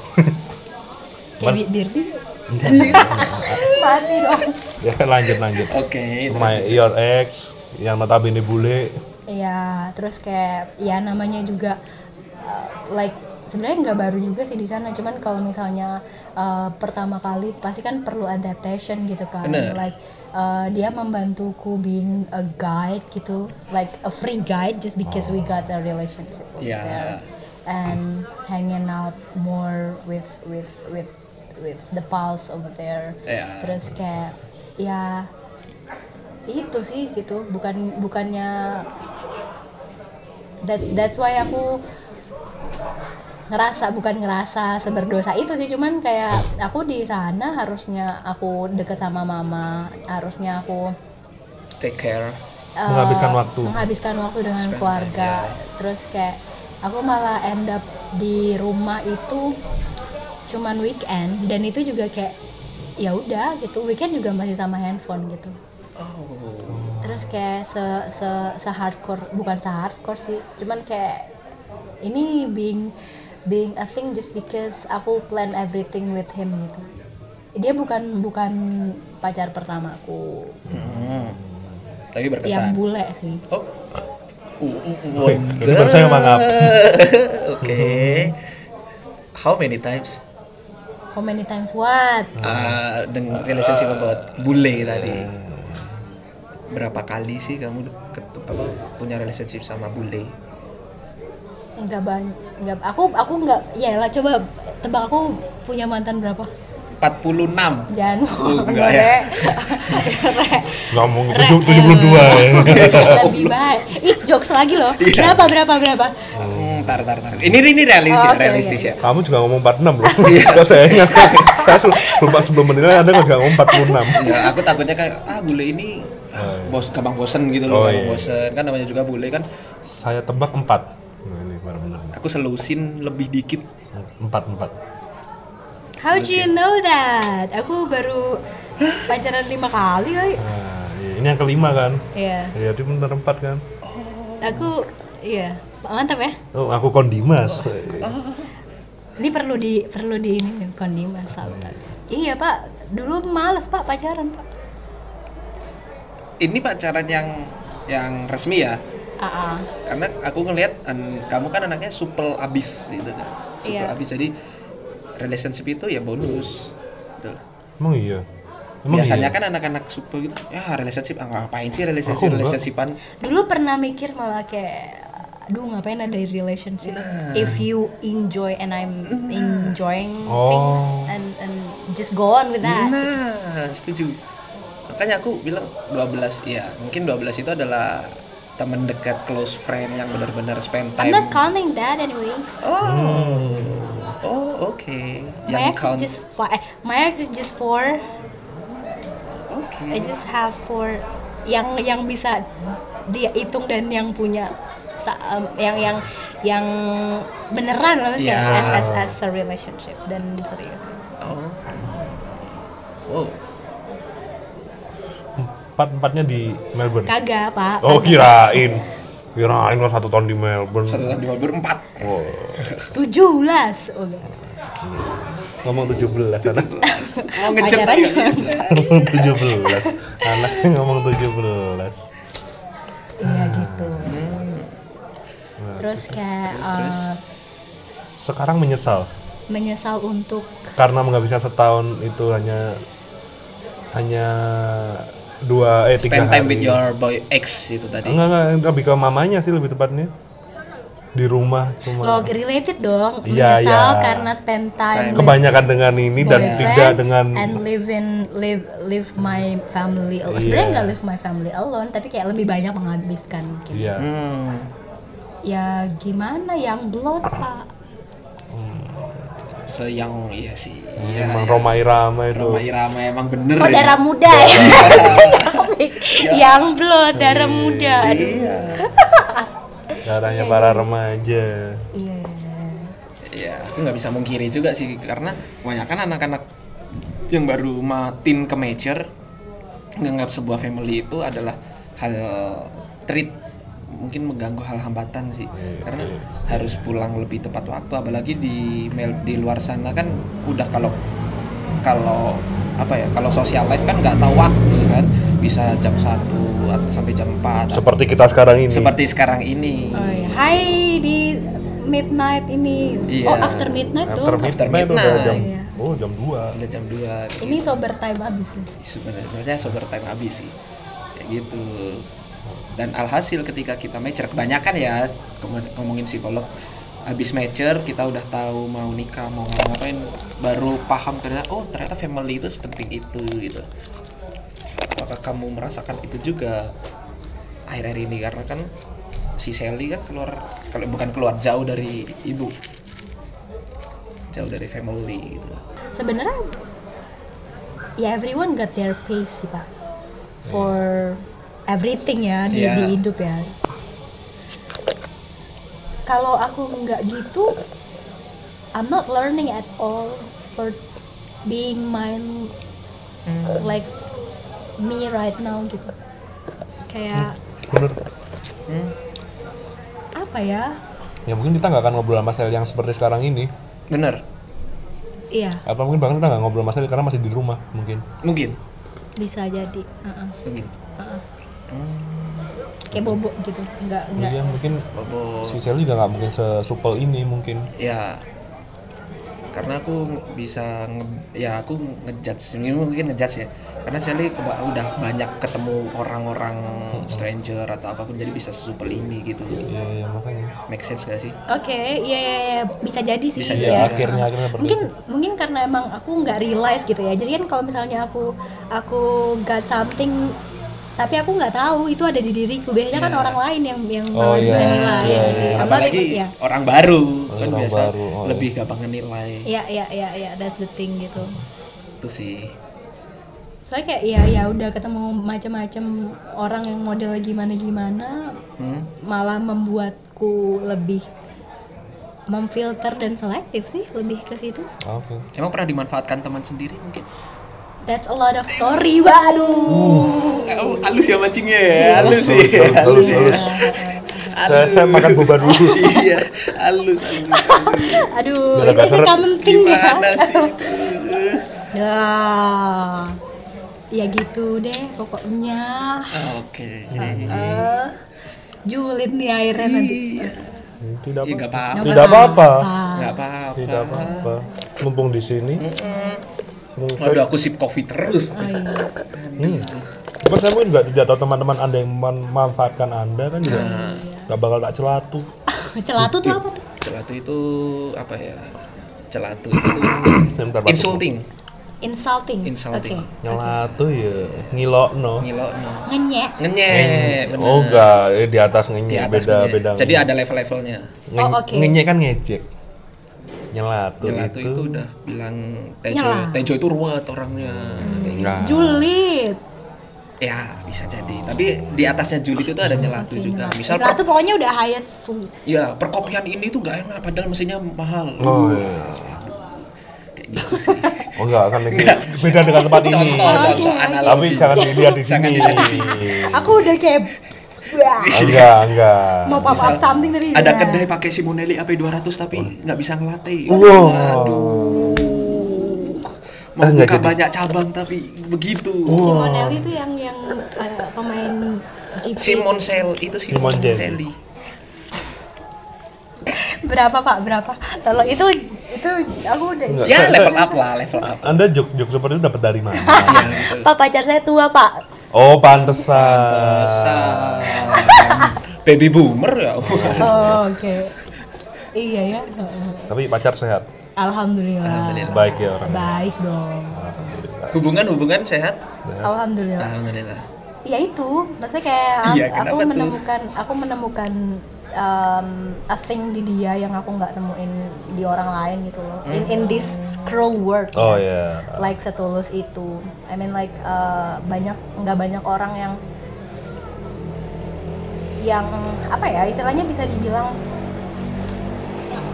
Speaker 1: Kayak bi- beard dia. mati dong
Speaker 3: ya lanjut lanjut.
Speaker 2: Oke. terus-
Speaker 3: My your ex yang notabene bule.
Speaker 1: Iya, terus kayak ya namanya juga uh, like sebenarnya nggak baru juga sih di sana, cuman kalau misalnya uh, pertama kali pasti kan perlu adaptation gitu kan,
Speaker 2: Bener.
Speaker 1: like uh, dia membantuku being a guide gitu, like a free guide just because we got a relationship over
Speaker 2: Iya.
Speaker 1: there and hanging out more with with with with the pals over there
Speaker 2: Iya.
Speaker 1: terus kayak ya itu sih gitu bukan bukannya that, that's why aku ngerasa bukan ngerasa seberdosa itu sih cuman kayak aku di sana harusnya aku deket sama mama harusnya aku
Speaker 2: Take care.
Speaker 1: eh,
Speaker 3: Menghabiskan waktu.
Speaker 1: menghabiskan waktu dengan
Speaker 2: Spend time,
Speaker 1: keluarga
Speaker 2: ya.
Speaker 1: terus kayak aku malah end up di rumah itu cuman weekend dan itu juga kayak ya udah gitu weekend juga masih sama handphone gitu
Speaker 2: Oh.
Speaker 1: terus kayak se se se hardcore bukan se hardcore sih cuman kayak ini being being a thing just because aku plan everything with him gitu dia bukan bukan pacar pertamaku
Speaker 2: Hmm. Tapi
Speaker 1: yang
Speaker 2: berkesan.
Speaker 1: bule sih
Speaker 2: Oh. Uh, uh, uh,
Speaker 3: Wih,
Speaker 2: wonder.
Speaker 3: jadi baru saya mangap.
Speaker 2: Oke. How many times?
Speaker 1: how many times what
Speaker 2: Ah, dengan relationship about bule tadi
Speaker 3: Hmm.
Speaker 2: berapa kali sih kamu ketu- apa, punya relationship sama bule
Speaker 1: nggak banyak nggak aku aku nggak ya lah coba tebak aku punya mantan berapa
Speaker 2: 46
Speaker 1: jangan
Speaker 2: Oh, enggak ya.
Speaker 1: Re.
Speaker 3: ngomong
Speaker 1: Re,
Speaker 3: tujuh tujuh puluh dua ya.
Speaker 1: lebih baik ih jokes lagi loh
Speaker 2: Iya.
Speaker 1: berapa berapa berapa
Speaker 2: hmm, tar tar tar ini ini realistis
Speaker 1: Oh,
Speaker 2: ya
Speaker 1: oke,
Speaker 2: realistis
Speaker 1: oke.
Speaker 2: ya
Speaker 3: kamu juga ngomong 46 loh Enggak, saya ingat saya sel- lupa sebelum menilai anda juga ngomong 46
Speaker 2: Enggak, Iya, aku takutnya kayak ah bule ini ah,
Speaker 3: Oh, iya.
Speaker 2: bos gampang bosen gitu loh
Speaker 3: Oh,
Speaker 2: gampang
Speaker 3: iya.
Speaker 2: bosen kan namanya juga bule kan
Speaker 3: saya tebak 4 nah, ini benar-benar
Speaker 2: aku selusin lebih dikit
Speaker 3: empat empat
Speaker 1: how do you know that aku baru pacaran lima kali kali
Speaker 3: nah, iya. ini yang kelima kan
Speaker 1: ya
Speaker 3: ya dia benar empat kan
Speaker 1: aku iya mantap ya
Speaker 3: oh aku kondimas
Speaker 1: ini perlu di perlu di ini kondimen sometimes iya pak dulu males pak pacaran pak
Speaker 2: ini pacaran yang yang resmi ya
Speaker 1: Aa.
Speaker 2: karena aku ngelihat an- kamu kan anaknya supel abis gitu kan supel
Speaker 1: Iya.
Speaker 2: abis jadi relationship itu ya bonus gitu.
Speaker 3: emang iya emang
Speaker 2: biasanya
Speaker 3: iya?
Speaker 2: kan anak-anak supel gitu ya relationship ah, ngapain sih
Speaker 3: Aku
Speaker 2: relationship
Speaker 3: enggak.
Speaker 2: relationshipan
Speaker 1: dulu pernah mikir malah kayak aduh ngapain ada relationship
Speaker 2: Nah.
Speaker 1: if you enjoy and I'm enjoying
Speaker 3: Oh.
Speaker 1: things and and just go on with that
Speaker 2: nah setuju makanya aku bilang 12 ya mungkin 12 itu adalah teman dekat close friend yang benar-benar spend
Speaker 1: I'm
Speaker 2: time
Speaker 1: not counting that anyways
Speaker 2: oh
Speaker 3: Hmm.
Speaker 2: oh oke
Speaker 1: my
Speaker 2: yang
Speaker 1: ex
Speaker 2: count
Speaker 1: is just five my ex is just four
Speaker 2: oke
Speaker 1: I just have four yang yang bisa dia hitung dan yang punya sa- um, yang yang yang beneran loh
Speaker 2: Ya.
Speaker 3: Iya.
Speaker 1: kayak as, as as a relationship dan serius.
Speaker 2: oh oh
Speaker 3: empat empatnya di Melbourne
Speaker 1: Kagak, Pak.
Speaker 3: oh kirain kirain lah satu tahun di Melbourne
Speaker 2: satu tahun di Melbourne empat
Speaker 3: Wow.
Speaker 1: 17. Oh, enggak.
Speaker 3: ngomong 17 belas kan? anak
Speaker 2: mau ngejek
Speaker 1: Ajaran. kan.
Speaker 2: serius
Speaker 3: ngomong 17 anaknya ngomong 17 belas
Speaker 1: Iya gitu.
Speaker 2: Hmm,
Speaker 1: Terus kayak eh,
Speaker 2: Terus,
Speaker 3: Nah, sekarang menyesal
Speaker 1: menyesal untuk
Speaker 3: karena menghabiskan setahun itu hanya hanya dua eh tiga
Speaker 2: spend time
Speaker 3: hari.
Speaker 2: with your boy ex itu tadi
Speaker 3: enggak enggak lebih ke mamanya sih lebih tepatnya di rumah
Speaker 1: lo
Speaker 3: cuma
Speaker 1: related dong.
Speaker 3: Iya,
Speaker 1: menyesal
Speaker 3: iya.
Speaker 1: karena spend time
Speaker 2: Time.
Speaker 1: with
Speaker 3: kebanyakan dengan ini dan
Speaker 1: boyfriend
Speaker 3: tidak dengan
Speaker 1: and live in live live my family alone.
Speaker 3: Iya.
Speaker 1: Sebenarnya nggak live my family alone, tapi kayak lebih banyak menghabiskan mungkin.
Speaker 3: iya
Speaker 2: Hmm.
Speaker 1: Ya gimana yang bloat pak?
Speaker 3: Hmm.
Speaker 2: So yang iya sih. Iya.
Speaker 3: memang Romai Rama Hmm, itu
Speaker 2: Roma Irama emang bener.
Speaker 1: Oh
Speaker 2: ya.
Speaker 1: darah muda
Speaker 3: Iya.
Speaker 1: ya? yang bloat darah muda. Aduh.
Speaker 2: Iya.
Speaker 3: darahnya para remaja
Speaker 1: Iya.
Speaker 2: Iya, aku nggak bisa mungkiri juga sih karena kebanyakan anak-anak yang baru matin ke major menganggap sebuah family itu adalah hal treat mungkin mengganggu hal hambatan sih
Speaker 3: Iya,
Speaker 2: karena
Speaker 3: iya.
Speaker 2: harus pulang lebih tepat waktu apalagi di mel- di luar sana kan udah kalau kalau apa ya kalau social life kan nggak tahu waktu kan bisa jam 1 atau sampai jam 4
Speaker 3: seperti kita sekarang ini
Speaker 2: seperti sekarang ini
Speaker 1: Oh iya. Hai di midnight ini.
Speaker 2: Iya.
Speaker 1: Oh after midnight
Speaker 3: after
Speaker 1: dong.
Speaker 2: After
Speaker 3: midnight udah
Speaker 2: midnight.
Speaker 3: jam
Speaker 1: Iya.
Speaker 3: oh jam 2
Speaker 2: udah jam 2
Speaker 1: Ini sober time abis nih.
Speaker 2: sebenarnya sober time habis sih kayak gitu dan alhasil ketika kita mature kebanyakan ya ngom- ngomongin psikolog habis mature kita udah tahu mau nikah mau ngapain baru paham ternyata oh ternyata family itu sepenting itu gitu apakah kamu merasakan itu juga akhir-akhir ini karena kan si Sally kan keluar kalau bukan keluar jauh dari ibu jauh dari family gitu
Speaker 1: Sebenarnya ya everyone got their pace sih pak. For everything ya di,
Speaker 2: Iya.
Speaker 1: di hidup ya. Kalau aku nggak gitu, I'm not learning at all for being mine like me right now gitu.
Speaker 2: Ya.
Speaker 1: Kayak
Speaker 3: bener
Speaker 2: Hmm.
Speaker 1: apa ya?
Speaker 3: ya mungkin kita nggak akan ngobrol sama Sel yang seperti sekarang ini
Speaker 2: bener
Speaker 1: Iya
Speaker 3: atau mungkin bahkan kita nggak ngobrol sama Sel karena masih di rumah mungkin
Speaker 2: mungkin
Speaker 1: bisa jadi. Uh-uh,
Speaker 2: mungkin
Speaker 1: uh-uh.
Speaker 2: Hmm,
Speaker 1: Kayak bobo gitu, nggak nggak.
Speaker 3: Iya mungkin
Speaker 2: Bobo.
Speaker 3: si Sel juga nggak mungkin sesupel ini mungkin
Speaker 2: Ya. karena aku bisa nge- ya aku ngejudge ini mungkin ngejudge ya karena Sally keba- udah banyak ketemu orang-orang stranger atau apapun jadi bisa sesupel ini gitu
Speaker 3: Iya iya makanya.
Speaker 2: make sense gak sih
Speaker 1: Oke, iya iya iya. bisa jadi sih. ya.
Speaker 2: Bisa jadi.
Speaker 3: Iya akhirnya akhirnya berarti.
Speaker 1: mungkin mungkin karena emang aku nggak realize gitu ya jadi kan kalau misalnya aku aku got something tapi aku nggak tahu itu ada di diriku biasanya kan
Speaker 2: Iya.
Speaker 1: orang lain yang yang
Speaker 3: Oh,
Speaker 1: malah bisa
Speaker 3: iya.
Speaker 1: nilai
Speaker 3: Iya,
Speaker 1: ya sih
Speaker 3: iya.
Speaker 1: Apa
Speaker 2: apalagi
Speaker 1: tuh, ya
Speaker 2: orang baru kan
Speaker 3: Orang
Speaker 2: biasa
Speaker 3: baru, oh, iya.
Speaker 2: lebih gampang nilai
Speaker 1: ya ya ya ya that's the thing gitu
Speaker 2: itu sih
Speaker 1: soalnya kayak ya ya udah ketemu macam-macam orang yang model gimana gimana
Speaker 2: Hmm?
Speaker 1: malah membuatku lebih memfilter dan selektif sih lebih ke situ
Speaker 3: Ah, Oke.
Speaker 2: emang pernah dimanfaatkan teman sendiri mungkin
Speaker 1: that's a lot of story
Speaker 3: Uh.
Speaker 1: waduh
Speaker 2: Oh, halus ya mancingnya ya, halus sih,
Speaker 3: Iya. Halus, halus,
Speaker 1: Iya.
Speaker 2: halus ya.
Speaker 3: halus. Saya makan boba dulu.
Speaker 2: Iya, halus, halus. halus.
Speaker 1: aduh
Speaker 3: Biar
Speaker 1: itu
Speaker 3: nggak
Speaker 1: sih
Speaker 3: seret.
Speaker 1: penting ya
Speaker 2: Gimana sih?
Speaker 1: Ya, ya gitu deh pokoknya.
Speaker 2: Ah, Oke.
Speaker 1: Eh, julid nih akhirnya nanti.
Speaker 2: Iya,
Speaker 3: Tidak
Speaker 2: ya nggak
Speaker 3: apa.
Speaker 2: apa-apa.
Speaker 3: Tidak apa-apa.
Speaker 2: Nggak apa-apa.
Speaker 3: Tidak apa-apa. Mumpung di sini. Mumpung
Speaker 2: Waduh, aku sip kopi terus.
Speaker 1: Oh, iya.
Speaker 3: Hmm. Cuma saya mungkin nggak tidak tahu teman-teman anda yang memanfaatkan anda kan juga
Speaker 2: Nah,
Speaker 3: nggak bakal tak celatu.
Speaker 1: Oh, iya. Celatu tuh apa tuh?
Speaker 2: celatu itu apa ya? Celatu itu
Speaker 3: Bentar, Pak.
Speaker 2: insulting,
Speaker 1: Insulting.
Speaker 2: Insulting.
Speaker 1: Oke.
Speaker 3: Nyelatu ya. Ngilokno.
Speaker 2: Iya. ngilokno.
Speaker 1: Ngenyek.
Speaker 2: Ngenyek, bener.
Speaker 3: Oh enggak, eh, di atas
Speaker 2: Di
Speaker 3: ngenyek
Speaker 2: atas
Speaker 3: beda
Speaker 2: ngenyek.
Speaker 3: beda.
Speaker 2: Jadi ada level-levelnya.
Speaker 3: Nge-
Speaker 1: Oh, oke.
Speaker 3: Ngenyek kan ngejek. Nyelatu,
Speaker 2: Jelatu
Speaker 3: itu.
Speaker 2: itu udah bilang Tejo,
Speaker 1: Nyala.
Speaker 2: Tejo itu ruwet orangnya. Kayak gitu.
Speaker 3: Nah.
Speaker 1: Julid.
Speaker 2: Ya bisa jadi. Tapi di atasnya Juli itu tuh ada
Speaker 1: Oke,
Speaker 2: nyelatu juga.
Speaker 1: nyelatu.
Speaker 2: Misal
Speaker 1: Celatu
Speaker 2: per-
Speaker 1: pokoknya udah highest. su-
Speaker 2: ya perkopian ini tuh gak enak padahal mesinnya mahal.
Speaker 3: Oh, iya.
Speaker 2: Kayak gitu sih.
Speaker 3: oh enggak akan itu beda dengan tempat ini.
Speaker 2: Contoh,
Speaker 1: Oke,
Speaker 2: contoh analogi.
Speaker 3: Tapi jangan dilihat di
Speaker 2: Jangan
Speaker 3: sini.
Speaker 2: dilihat di
Speaker 1: Aku udah kayak Wah,
Speaker 3: Enggak, enggak.
Speaker 1: mau pop
Speaker 2: Misal
Speaker 1: up something Iya. dari
Speaker 2: Ada kedai pakai Simonelli AP200 tapi nggak bisa ngelatih.
Speaker 3: Wow.
Speaker 2: Mau
Speaker 3: Ah, nggak
Speaker 2: buka
Speaker 3: jadi.
Speaker 2: banyak cabang tapi begitu.
Speaker 3: Wow.
Speaker 1: Simonelli itu yang yang eh, pemain GP.
Speaker 2: Simon Sel itu Simon
Speaker 3: Simon Sel.
Speaker 2: Selly.
Speaker 1: Berapa Pak? Berapa? Tolong itu itu aku udah
Speaker 3: Enggak.
Speaker 2: Ya
Speaker 3: Saya-
Speaker 2: level
Speaker 3: saya-
Speaker 2: up lah, level up.
Speaker 3: Anda jok jok seperti itu dapat dari mana?
Speaker 2: Ya, gitu.
Speaker 1: Pak pacar saya tua Pak.
Speaker 3: Oh, pantesan.
Speaker 2: Pantesan. Baby boomer ya.
Speaker 1: Oh, Oke. Iya ya.
Speaker 3: Tapi pacar sehat.
Speaker 1: Alhamdulillah.
Speaker 2: Alhamdulillah.
Speaker 3: Baik ya orangnya.
Speaker 1: Baik dong.
Speaker 3: Alhamdulillah.
Speaker 2: Hubungan-hubungan sehat?
Speaker 3: Sehat.
Speaker 1: Alhamdulillah.
Speaker 2: Alhamdulillah.
Speaker 1: Ya itu, maksudnya kayak
Speaker 2: Iya,
Speaker 1: aku
Speaker 2: kenapa tuh?
Speaker 1: menemukan aku menemukan um, a thing di dia yang aku nggak temuin di orang lain gitu loh. In in
Speaker 2: Hmm.
Speaker 1: this cruel world.
Speaker 3: Oh
Speaker 1: ya.
Speaker 3: ya.
Speaker 1: like setulus itu I mean like uh, banyak nggak banyak orang yang yang apa ya istilahnya bisa dibilang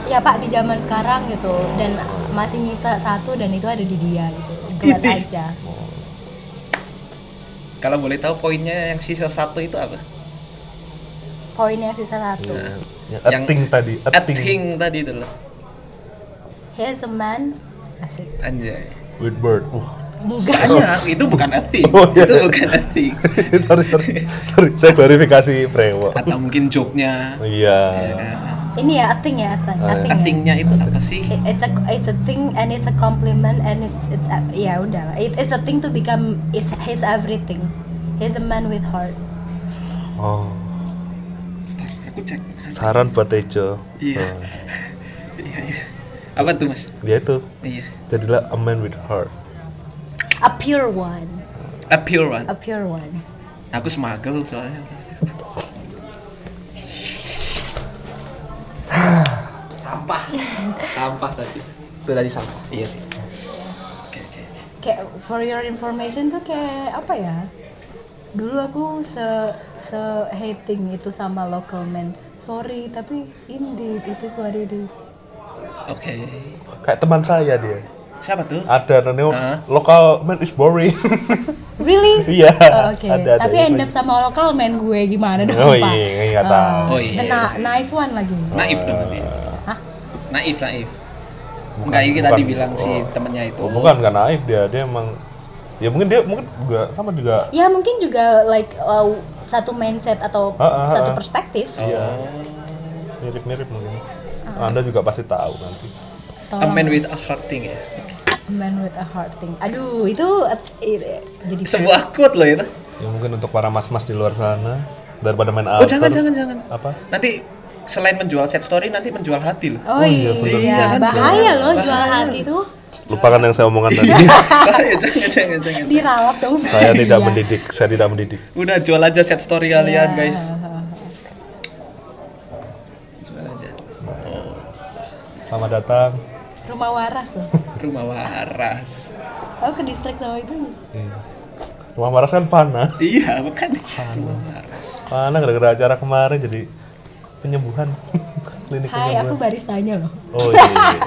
Speaker 1: ya pak di zaman sekarang gitu dan masih nyisa satu dan itu ada di dia gitu Glad aja
Speaker 2: Kalau boleh tahu poinnya yang sisa satu itu apa?
Speaker 1: poinnya sisa satu
Speaker 3: Iya.
Speaker 2: Nah,
Speaker 3: Yang eting tadi,
Speaker 2: eting.
Speaker 3: eting
Speaker 2: tadi itu loh.
Speaker 1: he's a man asik
Speaker 2: Anjay.
Speaker 3: with bird. Uh. Wah,
Speaker 1: enggak
Speaker 2: Banyak, itu bukan eting.
Speaker 3: Oh, iya.
Speaker 2: Itu bukan eting.
Speaker 3: sorry, sorry, sorry, saya klarifikasi prewo.
Speaker 2: Atau mungkin joke-nya.
Speaker 3: Iya.
Speaker 2: ya kan?
Speaker 1: ini ya ating ya ating
Speaker 3: Oh, iya.
Speaker 1: ating ya.
Speaker 2: Etingnya itu apa sih?
Speaker 1: It- it's a it's a thing and it's a compliment and it's it's a, ya udah lah. It, it's a thing to become is his everything he's a man with heart
Speaker 3: Oh,
Speaker 2: Aku cek.
Speaker 3: saran buat Tejo.
Speaker 2: Iya.
Speaker 3: Oh,
Speaker 2: Iya, iya. Apa tuh, Mas?
Speaker 3: Dia itu
Speaker 2: Iya.
Speaker 3: jadilah a man with heart.
Speaker 1: a pure one
Speaker 2: A pure one.
Speaker 1: a pure one
Speaker 2: Aku smuggle soalnya. sampah. Sampah tadi. Itu tadi sampah. Iya sih. Oke, oke.
Speaker 1: kayak for your information tuh kayak apa ya dulu aku se se hating itu sama local man sorry tapi indeed it is what it is
Speaker 2: Oke.
Speaker 3: Kayak teman saya dia.
Speaker 2: Siapa tuh?
Speaker 3: Ada namanya
Speaker 2: Hah?
Speaker 3: lokal man is boring.
Speaker 1: really
Speaker 3: Iya.
Speaker 1: Oh, Oke,
Speaker 3: Ada, ada.
Speaker 1: tapi end up sama local man gue gimana dong
Speaker 3: Oh,
Speaker 1: pak?
Speaker 3: iya, nggak
Speaker 1: Ah,
Speaker 3: tahu.
Speaker 2: Oh, iya,
Speaker 1: kena
Speaker 2: iya.
Speaker 1: nice one lagi.
Speaker 2: Naif dong
Speaker 3: Eh,
Speaker 2: berarti.
Speaker 1: Hah?
Speaker 2: Naif, naif.
Speaker 3: bukan-
Speaker 2: Enggak, ini
Speaker 3: bukan.
Speaker 2: tadi bilang si
Speaker 3: Oh.
Speaker 2: temennya itu.
Speaker 3: Oh, bukan nggak naif dia, dia emang ya mungkin dia mungkin juga sama juga
Speaker 1: Ya mungkin juga like uh, satu mindset atau
Speaker 3: Ah, ah,
Speaker 1: satu
Speaker 3: ah.
Speaker 1: perspektif.
Speaker 2: Oh.
Speaker 1: Ah.
Speaker 3: Iya. mirip-mirip mungkin. Anda juga pasti tahu nanti.
Speaker 2: A man with a heart thing ya.
Speaker 1: A man with a heart thing. Aduh, itu eh, jadi
Speaker 2: Sebuah quote loh itu.
Speaker 3: Ya mungkin untuk para mas-mas di luar sana daripada main
Speaker 2: Oh
Speaker 3: alter.
Speaker 2: jangan jangan jangan.
Speaker 3: Apa?
Speaker 2: Nanti selain menjual set story nanti menjual hati loh.
Speaker 1: Oh,
Speaker 3: Oh iya, bener.
Speaker 2: Iya
Speaker 1: iya,
Speaker 2: kan?
Speaker 1: bahaya loh
Speaker 2: Bahaya.
Speaker 1: jual hati tuh.
Speaker 3: Lupakan yang saya omongan tadi.
Speaker 2: Bahaya, jangan jangan jangan.
Speaker 1: Dirawat dong.
Speaker 3: saya tidak
Speaker 1: Iya.
Speaker 3: mendidik, saya tidak mendidik.
Speaker 2: Udah jual aja set story
Speaker 1: Iya.
Speaker 2: kalian guys. Jual aja. Oh,
Speaker 3: Selamat datang.
Speaker 1: Rumah waras loh.
Speaker 2: rumah waras.
Speaker 1: Aku ke distrik sama itu.
Speaker 3: Iya. Rumah Waras kan panah.
Speaker 2: Iya bukan.
Speaker 3: Apaan?
Speaker 2: Rumah waras.
Speaker 3: Panah gara-gara acara kemarin jadi penyembuhan. Klinik
Speaker 1: Hai, aku
Speaker 3: penyembuhan.
Speaker 1: baristanya loh.
Speaker 3: Oh iya. iya.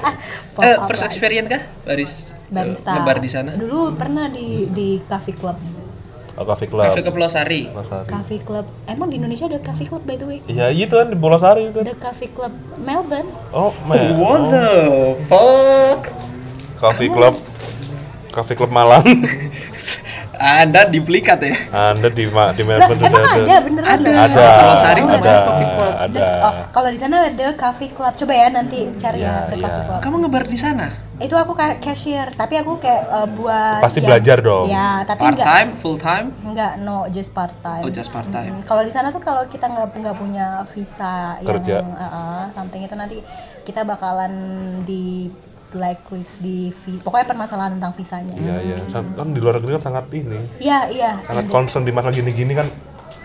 Speaker 1: Pop
Speaker 2: Eh,
Speaker 1: up
Speaker 2: first
Speaker 1: lagi.
Speaker 2: experience kah? Baris
Speaker 3: Eh,
Speaker 1: barista.
Speaker 2: Ngebar di sana.
Speaker 1: Dulu pernah di di cafe club.
Speaker 3: Oh, Cafe Club.
Speaker 2: Kafe ke Pelosari.
Speaker 3: Pelosari.
Speaker 1: Cafe club. Emang di Indonesia ada cafe club by the way?
Speaker 3: Iya, itu kan di Bolosari itu kan.
Speaker 1: Ada cafe club Melbourne.
Speaker 2: Oh,
Speaker 3: Oh, man.
Speaker 2: what
Speaker 3: Oh,
Speaker 2: the fuck?
Speaker 3: Coffee
Speaker 1: Oh.
Speaker 3: Club. Coffee Club Malang.
Speaker 2: Anda dipelikat ya?
Speaker 3: Anda di ma- di
Speaker 1: Lah,
Speaker 3: Melbourne
Speaker 1: emang
Speaker 3: sudah
Speaker 1: ada, beneran
Speaker 2: Ada.
Speaker 1: loh.
Speaker 3: Ada.
Speaker 2: Pelosari
Speaker 3: Ada.
Speaker 2: namanya Coffee Club.
Speaker 3: Ada.
Speaker 1: Oh, kalau di sana ada cafe club. Coba ya nanti cari
Speaker 3: Iya,
Speaker 1: ya, the
Speaker 3: iya.
Speaker 1: cafe club.
Speaker 2: Kamu ngebar di sana?
Speaker 1: Itu aku kayak cashier, tapi aku kayak eh, buat
Speaker 3: Pasti
Speaker 1: yang-
Speaker 3: belajar dong.
Speaker 1: Ya, tapi
Speaker 2: Part
Speaker 1: enggak
Speaker 2: time, full time?
Speaker 1: enggak no just part time.
Speaker 2: Oh, just part
Speaker 1: Mm,
Speaker 2: time.
Speaker 1: Kalau di sana tuh kalau kita nggak nggak punya visa
Speaker 3: Kerja.
Speaker 1: yang eh, eh, something itu nanti kita bakalan di blacklist di vi- pokoknya permasalahan tentang visanya.
Speaker 3: Iya, iya. Sa- Kan di luar negeri kan sangat ini.
Speaker 1: Iya, iya.
Speaker 3: Sangat concern di masalah gini-gini kan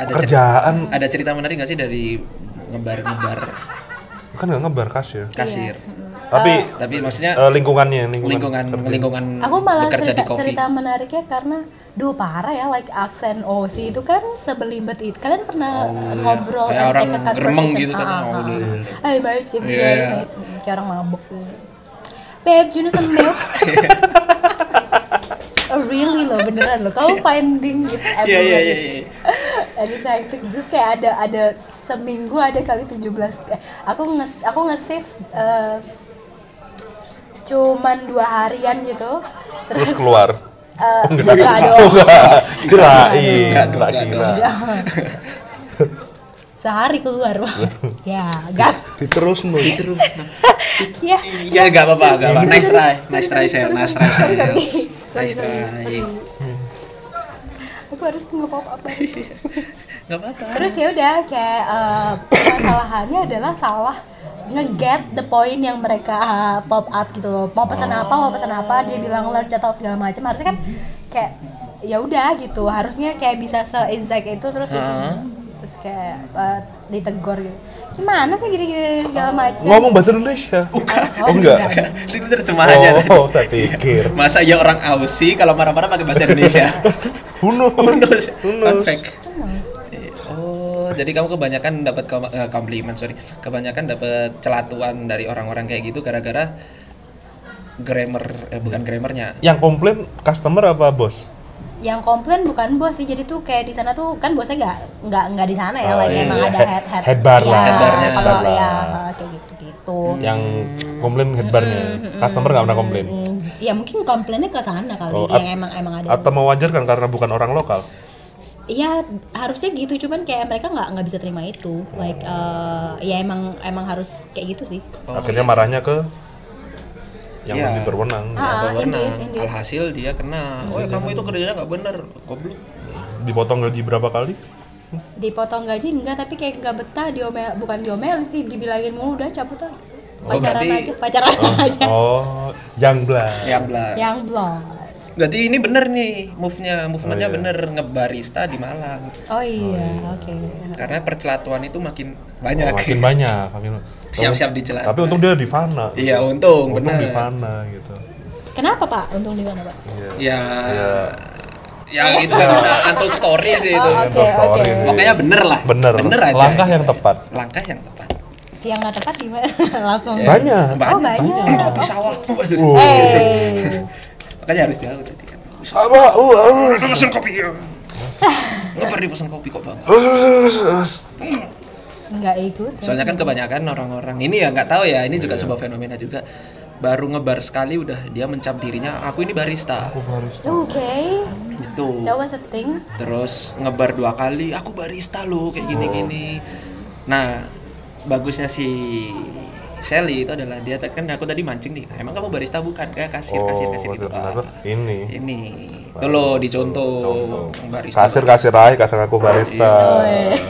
Speaker 2: Ada
Speaker 3: pekerjaan
Speaker 2: Cerita, ada cerita menarik nggak sih dari ngebar-ngebar
Speaker 3: kan nggak ngebar kasir.
Speaker 1: Iya.
Speaker 2: kasir?
Speaker 3: Tapi
Speaker 2: Tapi maksudnya
Speaker 3: eh, lingkungannya,
Speaker 2: Ya. lingkungan
Speaker 3: kerja.
Speaker 2: lingkungan
Speaker 1: Aku malah
Speaker 2: Hmm, bekerja
Speaker 1: cerita
Speaker 2: di coffee.
Speaker 1: cerita menariknya karena duh parah ya like aksen Aussie itu kan sebelibet itu. Kalian pernah
Speaker 2: Oh, iya.
Speaker 1: ngobrol
Speaker 2: Kayak
Speaker 1: and
Speaker 2: orang
Speaker 1: take a
Speaker 2: gremeng
Speaker 1: conversation?
Speaker 2: gitu kan,
Speaker 1: Ah, ah,
Speaker 2: ngobrol.
Speaker 1: ah. Hey babe, gitu
Speaker 2: Iya,
Speaker 1: ya,
Speaker 2: iya.
Speaker 1: mate. kayak orang mabuk gitu. Babe, do you need some milk? oh, really loh, beneran loh. Kamu finding it everywhere.
Speaker 2: Iya iya iya. iya.
Speaker 1: And it's like, terus kayak ada ada seminggu ada kali 17 eh, aku nge aku nge-save eh, cuman dua harian gitu
Speaker 3: Terus keluar. Oh,
Speaker 1: eh,
Speaker 3: Enggak.
Speaker 1: nggak dong.
Speaker 3: Enggak.
Speaker 2: Enggak
Speaker 3: Kirain,
Speaker 2: dong,
Speaker 3: enggak
Speaker 2: enggak
Speaker 3: kira.
Speaker 1: Nggak. Iya. sehari keluar wah ya gak
Speaker 3: Terus nih.
Speaker 2: Terus. nah.
Speaker 1: ya
Speaker 2: Iya nggak apa-apa nggak apa. Nice try, nice try sel, nice try sel.
Speaker 1: sorry
Speaker 2: Nice
Speaker 1: sorry
Speaker 2: try.
Speaker 1: sorry. aku harus nge-pop up lagi.
Speaker 2: Nggak apa-apa.
Speaker 1: terus ya udah kayak eh, permasalahannya adalah salah nge-get the point yang mereka eh, pop up gitu loh mau pesan apa mau pesan apa dia bilang large atau segala macam harusnya kan kayak ya udah gitu harusnya kayak bisa se exact itu terus itu
Speaker 2: Heeh.
Speaker 1: terus kayak eh, ditegur gitu gimana sih gini-gini segala macam
Speaker 3: Ngomong bahasa Indonesia.
Speaker 2: Uh,
Speaker 1: Oh,
Speaker 3: Oh, enggak.
Speaker 2: Itu terjemahannya.
Speaker 3: Oh, saya pikir.
Speaker 2: Masa ya orang Aussie kalau marah-marah pakai bahasa Indonesia?
Speaker 3: Huno.
Speaker 2: Unus. Fun
Speaker 3: Huno.
Speaker 2: fact. Oh, jadi kamu kebanyakan dapat kom- eh, komplimen, sorry. Kebanyakan dapat celatuan dari orang-orang kayak gitu gara-gara grammar eh bukan grammarnya.
Speaker 3: Yang komplain customer apa bos?
Speaker 1: yang komplain bukan bos sih jadi tuh kayak di sana tuh kan bosnya nggak nggak nggak di sana ya
Speaker 3: Oh,
Speaker 1: like
Speaker 2: iya,
Speaker 1: emang
Speaker 2: iya.
Speaker 1: ada head head
Speaker 3: Head bar lah.
Speaker 1: ya,
Speaker 2: Head barnya.
Speaker 1: kalau
Speaker 3: Head bar
Speaker 1: ya
Speaker 3: lah. Hmm.
Speaker 1: kayak Hmm, gitu gitu
Speaker 2: Hmm.
Speaker 3: Yang komplain headbarnya. Customer nggak pernah komplain.
Speaker 1: ya mungkin komplainnya ke sana kali
Speaker 3: Oh,
Speaker 1: yang
Speaker 3: at-
Speaker 1: emang emang ada
Speaker 3: Atau mewajarkan karena bukan orang lokal.
Speaker 1: Iya harusnya gitu cuman kayak mereka nggak nggak bisa terima itu like eh, ya emang emang harus kayak gitu sih
Speaker 2: Oh,
Speaker 3: Akhirnya
Speaker 2: iya.
Speaker 3: marahnya ke yang
Speaker 2: Iya.
Speaker 3: lebih berwenang.
Speaker 1: Ah.
Speaker 2: Berwenang.
Speaker 1: indeed, indeed.
Speaker 2: Alhasil dia kena. Oh, ya kamu itu kerjanya nggak bener. Goblok.
Speaker 3: Dipotong gaji berapa kali?
Speaker 1: dipotong gaji enggak tapi kayak nggak betah diomel bukan diomel sih dibilangin mulu udah cabut aja
Speaker 2: Oh,
Speaker 1: pacaran
Speaker 2: berarti-
Speaker 1: aja pacaran aja
Speaker 3: Oh, yang belah.
Speaker 2: Ya bla.
Speaker 1: yang blonde
Speaker 2: Berarti ini bener nih move-nya, movementnya
Speaker 3: iya.
Speaker 2: bener ngebarista di Malang.
Speaker 1: Oh iya, oke.
Speaker 2: Karena percelatuan itu makin
Speaker 3: Oh,
Speaker 2: banyak.
Speaker 3: makin banyak. makin-
Speaker 2: Siap-siap dicela.
Speaker 3: Tapi untuk dia di Fana.
Speaker 2: Iya, untung,
Speaker 3: Untung
Speaker 2: bener.
Speaker 3: di Fana gitu.
Speaker 1: Kenapa Pak? Untung di mana Pak?
Speaker 3: Iya.
Speaker 2: Ya,
Speaker 3: Iya.
Speaker 2: ya itu nggak bisa untold story sih itu.
Speaker 1: Oh, oke,
Speaker 3: Yang tersorry
Speaker 1: oke.
Speaker 3: sih.
Speaker 2: Pokoknya bener lah.
Speaker 3: bener.
Speaker 2: Bener aja.
Speaker 3: Langkah yang tepat.
Speaker 2: Langkah yang tepat.
Speaker 1: Yang nggak tepat gimana? Langsung.
Speaker 2: Ya,
Speaker 3: Banyak.
Speaker 2: Banyak.
Speaker 1: Oh, banyak.
Speaker 2: banyak. Bisa waktu. aduh.
Speaker 3: Wow.
Speaker 1: Eh,
Speaker 2: Makanya harus jauh tadi kan.
Speaker 3: Sama, uh, uh,
Speaker 2: Lu pesen kopi ya. Lu perlu pesen kopi kok bang.
Speaker 1: nggak ikut. ya.
Speaker 2: Soalnya kan kebanyakan orang-orang ini ya nggak tahu ya. Ini
Speaker 3: Iya.
Speaker 2: juga sebuah fenomena juga. Baru ngebar sekali udah dia mencap dirinya. Aku ini barista.
Speaker 3: Aku harus
Speaker 1: Oke,
Speaker 2: Gitu.
Speaker 1: that was a thing.
Speaker 2: terus ngebar dua kali
Speaker 3: Oh.
Speaker 2: aku barista loh kayak gini gini nah bagusnya si Sally itu adalah dia kan aku tadi mancing nih emang kamu barista bukan kayak kasir
Speaker 3: Oh,
Speaker 2: kasir kasir gitu
Speaker 3: bener-bener.
Speaker 2: Ah,
Speaker 3: ini
Speaker 2: ini itu loh dicontoh
Speaker 3: Contoh.
Speaker 2: barista
Speaker 3: kasir kasir aja kasir aku barista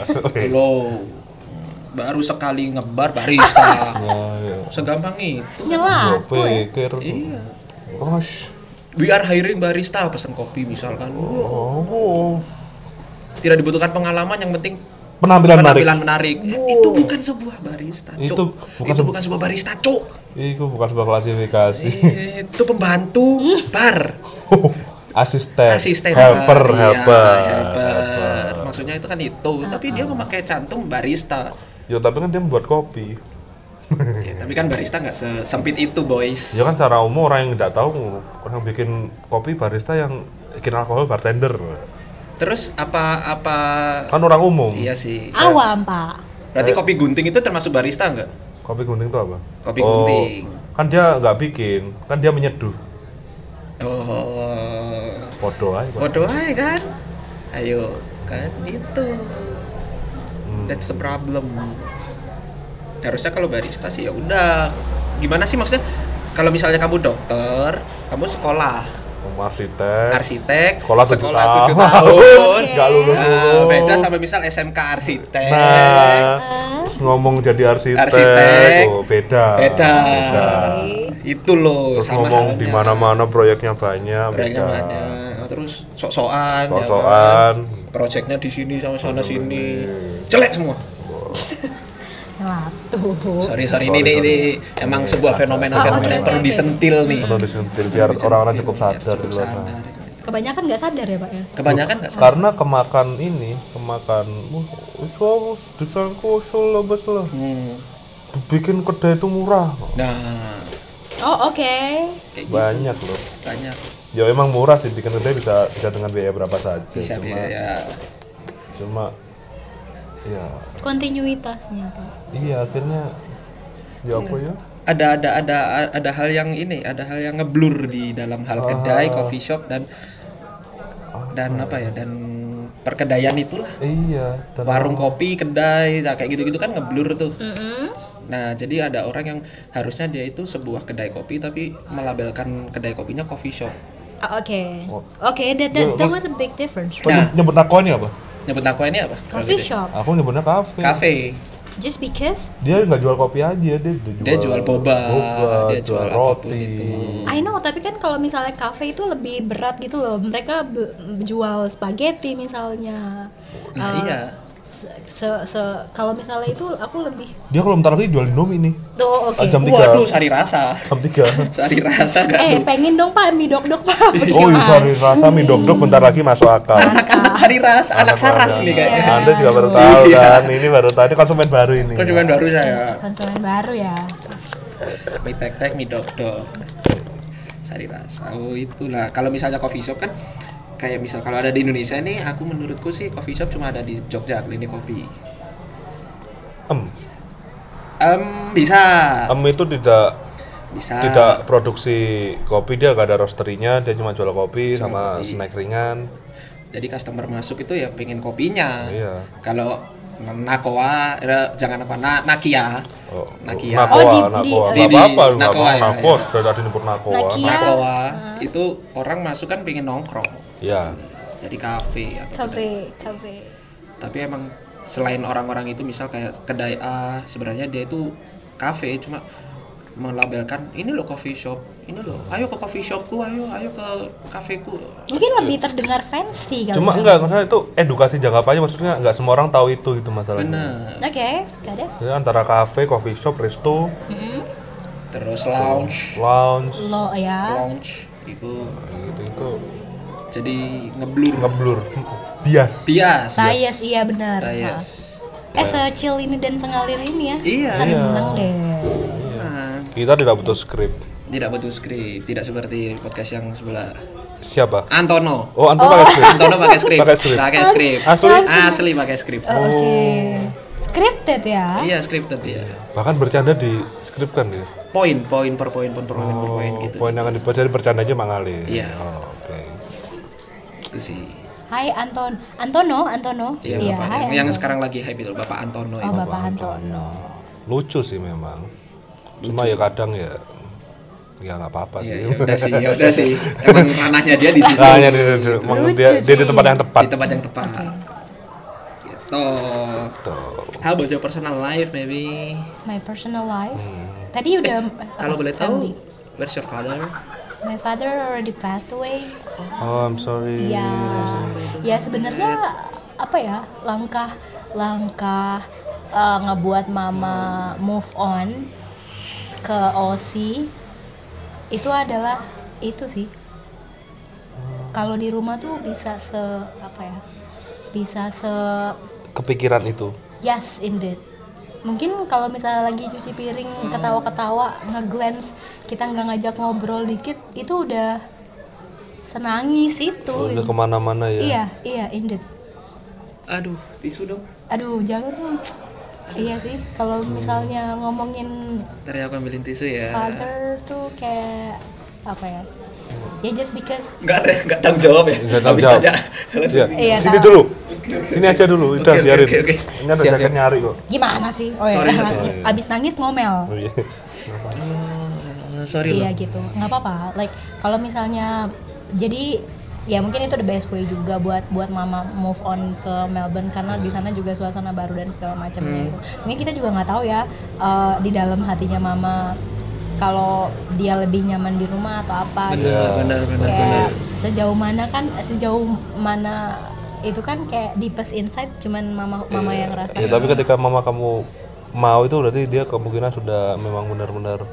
Speaker 2: Itu loh baru sekali ngebar barista
Speaker 3: Iya.
Speaker 2: segampang itu
Speaker 1: nyela
Speaker 3: Gue
Speaker 4: ya?
Speaker 3: pikir
Speaker 2: iya
Speaker 3: Osh.
Speaker 2: we are hiring barista pesan kopi misalkan
Speaker 3: Oh.
Speaker 2: tidak dibutuhkan pengalaman yang penting
Speaker 3: penampilan menarik
Speaker 2: penampilan menarik itu bukan sebuah barista cuk
Speaker 3: Itu
Speaker 2: itu
Speaker 3: bukan
Speaker 2: bukan,
Speaker 3: sebu-
Speaker 2: sebuah barista cuk
Speaker 3: itu bukan sebuah klasifikasi
Speaker 2: itu pembantu bar
Speaker 3: asisten,
Speaker 2: asisten
Speaker 3: Eh, helper,
Speaker 2: bar. Iya,
Speaker 3: helper,
Speaker 2: helper.
Speaker 3: helper.
Speaker 2: maksudnya itu kan itu tapi dia memakai cantum barista
Speaker 3: Ya tapi kan dia membuat kopi.
Speaker 2: Ya, tapi kan barista nggak sesempit itu boys
Speaker 3: Ya Iya. kan secara umum orang yang tidak tahu orang yang bikin kopi barista yang bikin alkohol bartender
Speaker 2: terus apa apa
Speaker 3: kan orang umum.
Speaker 2: iya sih
Speaker 4: Awam pak.
Speaker 2: berarti kopi gunting itu termasuk barista nggak
Speaker 3: Kopi gunting itu apa?
Speaker 2: Kopi gunting.
Speaker 3: Kan dia nggak bikin, kan dia menyeduh.
Speaker 2: oh
Speaker 3: Podo aja. Pak.
Speaker 2: bodoh aja kan ayo kan itu
Speaker 3: Hmm.
Speaker 2: That's the problem. Harusnya kalau barista sih ya udah. Gimana sih maksudnya? Kalau misalnya kamu dokter, kamu sekolah,
Speaker 3: Sama arsitek.
Speaker 2: arsitek,
Speaker 3: Eh, Sekolah tujuh
Speaker 2: sekolah
Speaker 3: tahun.
Speaker 2: tujuh tahun.
Speaker 3: Nggak lulus.
Speaker 2: Nah, beda sama misal SMK arsitek.
Speaker 3: Nah,
Speaker 4: Eh?
Speaker 3: ngomong jadi arsitek,
Speaker 2: Arsitek.
Speaker 3: oh, beda.
Speaker 2: Beda.
Speaker 3: Beda.
Speaker 2: Itu loh
Speaker 3: Terus
Speaker 2: sama
Speaker 3: ngomong di
Speaker 2: halnya.
Speaker 3: mana-mana proyeknya banyak,
Speaker 2: Proyeknya
Speaker 3: beda.
Speaker 2: mana? Nah, Terus sok-sokan, ya
Speaker 3: Sok-sokan.
Speaker 2: kan? Proyeknya di sini sama sana
Speaker 3: Aduh,
Speaker 2: sini.
Speaker 3: ini.
Speaker 2: Jelek semua.
Speaker 4: Nah, tuh.
Speaker 2: Sorry, sorry,
Speaker 3: Sorry,
Speaker 2: ini, ini, ini
Speaker 3: sorry.
Speaker 2: emang
Speaker 3: Ini
Speaker 2: sebuah
Speaker 3: ada-
Speaker 2: fenomena
Speaker 4: Oh, oke,
Speaker 2: fenomena
Speaker 4: oke,
Speaker 2: perlu
Speaker 4: oke.
Speaker 2: disentil nih.
Speaker 3: Perlu disentil biar
Speaker 2: Perlu
Speaker 3: orang-orang
Speaker 2: disentil,
Speaker 3: cukup
Speaker 2: biar
Speaker 3: sadar
Speaker 2: cukup
Speaker 3: di luar sana.
Speaker 2: sadar.
Speaker 4: Kebanyakan nggak sadar ya pak ya.
Speaker 2: Kebanyakan nggak sadar.
Speaker 3: Karena kemakan ini, kemakan wah, usul disangku usul lah bes lah.
Speaker 2: Hmm.
Speaker 3: Bikin kedai itu murah.
Speaker 2: Nah,
Speaker 4: Oh oke.
Speaker 2: kayak gitu.
Speaker 3: Banyak loh.
Speaker 2: banyak
Speaker 3: Ya emang murah sih bikin kedai bisa bisa dengan biaya berapa saja.
Speaker 2: bisa ya.
Speaker 3: cuma,
Speaker 2: biaya.
Speaker 3: cuma ya
Speaker 4: Kontinuitasnya pak.
Speaker 3: iya akhirnya ya apa
Speaker 2: Iya.
Speaker 3: ya?
Speaker 2: Ada ada ada ada hal yang ini, ada hal yang ngeblur di dalam hal kedai,
Speaker 3: Ah.
Speaker 2: coffee shop dan dan apa ya dan perkedaian itulah.
Speaker 3: Iya, dan-
Speaker 2: Warung kopi, kedai, nah, kayak gitu-gitu kan ngeblur tuh.
Speaker 4: Mm-mm.
Speaker 2: Nah, jadi ada orang yang harusnya dia itu sebuah kedai kopi tapi melabelkan kedai kopinya coffee shop.
Speaker 4: Oh, Oke.
Speaker 3: Oh.
Speaker 4: Oke.
Speaker 3: Gua-
Speaker 4: That that, that
Speaker 3: gua-
Speaker 4: was a big difference.
Speaker 3: Kok
Speaker 2: Nah.
Speaker 3: nyebut- nyebut nakonya apa?
Speaker 2: Nyebut aku ini apa? Kalau
Speaker 4: Coffee
Speaker 2: gitu.
Speaker 4: shop.
Speaker 3: Aku nyebutnya kafe.
Speaker 2: Kafe.
Speaker 4: Just because
Speaker 3: Dia nggak jual kopi aja, dia jual,
Speaker 2: Dia jual boba,
Speaker 3: boba,
Speaker 2: dia
Speaker 3: jual
Speaker 2: jual apapun
Speaker 3: roti.
Speaker 2: itu.
Speaker 4: I know, tapi kan kalau misalnya cafe itu lebih berat gitu loh. Mereka be- jual spaghetti misalnya.
Speaker 2: Nah,
Speaker 4: Eh,
Speaker 2: iya.
Speaker 4: Se, se- se- kalau misalnya itu aku lebih
Speaker 3: Dia kalau bentar lagi jual Indomie nih.
Speaker 4: tuh oke.
Speaker 3: Ah, jam tiga.
Speaker 2: Waduh, sari rasa.
Speaker 3: Jam 3.
Speaker 2: Sari rasa gak
Speaker 4: Eh,
Speaker 2: lu?
Speaker 4: pengen dong Pak mie dok-dok Pak.
Speaker 3: Oh, iya,
Speaker 4: Bagaimana?
Speaker 3: sorry, rasa mie dok-dok bentar lagi masuk akal.
Speaker 2: Hari ras, anak saras
Speaker 3: Anda-
Speaker 2: nih kayaknya.
Speaker 3: Anda juga baru tahu
Speaker 2: Iya.
Speaker 3: kan, ini baru tahu ini konsumen baru ini.
Speaker 2: Konsumen baru saya.
Speaker 4: Konsumen baru ya.
Speaker 2: Mie tek tek, mie dok dok. Sari rasa. Oh itulah. Kalau misalnya coffee shop kan kayak misal kalau ada di Indonesia ini aku menurutku sih coffee shop cuma ada di Jogja klinik kopi.
Speaker 3: Em,
Speaker 2: Em bisa.
Speaker 3: em itu tidak
Speaker 2: bisa.
Speaker 3: tidak produksi kopi dia gak ada roasterinya dia cuma jual kopi
Speaker 2: Cuma
Speaker 3: sama
Speaker 2: kopi.
Speaker 3: snack ringan
Speaker 2: Jadi customer masuk itu ya pengen kopinya.
Speaker 3: iya
Speaker 2: Kalau Nakoa, eh, jangan apa na, Nakia.
Speaker 3: oh,
Speaker 2: Nakia.
Speaker 3: nakoa
Speaker 4: Oh, di-
Speaker 3: nakoa
Speaker 4: di-
Speaker 3: nggak
Speaker 2: di-
Speaker 3: apa-apa lu nggak
Speaker 2: nakoa
Speaker 3: apa
Speaker 2: ya,
Speaker 3: nakoa
Speaker 2: iya.
Speaker 3: sudah tadi nyebut nakoa
Speaker 4: Nakia. Iya.
Speaker 2: Nakoa
Speaker 4: Ah.
Speaker 2: itu orang masuk kan pengen nongkrong.
Speaker 3: iya
Speaker 2: jadi kafe atau kedai.
Speaker 4: Cafe, cafe.
Speaker 2: tapi emang selain orang-orang itu misal kayak kedai A sebenarnya dia itu kafe cuma melabelkan ini loh coffee shop ini loh ayo ke coffee shopku ayo ayo ke kafeku
Speaker 4: Mungkin lebih terdengar fancy kali. ya.
Speaker 3: cuma
Speaker 4: Pak.
Speaker 3: enggak maksudnya itu edukasi jangka panjang maksudnya enggak semua orang tahu itu gitu masalahnya
Speaker 2: benar
Speaker 4: Oke, gak ada.
Speaker 3: Jadi antara kafe, coffee shop, resto,
Speaker 4: Mm-mm.
Speaker 2: terus lounge
Speaker 3: lounge,
Speaker 4: Lo ya.
Speaker 2: lounge itu
Speaker 3: gitu itu
Speaker 2: jadi ngeblur
Speaker 3: ngeblur, bias.
Speaker 2: bias
Speaker 4: Bias, iya benar.
Speaker 2: bias
Speaker 4: Ah. Eh, secil ini dan sengalir ini ya.
Speaker 2: iya
Speaker 3: Iya.
Speaker 4: Seneng deh.
Speaker 3: Iya.
Speaker 2: Nah,
Speaker 3: Kita tidak butuh skrip.
Speaker 2: tidak butuh skrip tidak seperti podcast yang sebelah
Speaker 3: Siapa?
Speaker 2: Antono
Speaker 3: Oh, antum pakai skrip.
Speaker 2: Antono pakai skrip
Speaker 3: Pakai skrip.
Speaker 2: pakai skrip
Speaker 3: Asli.
Speaker 2: asli pakai skrip
Speaker 4: Oh, Oke. Scripted ya.
Speaker 2: Iya scripted ya.
Speaker 3: Bahkan bercanda di skrip kan dia.
Speaker 2: Poin, poin per poin, poin per poin per poin gitu.
Speaker 3: poin yang akan dibuat jadi Oh, bercanda aja mangali.
Speaker 2: Iya.
Speaker 3: Oh, oke.
Speaker 2: Itu sih.
Speaker 4: Hai Anton. Antono, Antono.
Speaker 2: Iya, Bapak.
Speaker 4: hai
Speaker 2: yang, yang
Speaker 4: Anton.
Speaker 2: sekarang lagi hype itu Bapak Antono
Speaker 4: Oh,
Speaker 2: itu.
Speaker 4: Bapak Antono.
Speaker 3: Lucu sih memang. cuma ya kadang ya ya nggak apa-apa
Speaker 2: ya,
Speaker 3: sih
Speaker 2: ya udah sih ya udah sih emang ranahnya dia di situ
Speaker 3: nah ya dia, dia,
Speaker 2: Gitu.
Speaker 3: emang
Speaker 1: Lucu
Speaker 3: dia, dia di
Speaker 1: sih.
Speaker 3: tempat yang tepat
Speaker 2: di tempat yang tepat
Speaker 1: Oke.
Speaker 2: gitu
Speaker 3: Betul.
Speaker 2: how about your personal life maybe
Speaker 1: my personal life
Speaker 3: Hmm.
Speaker 1: tadi udah
Speaker 2: Eh,
Speaker 1: eh,
Speaker 2: kalau boleh
Speaker 1: Family.
Speaker 2: tahu where's your father
Speaker 1: my father already passed away
Speaker 3: oh I'm
Speaker 2: Hmm,
Speaker 3: sorry
Speaker 1: ya ya sebenarnya apa ya langkah langkah eh, ngebuat mama move on ke OC itu adalah itu sih
Speaker 2: Hmm.
Speaker 1: kalau di rumah tuh bisa se apa ya bisa se
Speaker 3: kepikiran itu
Speaker 1: yes indeed mungkin kalau misalnya lagi cuci piring
Speaker 2: Hmm.
Speaker 1: ketawa-ketawa ngeglance kita nggak ngajak ngobrol dikit itu udah senangis itu
Speaker 3: udah kemana-mana ya
Speaker 1: iya iya indeed
Speaker 2: aduh tisu dong
Speaker 1: aduh jangan dong iya sih kalau misalnya ngomongin
Speaker 2: ntar ya aku ambilin tisu Hmm. ya
Speaker 1: father tuh kayak apa ya
Speaker 2: Hmm.
Speaker 1: ya just because
Speaker 2: Enggak ada, enggak tanggung jawab ya.
Speaker 3: Nggak tanggung
Speaker 2: Habis
Speaker 3: jawab.
Speaker 2: tanya, langsung.
Speaker 1: Iya,
Speaker 3: sini
Speaker 1: tahu.
Speaker 3: dulu
Speaker 2: Oke, oke,
Speaker 3: sini
Speaker 2: oke.
Speaker 3: aja dulu
Speaker 2: Oke,
Speaker 3: udah
Speaker 2: oke,
Speaker 3: biarin
Speaker 2: oke, oke.
Speaker 3: ini ada
Speaker 2: Siap,
Speaker 3: jaket
Speaker 2: siap.
Speaker 3: nyari kok
Speaker 1: gimana sih oh,
Speaker 2: Sorry,
Speaker 1: iya.
Speaker 2: sorry.
Speaker 1: abis nangis ngomel
Speaker 3: Oh, iya.
Speaker 2: Oh, sorry
Speaker 1: iya
Speaker 2: loh.
Speaker 1: gitu nggak apa-apa like kalau misalnya jadi ya mungkin itu the best way juga buat buat mama move on ke Melbourne karena di sana juga suasana baru dan segala macamnya
Speaker 2: Hmm.
Speaker 1: itu mungkin kita juga nggak tahu ya eh, di dalam hatinya mama kalau dia lebih nyaman di rumah atau apa gitu
Speaker 2: Benar,
Speaker 3: Iya.
Speaker 2: benar, benar, benar.
Speaker 1: kayak sejauh mana kan sejauh mana itu kan kayak deepest insight cuman mama mama
Speaker 3: Iya.
Speaker 1: yang ngerasa
Speaker 3: Ya, tapi ketika mama kamu mau itu berarti dia kemungkinan sudah memang benar-benar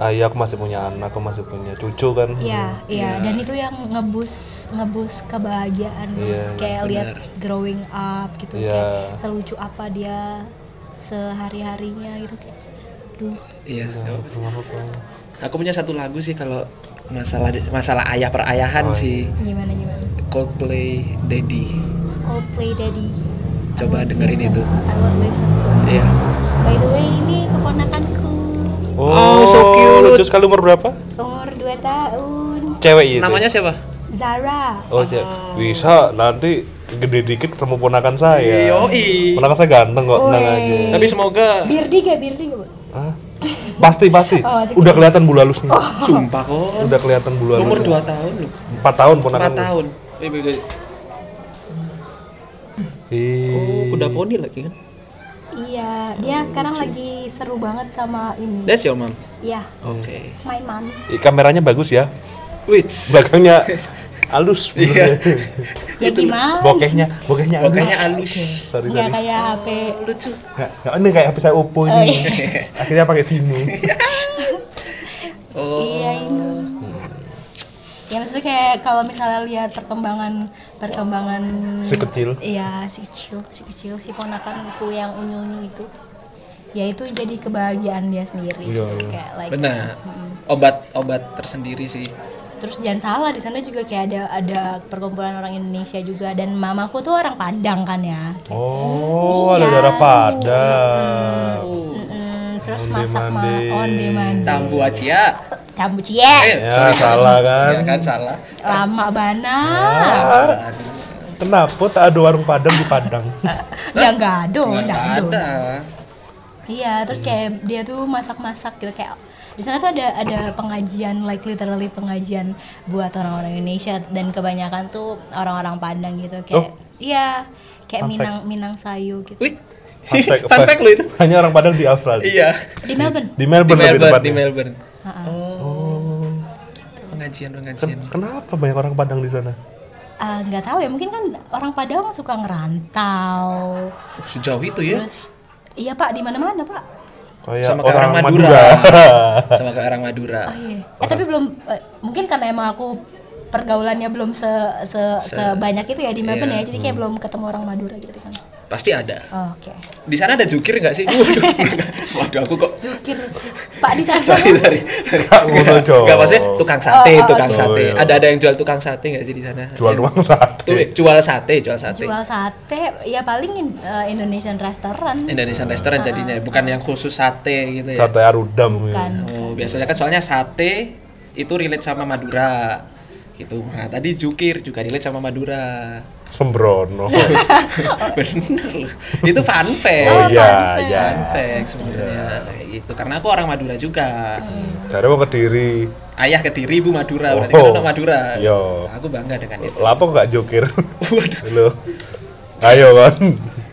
Speaker 3: ah iya aku masih punya anak, aku masih punya cucu kan.
Speaker 1: Iya, iya,
Speaker 2: Iya.
Speaker 1: dan itu yang ngebus ngebus kebahagiaan
Speaker 3: Iya,
Speaker 1: kayak
Speaker 2: benar.
Speaker 1: lihat growing up gitu
Speaker 3: Iya.
Speaker 1: kayak selucu apa dia sehari-harinya gitu kayak duh
Speaker 2: Iya.
Speaker 3: Iya, sama aku.
Speaker 2: Aku punya satu lagu sih kalau masalah masalah ayah perayahan
Speaker 3: Oh, iya.
Speaker 2: sih
Speaker 1: gimana gimana
Speaker 2: Coldplay Daddy.
Speaker 1: Coldplay Daddy
Speaker 2: Coba
Speaker 1: I won't
Speaker 2: dengerin
Speaker 1: listen.
Speaker 2: itu.
Speaker 1: I won't listen to it.
Speaker 2: Iya.
Speaker 1: by the way ini keponakanku
Speaker 2: Oh, so cute.
Speaker 3: Lucu sekali umur berapa?
Speaker 1: umur 2 tahun
Speaker 3: Cewek itu.
Speaker 2: Namanya siapa?
Speaker 1: Zara Eh,
Speaker 3: Oh, cewek. Bisa nanti gede dikit ketemu ponakan saya.
Speaker 2: Yoi.
Speaker 3: Ponakan saya ganteng kok, tenang
Speaker 1: Woi.
Speaker 3: aja.
Speaker 2: Tapi semoga
Speaker 1: Birdi gak Birdi gak Bu?
Speaker 3: Hah? Pasti, pasti.
Speaker 1: Oh, masih- Oh.
Speaker 3: Udah kelihatan bulu halusnya.
Speaker 2: sumpah kok.
Speaker 3: Udah kelihatan bulu halusnya.
Speaker 2: Umur 2 tahun loh.
Speaker 3: 4 tahun ponakan.
Speaker 2: 4 tahun. Eh, eh, eh.
Speaker 3: Iya.
Speaker 2: Oh, kuda poni lagi kan.
Speaker 1: iya dia sekarang lagi seru banget sama ini
Speaker 2: That's your mom.
Speaker 1: iya
Speaker 3: Oh.
Speaker 2: Oke.
Speaker 1: my mom
Speaker 3: Ih, kameranya bagus ya.
Speaker 2: Which?
Speaker 3: Belakangnya halus.
Speaker 2: Iya.
Speaker 1: ya gimana
Speaker 3: Bokehnya, bokehnya halus.
Speaker 2: Makanya halus.
Speaker 3: Sorry,
Speaker 1: nggak
Speaker 3: sorry.
Speaker 1: Iya,
Speaker 3: Oh,
Speaker 1: kayak HP
Speaker 2: Lucu.
Speaker 3: Nggak, nggak, ini kayak HP saya Oppo ini.
Speaker 1: Oh, iya.
Speaker 3: Akhirnya pakai Vimo.
Speaker 2: Iya. Oh.
Speaker 1: Iya, ini. ya maksudnya kayak kalau misalnya lihat perkembangan perkembangan
Speaker 3: Si kecil.
Speaker 1: iya si kecil si kecil si ponakanku yang unyu unyu itu ya itu jadi kebahagiaan dia sendiri gitu,
Speaker 3: Iya, iya.
Speaker 1: kayak like
Speaker 2: Benar.
Speaker 1: mm.
Speaker 2: Obat-obat tersendiri sih.
Speaker 1: terus jangan salah di sana juga kayak ada ada perkumpulan orang Indonesia juga dan mamaku tuh orang Padang kan ya Kayak-
Speaker 3: Oh, ada
Speaker 1: Iya.
Speaker 3: darah Padang.
Speaker 2: Oh.
Speaker 1: Mm-mm. terus
Speaker 3: On
Speaker 1: masak mah
Speaker 3: demanding.
Speaker 1: on demand
Speaker 2: Tambu Acia.
Speaker 1: kamu cie
Speaker 2: Eh,
Speaker 3: Ya, salah kan?
Speaker 2: Ya kan salah.
Speaker 1: lama
Speaker 3: Ya.
Speaker 1: banget
Speaker 2: Ah.
Speaker 3: Kenapa tak ada warung Padang di Padang?
Speaker 1: ya nggak ada
Speaker 2: Nggak
Speaker 1: nggak ada
Speaker 2: ada.
Speaker 1: iya terus kayak dia tuh masak-masak gitu kayak di sana tuh ada ada pengajian like literally pengajian buat orang-orang Indonesia dan kebanyakan tuh orang-orang Padang gitu kayak
Speaker 3: Oh.
Speaker 1: iya kayak
Speaker 3: Fun fact.
Speaker 1: Minang Minang Sayu gitu
Speaker 2: Wih.
Speaker 3: Fun fact,
Speaker 2: Fun fact lo itu.
Speaker 3: Hanya orang Padang di Australia.
Speaker 2: Iya.
Speaker 1: di Melbourne
Speaker 3: Di
Speaker 2: Di
Speaker 3: Melbourne lebih
Speaker 2: Melbourne, di
Speaker 3: tepatnya.
Speaker 2: Melbourne.
Speaker 1: Ha-ha.
Speaker 2: Oh.
Speaker 3: Oh.
Speaker 2: Pengajian, pengajian.
Speaker 3: Ken- kenapa banyak orang Padang di sana?
Speaker 1: Ah, nggak tahu ya mungkin kan orang Padang suka ngerantau
Speaker 2: Sejauh itu ya.
Speaker 1: terus iya pak di mana-mana pak
Speaker 3: Kayak
Speaker 2: Sama kayak orang Madura. Sama kayak Ah, orang Madura.
Speaker 1: Oh iya. Eh tapi belum eh, mungkin karena emang aku pergaulannya belum se, se-
Speaker 2: Se-
Speaker 1: sebanyak itu ya di Melbourne ya.
Speaker 2: Iya.
Speaker 1: Jadi kayak belum ketemu orang Madura gitu kan.
Speaker 2: Pasti ada.
Speaker 1: Oh, Oke.
Speaker 2: Di sana ada jukir nggak sih? Waduh. Waduh, aku kok
Speaker 1: Jukir. Pak di sana.
Speaker 2: sorry sorry.
Speaker 3: Nggak, ngono, Jo.
Speaker 2: Enggak maksudnya tukang sate,
Speaker 1: Oh, oh,
Speaker 2: tukang
Speaker 3: oh.
Speaker 2: sate.
Speaker 3: Oh, iya.
Speaker 2: Ada ada yang jual tukang sate nggak sih di sana?
Speaker 3: Jual
Speaker 2: Yang-
Speaker 3: uang sate.
Speaker 2: Iya. Tuh, jual sate, jual sate.
Speaker 1: Jual sate ya paling in- eh, Indonesian restaurant.
Speaker 2: Indonesian restoran jadinya, bukan yang khusus sate gitu ya.
Speaker 3: Sate Arudam ya.
Speaker 1: Bukan.
Speaker 2: Oh, biasanya kan soalnya sate itu relate sama Madura gitu. Nah, tadi jukir juga relate sama Madura.
Speaker 3: sembrono Oh, iya,
Speaker 2: bener itu fun fact
Speaker 3: oh iya
Speaker 1: fun
Speaker 3: iya
Speaker 2: fun fact sebenarnya kayak gitu karena aku orang Madura juga
Speaker 1: Hmm.
Speaker 3: cari mau kediri
Speaker 2: ayah kediri ibu Madura berarti
Speaker 3: Oh.
Speaker 2: kan orang Madura
Speaker 3: Yo.
Speaker 2: aku bangga dengan itu
Speaker 3: lapo nggak jokir
Speaker 2: Waduh.
Speaker 3: lo ayo kan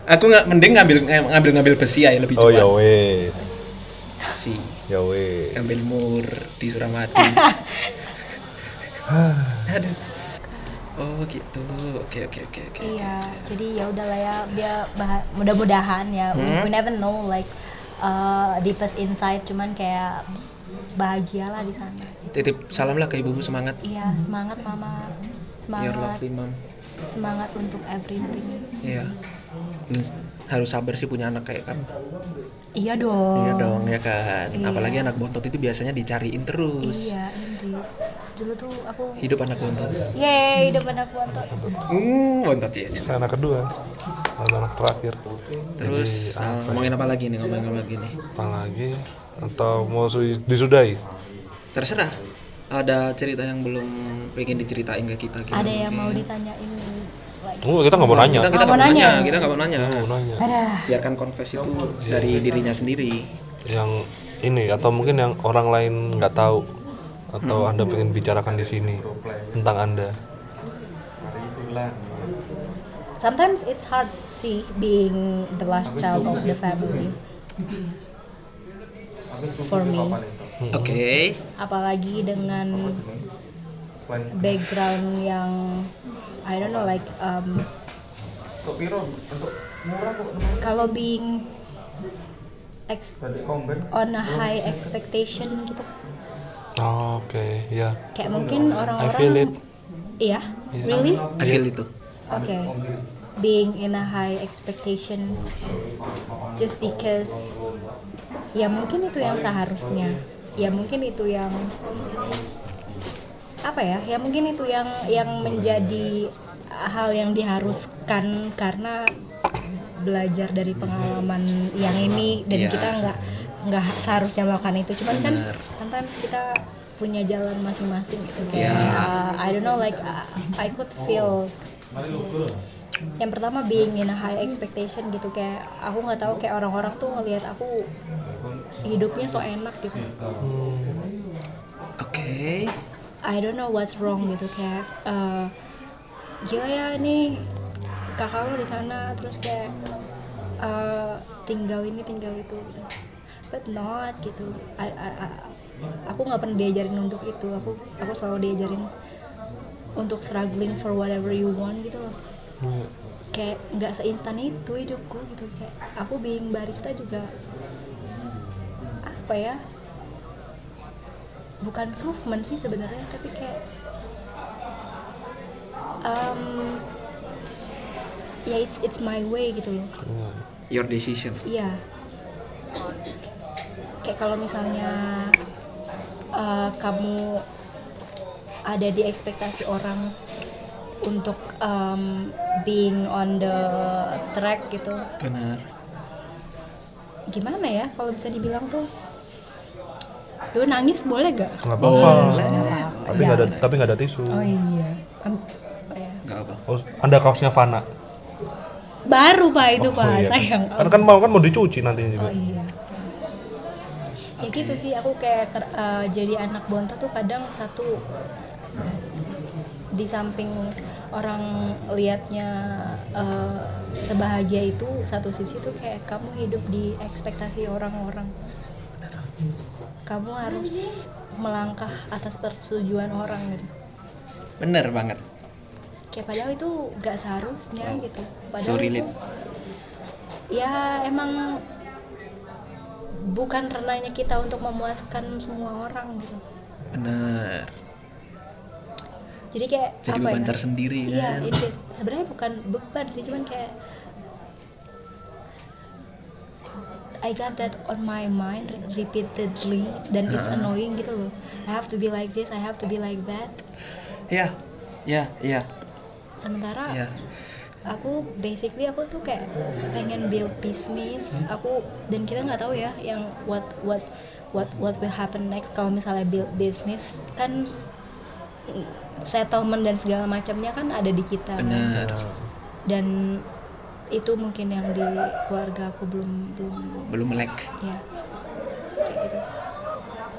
Speaker 2: aku nggak mending ngambil ngambil ngambil besi ya lebih
Speaker 3: oh ya
Speaker 2: cuan
Speaker 3: wes
Speaker 2: besi
Speaker 3: ya wes
Speaker 2: ngambil mur di Suramadu aduh oh gitu oke oke oke oke
Speaker 1: Iya, jadi ya udahlah ya dia bah- mudah-mudahan ya we-
Speaker 2: Hmm.
Speaker 1: we, never know like uh, deepest insight cuman kayak bahagialah di sana.
Speaker 2: titip salam lah ke ibumu semangat
Speaker 1: Iya, semangat mama.
Speaker 2: Hmm.
Speaker 1: Semangat,
Speaker 2: your
Speaker 1: Hmm.
Speaker 2: lovely mom
Speaker 1: semangat untuk everything.
Speaker 2: iya Hmm, harus sabar sih punya anak kayak kamu
Speaker 1: Iya dong.
Speaker 2: iya dong ya kan
Speaker 1: Iya.
Speaker 2: apalagi anak bontot itu biasanya dicariin terus
Speaker 1: Iya, Indri. Dulu tuh aku
Speaker 2: hidup anak bontot
Speaker 1: Yeay, udah pernah bontot.
Speaker 2: hmm bontot ya cuy.
Speaker 3: anak kedua anak terakhir
Speaker 2: terus ah,
Speaker 3: Jadi, apa ya?
Speaker 2: ngomongin apa lagi nih ngomongin apa lagi nih
Speaker 3: apalagi atau mau su- disudahi
Speaker 2: terserah ada cerita yang belum pengen diceritain ke kita gimana
Speaker 1: Ada yang
Speaker 2: mungkin?
Speaker 1: mau ditanyain lagi.
Speaker 3: oh, kita nggak mau
Speaker 2: kita
Speaker 3: nanya
Speaker 2: kita nggak
Speaker 1: Nggak
Speaker 2: mau
Speaker 1: mau
Speaker 2: nanya
Speaker 1: nanya.
Speaker 2: kita nggak mau nanya
Speaker 3: Nggak mau nanya Iya.
Speaker 1: Adah.
Speaker 2: biarkan confess itu dari dirinya sendiri
Speaker 3: yang ini atau mungkin yang orang lain nggak tahu atau
Speaker 2: Hmm.
Speaker 3: anda pengen bicarakan di sini tentang anda
Speaker 1: Sometimes it's hard sih being the last child of the family. For me,
Speaker 3: Hmm.
Speaker 2: oke
Speaker 1: apalagi dengan background yang I don't know like um, kalau being ex- on a high expectation gitu
Speaker 3: Oh, oke ya
Speaker 1: kayak mungkin
Speaker 3: I feel it
Speaker 1: orang-orang iya
Speaker 3: Iya.
Speaker 1: really
Speaker 2: I feel itu
Speaker 1: okay being in a high expectation just because ya mungkin itu yang seharusnya ya mungkin itu yang apa ya ya mungkin itu yang yang menjadi hal yang diharuskan karena belajar dari pengalaman yang ini dan
Speaker 2: Iya.
Speaker 1: kita nggak nggak seharusnya melakukan itu cuman kan
Speaker 2: Benar.
Speaker 1: sometimes kita punya jalan masing-masing gitu kayak
Speaker 2: Iya.
Speaker 1: uh, I don't know like uh, I could feel yang pertama being in a high expectation gitu kayak aku nggak tahu kayak orang-orang tuh ngelihat aku hidupnya so enak gitu
Speaker 3: Hmm.
Speaker 2: oke
Speaker 1: I don't know what's wrong gitu kayak eh, gila ya ini kakak lu di sana terus kayak eh, tinggal ini tinggal itu gitu. but not gitu I- I- I- aku nggak pernah diajarin untuk itu aku aku selalu diajarin untuk struggling for whatever you want gitu loh kayak nggak seinstan itu hidupku gitu kayak aku being barista juga apa ya bukan improvement sih sebenarnya tapi kayak um, ya it's it's my way gitu loh
Speaker 3: Hmm.
Speaker 2: your decision
Speaker 1: Iya. Kayak kalau misalnya uh, kamu ada di ekspektasi orang untuk um, being on the track gitu,
Speaker 2: benar
Speaker 1: gimana ya kalau bisa dibilang tuh? Duh nangis boleh gak?
Speaker 3: nggak apa-apa
Speaker 2: boleh
Speaker 3: tapi nggak ada tapi nggak ada tisu
Speaker 1: Oh iya. Am- apa ya?
Speaker 2: nggak apa
Speaker 3: oh, anda kaosnya Fana
Speaker 1: Baru pak itu
Speaker 3: Oh,
Speaker 1: pak,
Speaker 3: iya.
Speaker 1: sayang.
Speaker 3: kan kan mau kan mau dicuci nantinya juga
Speaker 1: Oh iya. Ya
Speaker 2: Oke.
Speaker 1: gitu sih aku kayak ter- eh, jadi anak bontot tuh kadang satu di samping orang liatnya eh, sebahagia itu satu sisi tuh kayak kamu hidup di ekspektasi orang-orang. Kamu harus melangkah atas persetujuan orang gitu.
Speaker 2: bener banget
Speaker 1: Kayak padahal itu gak seharusnya gitu.
Speaker 2: Oh,
Speaker 1: Padahal
Speaker 2: so
Speaker 1: itu
Speaker 2: relate
Speaker 1: ya emang bukan renanya kita untuk memuaskan semua orang gitu
Speaker 2: bener
Speaker 1: jadi kayak
Speaker 2: jadi
Speaker 1: apa
Speaker 2: beban
Speaker 1: ya?
Speaker 2: tersendiri
Speaker 1: iya
Speaker 2: kan
Speaker 1: itu sebenarnya bukan beban sih cuman kayak I got that on my mind repeatedly dan it's
Speaker 2: Heeh.
Speaker 1: annoying gitu loh I have to be like this I have to be like that
Speaker 2: ya ya ya
Speaker 1: sementara
Speaker 2: ya
Speaker 1: aku basically aku tuh kayak pengen build bisnis aku dan kita nggak tahu ya yang what what what what will happen next kalau misalnya build bisnis kan settlement dan segala macamnya kan ada di kita kan.
Speaker 2: bener
Speaker 3: Nah,
Speaker 1: dan itu mungkin yang di keluarga aku belum belum
Speaker 2: belum melek
Speaker 1: ya kayak gitu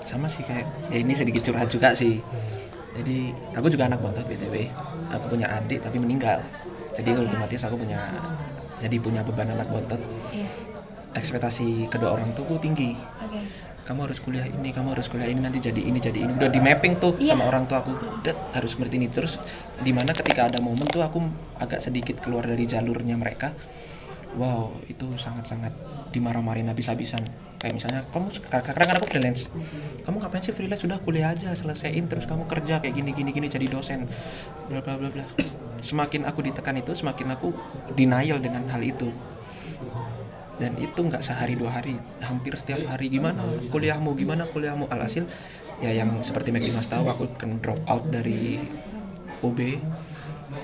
Speaker 2: sama sih kayak ya ini sedikit curhat juga sih jadi aku juga anak bontot btw aku punya adik tapi meninggal jadi otomatis aku punya jadi punya beban anak bontot
Speaker 1: Iya.
Speaker 2: ekspektasi kedua orang tuh tinggi
Speaker 1: oke
Speaker 2: kamu harus kuliah ini, kamu harus kuliah ini nanti jadi ini, jadi ini. Udah di mapping tuh
Speaker 1: Iya.
Speaker 2: sama orang tua aku. Det, harus seperti ini terus dimana ketika ada momen tuh aku agak sedikit keluar dari jalurnya mereka. Wow, itu sangat-sangat dimarah-marahin habis-habisan. Kayak misalnya kamu kadang-kadang kan aku freelance. Kamu ngapain sih freelance? Sudah kuliah aja, selesaiin terus kamu kerja kayak gini gini gini jadi dosen. Bla bla bla bla. Semakin aku ditekan itu, semakin aku denial dengan hal itu dan itu nggak sehari dua hari hampir setiap hari gimana kuliahmu gimana kuliahmu alhasil ya yang seperti Mek Dimas tahu aku kan drop out dari UB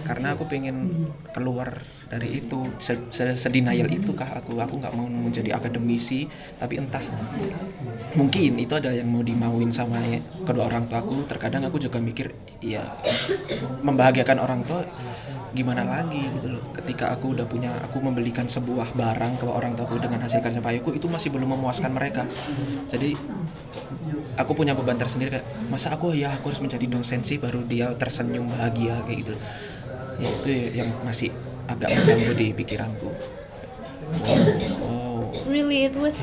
Speaker 2: karena aku pengen keluar dari itu Se- se- sedenial itu kah aku aku nggak mau menjadi akademisi tapi entah mungkin itu ada yang mau dimauin sama ya- kedua orang tuaku terkadang aku juga mikir ya membahagiakan orang tua gimana lagi gitu loh ketika aku udah punya aku membelikan sebuah barang ke orang tuaku dengan hasil kerja payahku itu masih belum memuaskan mereka jadi aku punya beban tersendiri kayak masa aku ya aku harus menjadi dosen sih baru dia tersenyum bahagia kayak gitu ya itu ya yang masih agak mengganggu di pikiranku wow, wow.
Speaker 1: really it was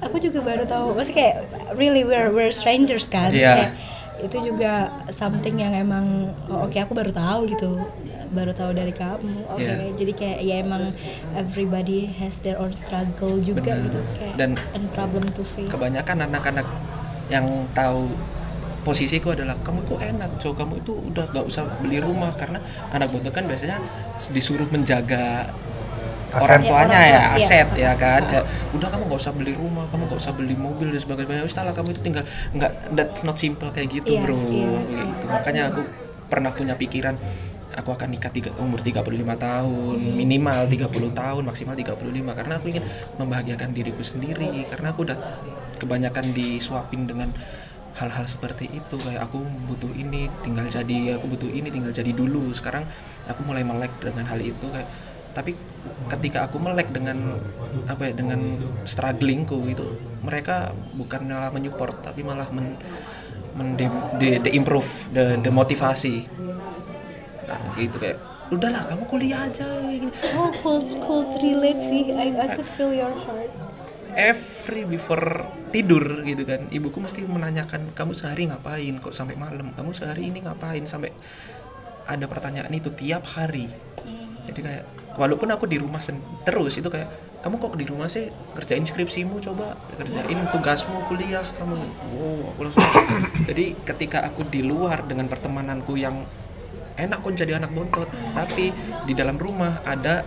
Speaker 1: aku juga baru tahu maksudnya kayak really we're we're strangers kan
Speaker 2: Iya.
Speaker 1: Kayak itu juga something yang emang oh, oke aku baru tahu gitu baru tahu dari kamu oke
Speaker 2: Iya.
Speaker 1: jadi kayak ya emang everybody has their own struggle juga
Speaker 2: Benar.
Speaker 1: gitu kayak
Speaker 2: Dan
Speaker 1: and problem to face
Speaker 2: kebanyakan anak-anak yang tahu posisiku adalah kamu itu enak cowok kamu itu udah gak usah beli rumah karena anak bontot kan biasanya disuruh menjaga orang
Speaker 3: Aset.
Speaker 1: Ya,
Speaker 2: tuanya
Speaker 1: orang
Speaker 2: ya,
Speaker 1: tua, iya.
Speaker 2: aset ya kan Ya, udah kamu gak usah beli rumah kamu gak usah beli mobil dan sebagainya Ya, wis lah kamu itu tinggal nggak that's not simple kayak gitu
Speaker 1: Iya,
Speaker 2: bro
Speaker 1: iya.
Speaker 2: Kayak gitu. makanya aku pernah punya pikiran aku akan nikah tiga, umur 35 tahun minimal 30 tahun maksimal 35 karena aku ingin membahagiakan diriku sendiri karena aku udah kebanyakan disuapin dengan hal-hal seperti itu kayak aku butuh ini tinggal jadi aku butuh ini tinggal jadi dulu sekarang aku mulai melek dengan hal itu kayak tapi ketika aku melek dengan apa ya dengan strugglingku gitu mereka bukan malah menyupport tapi malah men, men de, de- de- improve de, demotivasi nah, gitu kayak udahlah kamu kuliah aja kayak gini."
Speaker 1: oh cold cold relate sih I I could feel your heart
Speaker 2: every before tidur gitu kan ibuku mesti menanyakan kamu sehari ngapain kok sampai malam kamu sehari ini ngapain sampai ada pertanyaan itu tiap hari jadi kayak walaupun aku di rumah sen- terus itu kayak kamu kok di rumah sih kerjain skripsimu coba kerjain tugasmu kuliah kamu wow aku langsung jadi ketika aku di luar dengan pertemananku yang enak kok jadi anak bontot tapi di dalam rumah ada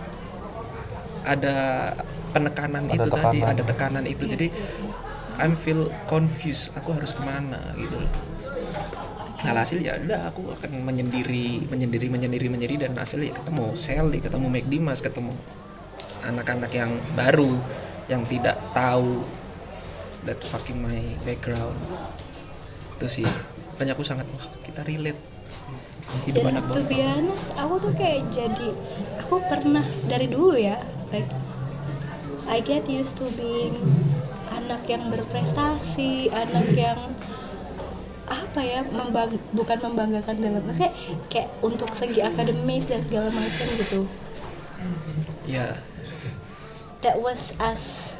Speaker 2: ada penekanan
Speaker 3: Ada
Speaker 2: itu tadi
Speaker 3: tekanan.
Speaker 2: ada tekanan itu jadi I'm feel confused aku harus kemana gitu loh alhasil ya udah aku akan menyendiri menyendiri menyendiri menyendiri dan hasilnya ketemu Sally ketemu Mike Dimas ketemu anak-anak yang baru yang tidak tahu that fucking my background itu sih makanya aku sangat wah kita relate hidup
Speaker 1: Dan
Speaker 2: anak
Speaker 1: to be
Speaker 2: bontot
Speaker 1: honest, aku tuh kayak jadi aku pernah dari dulu ya, like I get used to being anak yang berprestasi, anak yang apa ya membang bukan membanggakan dalam maksudnya kayak untuk segi akademis dan segala macam gitu
Speaker 2: ya
Speaker 1: that was as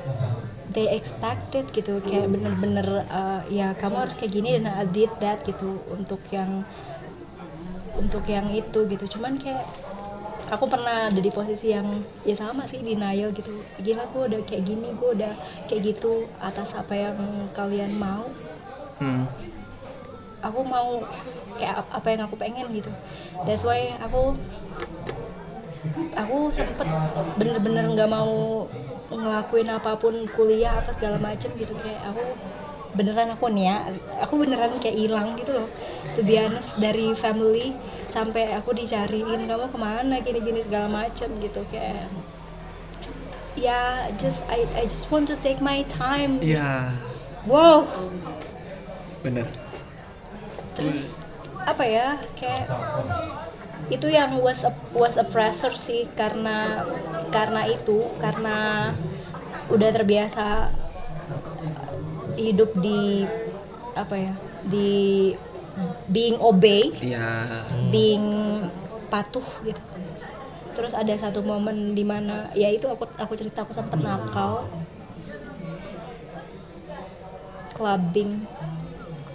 Speaker 1: they expected gitu kayak bener-bener uh, ya kamu harus kayak gini dan I did that gitu untuk yang untuk yang itu gitu cuman kayak aku pernah ada di posisi yang ya sama sih denial gitu gila gue udah kayak gini gue udah kayak gitu atas apa yang kalian mau
Speaker 2: hmm.
Speaker 1: aku mau kayak ap- apa yang aku pengen gitu that's why aku aku sempet bener-bener nggak mau ngelakuin apapun kuliah apa segala macem gitu kayak aku beneran aku nih ya aku beneran kayak hilang gitu loh to be honest dari family sampai aku dicariin kamu kemana gini-gini segala macem gitu kayak ya just I I just want to take my time
Speaker 2: ya
Speaker 1: wow
Speaker 2: bener
Speaker 1: terus apa ya kayak itu yang was a- was oppressor sih karena karena itu karena udah terbiasa hidup di apa ya di being obey
Speaker 2: Iya.
Speaker 1: being patuh gitu terus ada satu momen dimana ya itu aku aku cerita aku sempet
Speaker 2: Hmm.
Speaker 1: nakal clubbing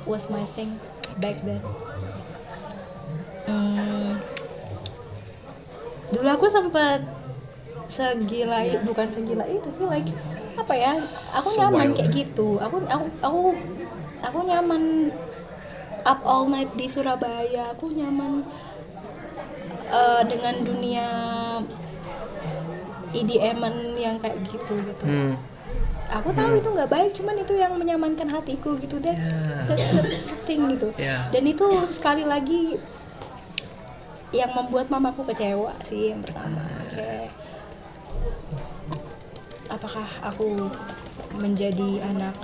Speaker 1: was my thing back then Hmm, dulu aku sempet segila i- bukan segila itu sih like apa ya aku
Speaker 2: So
Speaker 1: nyaman
Speaker 2: wild.
Speaker 1: kayak gitu aku aku aku aku nyaman up all night di Surabaya aku nyaman eh, dengan dunia EDM yang kayak gitu gitu
Speaker 2: Hmm.
Speaker 1: aku tahu
Speaker 2: Hmm.
Speaker 1: itu nggak baik cuman itu yang menyamankan hatiku gitu that's
Speaker 2: Ya.
Speaker 1: that's the thing gitu
Speaker 2: Ya.
Speaker 1: dan itu sekali lagi yang membuat mamaku kecewa sih yang pertama
Speaker 2: Ya.
Speaker 1: kayak apakah aku menjadi anak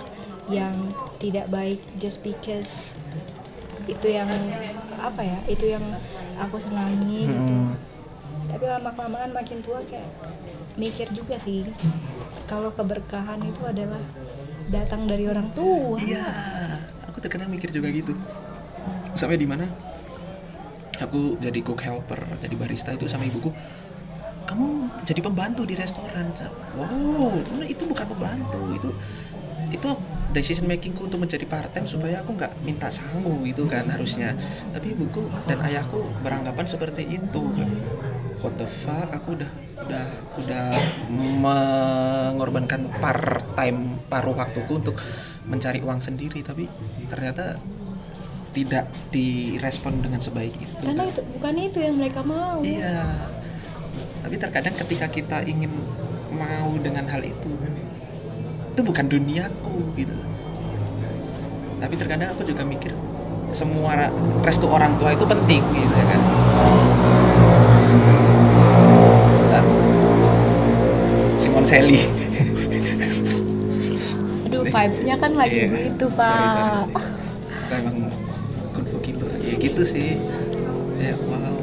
Speaker 1: yang tidak baik just because itu yang apa ya itu yang aku senangi gitu
Speaker 2: Hmm.
Speaker 1: tapi lama kelamaan makin tua kayak mikir juga sih kalau keberkahan itu adalah datang dari orang tua
Speaker 2: Iya, aku terkadang mikir juga gitu. Sampai di mana? Aku jadi cook helper, jadi barista itu sama ibuku. Kamu jadi pembantu di restoran. Sa." Wow, nah itu bukan pembantu, itu itu decision makingku untuk menjadi part time supaya aku nggak minta sangu gitu kan harusnya. Tapi ibuku dan ayahku beranggapan seperti itu. What the fuck, aku udah udah udah mengorbankan part time paruh waktuku untuk mencari uang sendiri tapi ternyata tidak direspon dengan sebaik itu
Speaker 1: karena
Speaker 2: kan.
Speaker 1: itu bukannya itu yang mereka mau
Speaker 2: iya tapi terkadang ketika kita ingin mau dengan hal itu itu bukan duniaku gitu loh. tapi terkadang aku juga mikir semua ra- restu orang tua itu penting gitu ya kan Bentar. Simon Sally
Speaker 1: aduh vibesnya kan lagi
Speaker 2: Iya.
Speaker 1: gitu
Speaker 2: Sorry,
Speaker 1: pak Oh,
Speaker 2: sorry. Aku emang kunfu killer ya gitu sih ya wow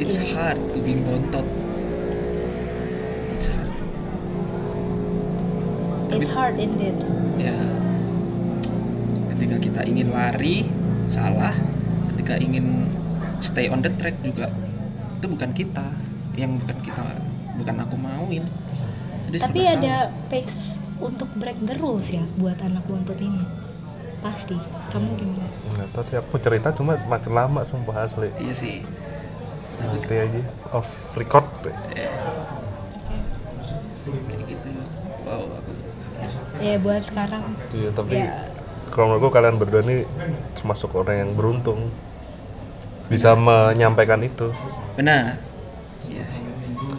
Speaker 2: it's
Speaker 1: Iya.
Speaker 2: hard to being bontot it's hard
Speaker 1: it's hard indeed
Speaker 2: ya ketika kita ingin lari salah ketika ingin stay on the track juga itu bukan kita yang bukan kita bukan aku mauin Jadi
Speaker 1: tapi
Speaker 2: serba
Speaker 1: ada pace untuk break the rules ya buat anak bontot ini pasti kamu gimana
Speaker 3: nggak tahu sih aku cerita cuma makin lama sumpah asli
Speaker 2: salah. iya sih Tapi
Speaker 3: nanti aja off record
Speaker 2: eh,
Speaker 1: Oke.
Speaker 2: kayak gitu wow aku
Speaker 1: ya buat sekarang
Speaker 3: iya tapi
Speaker 1: Ya.
Speaker 3: kalau menurutku kalian berdua ini termasuk orang yang beruntung bisa menyampaikan itu
Speaker 2: benar iya sih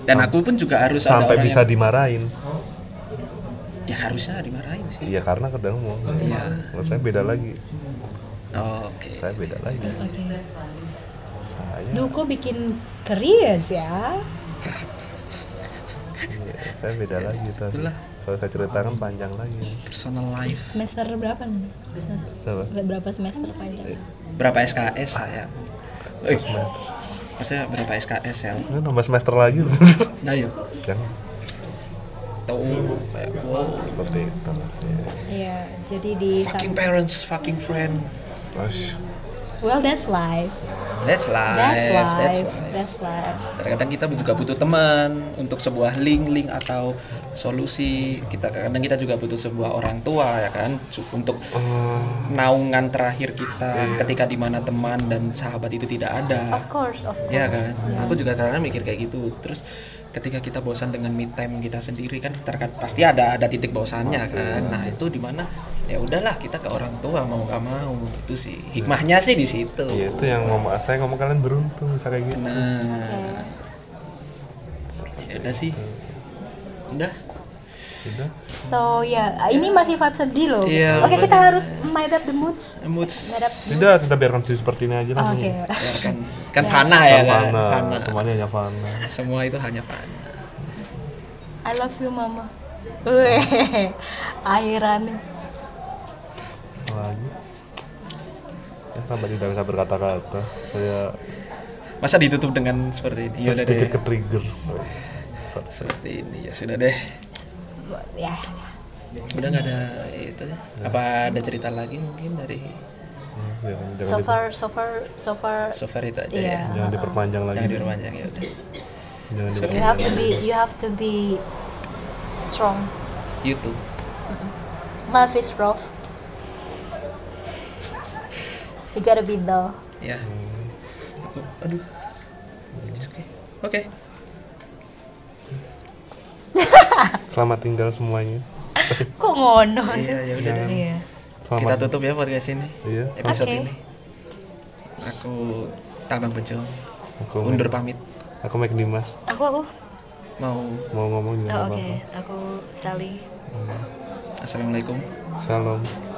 Speaker 2: dan aku pun juga harus ada
Speaker 3: sampai
Speaker 2: orang
Speaker 3: bisa
Speaker 2: yang-
Speaker 3: dimarahin
Speaker 2: ya harusnya dimarahin sih
Speaker 3: iya karena kadang mau
Speaker 2: Iya.
Speaker 3: menurut saya beda lagi
Speaker 2: oke
Speaker 3: Iya. saya beda lagi
Speaker 1: oke
Speaker 3: saya
Speaker 1: Iya. Duh, kok bikin keries ya
Speaker 3: iya, saya beda lagi tadi
Speaker 2: itulah.
Speaker 3: kalau saya ceritakan panjang lagi
Speaker 2: personal life
Speaker 1: semester berapa nih semester
Speaker 3: Coba.
Speaker 1: berapa semester
Speaker 2: Iya.
Speaker 1: panjang
Speaker 2: berapa SKS saya Eh,
Speaker 3: semester
Speaker 2: ya? maksudnya berapa SKS ya
Speaker 3: ini nambah semester lagi loh
Speaker 2: nah yuk
Speaker 3: jangan
Speaker 2: tahu kayak, wow
Speaker 3: seperti itu lah ya.
Speaker 1: ya jadi di
Speaker 2: fucking parents fucking friend
Speaker 3: terus
Speaker 1: well that's life
Speaker 2: that's life
Speaker 1: that's life
Speaker 2: Ah, iya, that's
Speaker 1: that's
Speaker 2: life.
Speaker 1: life,
Speaker 2: terkadang kita juga butuh teman untuk sebuah link-link atau solusi kita kadang kita juga butuh sebuah orang tua ya kan Su- untuk
Speaker 3: eh,
Speaker 2: naungan terakhir kita
Speaker 3: Iya.
Speaker 2: ketika dimana teman dan sahabat itu tidak ada
Speaker 1: of course of course Iya.
Speaker 2: ya kan aku juga karena mikir kayak gitu terus ketika kita bosan dengan me time kita sendiri kan terkad pasti ada ada titik bosannya kan
Speaker 3: iya.
Speaker 2: nah itu dimana ya udahlah kita ke orang tua mau nggak mau itu sih hikmahnya sih di situ
Speaker 3: iya itu yang ngomong saya ngomong kalian beruntung bisa kayak gitu
Speaker 2: nah ya udah sih udah
Speaker 3: udah
Speaker 1: So ya, ini masih vibe sedih loh.
Speaker 2: Iya,
Speaker 1: Oke,
Speaker 2: bener.
Speaker 1: kita harus made up the moods.
Speaker 2: moods
Speaker 1: Merap.
Speaker 3: tidak kita biarkan sih seperti ini aja lah
Speaker 1: Oke.
Speaker 2: ya kan kan fana ya kan
Speaker 3: fana,
Speaker 2: fana
Speaker 3: semuanya hanya fana
Speaker 2: semua itu hanya fana
Speaker 1: I love you mama. Weh, Airan.
Speaker 3: Apa lagi ya sampai tidak bisa berkata-kata saya
Speaker 2: masa ditutup dengan seperti ini
Speaker 1: Iya,
Speaker 3: Saya
Speaker 2: Yaudah
Speaker 3: sedikit
Speaker 2: deh.
Speaker 3: ke trigger
Speaker 2: seperti ini ya sudah deh
Speaker 1: ya
Speaker 2: udah nggak ada itu ya. apa ada cerita lagi mungkin dari
Speaker 3: ya,
Speaker 1: so far so far so far
Speaker 2: so far itu aja
Speaker 1: Iya.
Speaker 2: ya
Speaker 3: jangan diperpanjang lagi
Speaker 2: jangan diperpanjang ya udah
Speaker 3: jangan
Speaker 1: you
Speaker 2: So,
Speaker 3: diperpanjang
Speaker 1: have to be you have to be strong
Speaker 2: YouTube
Speaker 1: life is rough you gotta be the
Speaker 2: ya Iya.
Speaker 3: Hmm.
Speaker 2: aduh it's okay oke
Speaker 3: selamat tinggal semuanya
Speaker 1: kok ngono sih?
Speaker 2: iya ya udah deh.
Speaker 3: Jangan-
Speaker 1: iya
Speaker 3: selamat
Speaker 2: kita tutup ya podcast ini
Speaker 3: iya selamat
Speaker 2: episode
Speaker 1: Oke.
Speaker 2: ini aku Tambang Bejo
Speaker 3: aku
Speaker 2: undur pamit
Speaker 3: aku Mike Dimas
Speaker 1: aku aku
Speaker 2: mau
Speaker 3: mau ngomong juga
Speaker 1: Oh,
Speaker 3: nggak
Speaker 1: oke
Speaker 3: apa-apa
Speaker 1: aku Sally
Speaker 3: Hmm.
Speaker 2: assalamualaikum
Speaker 3: Shalom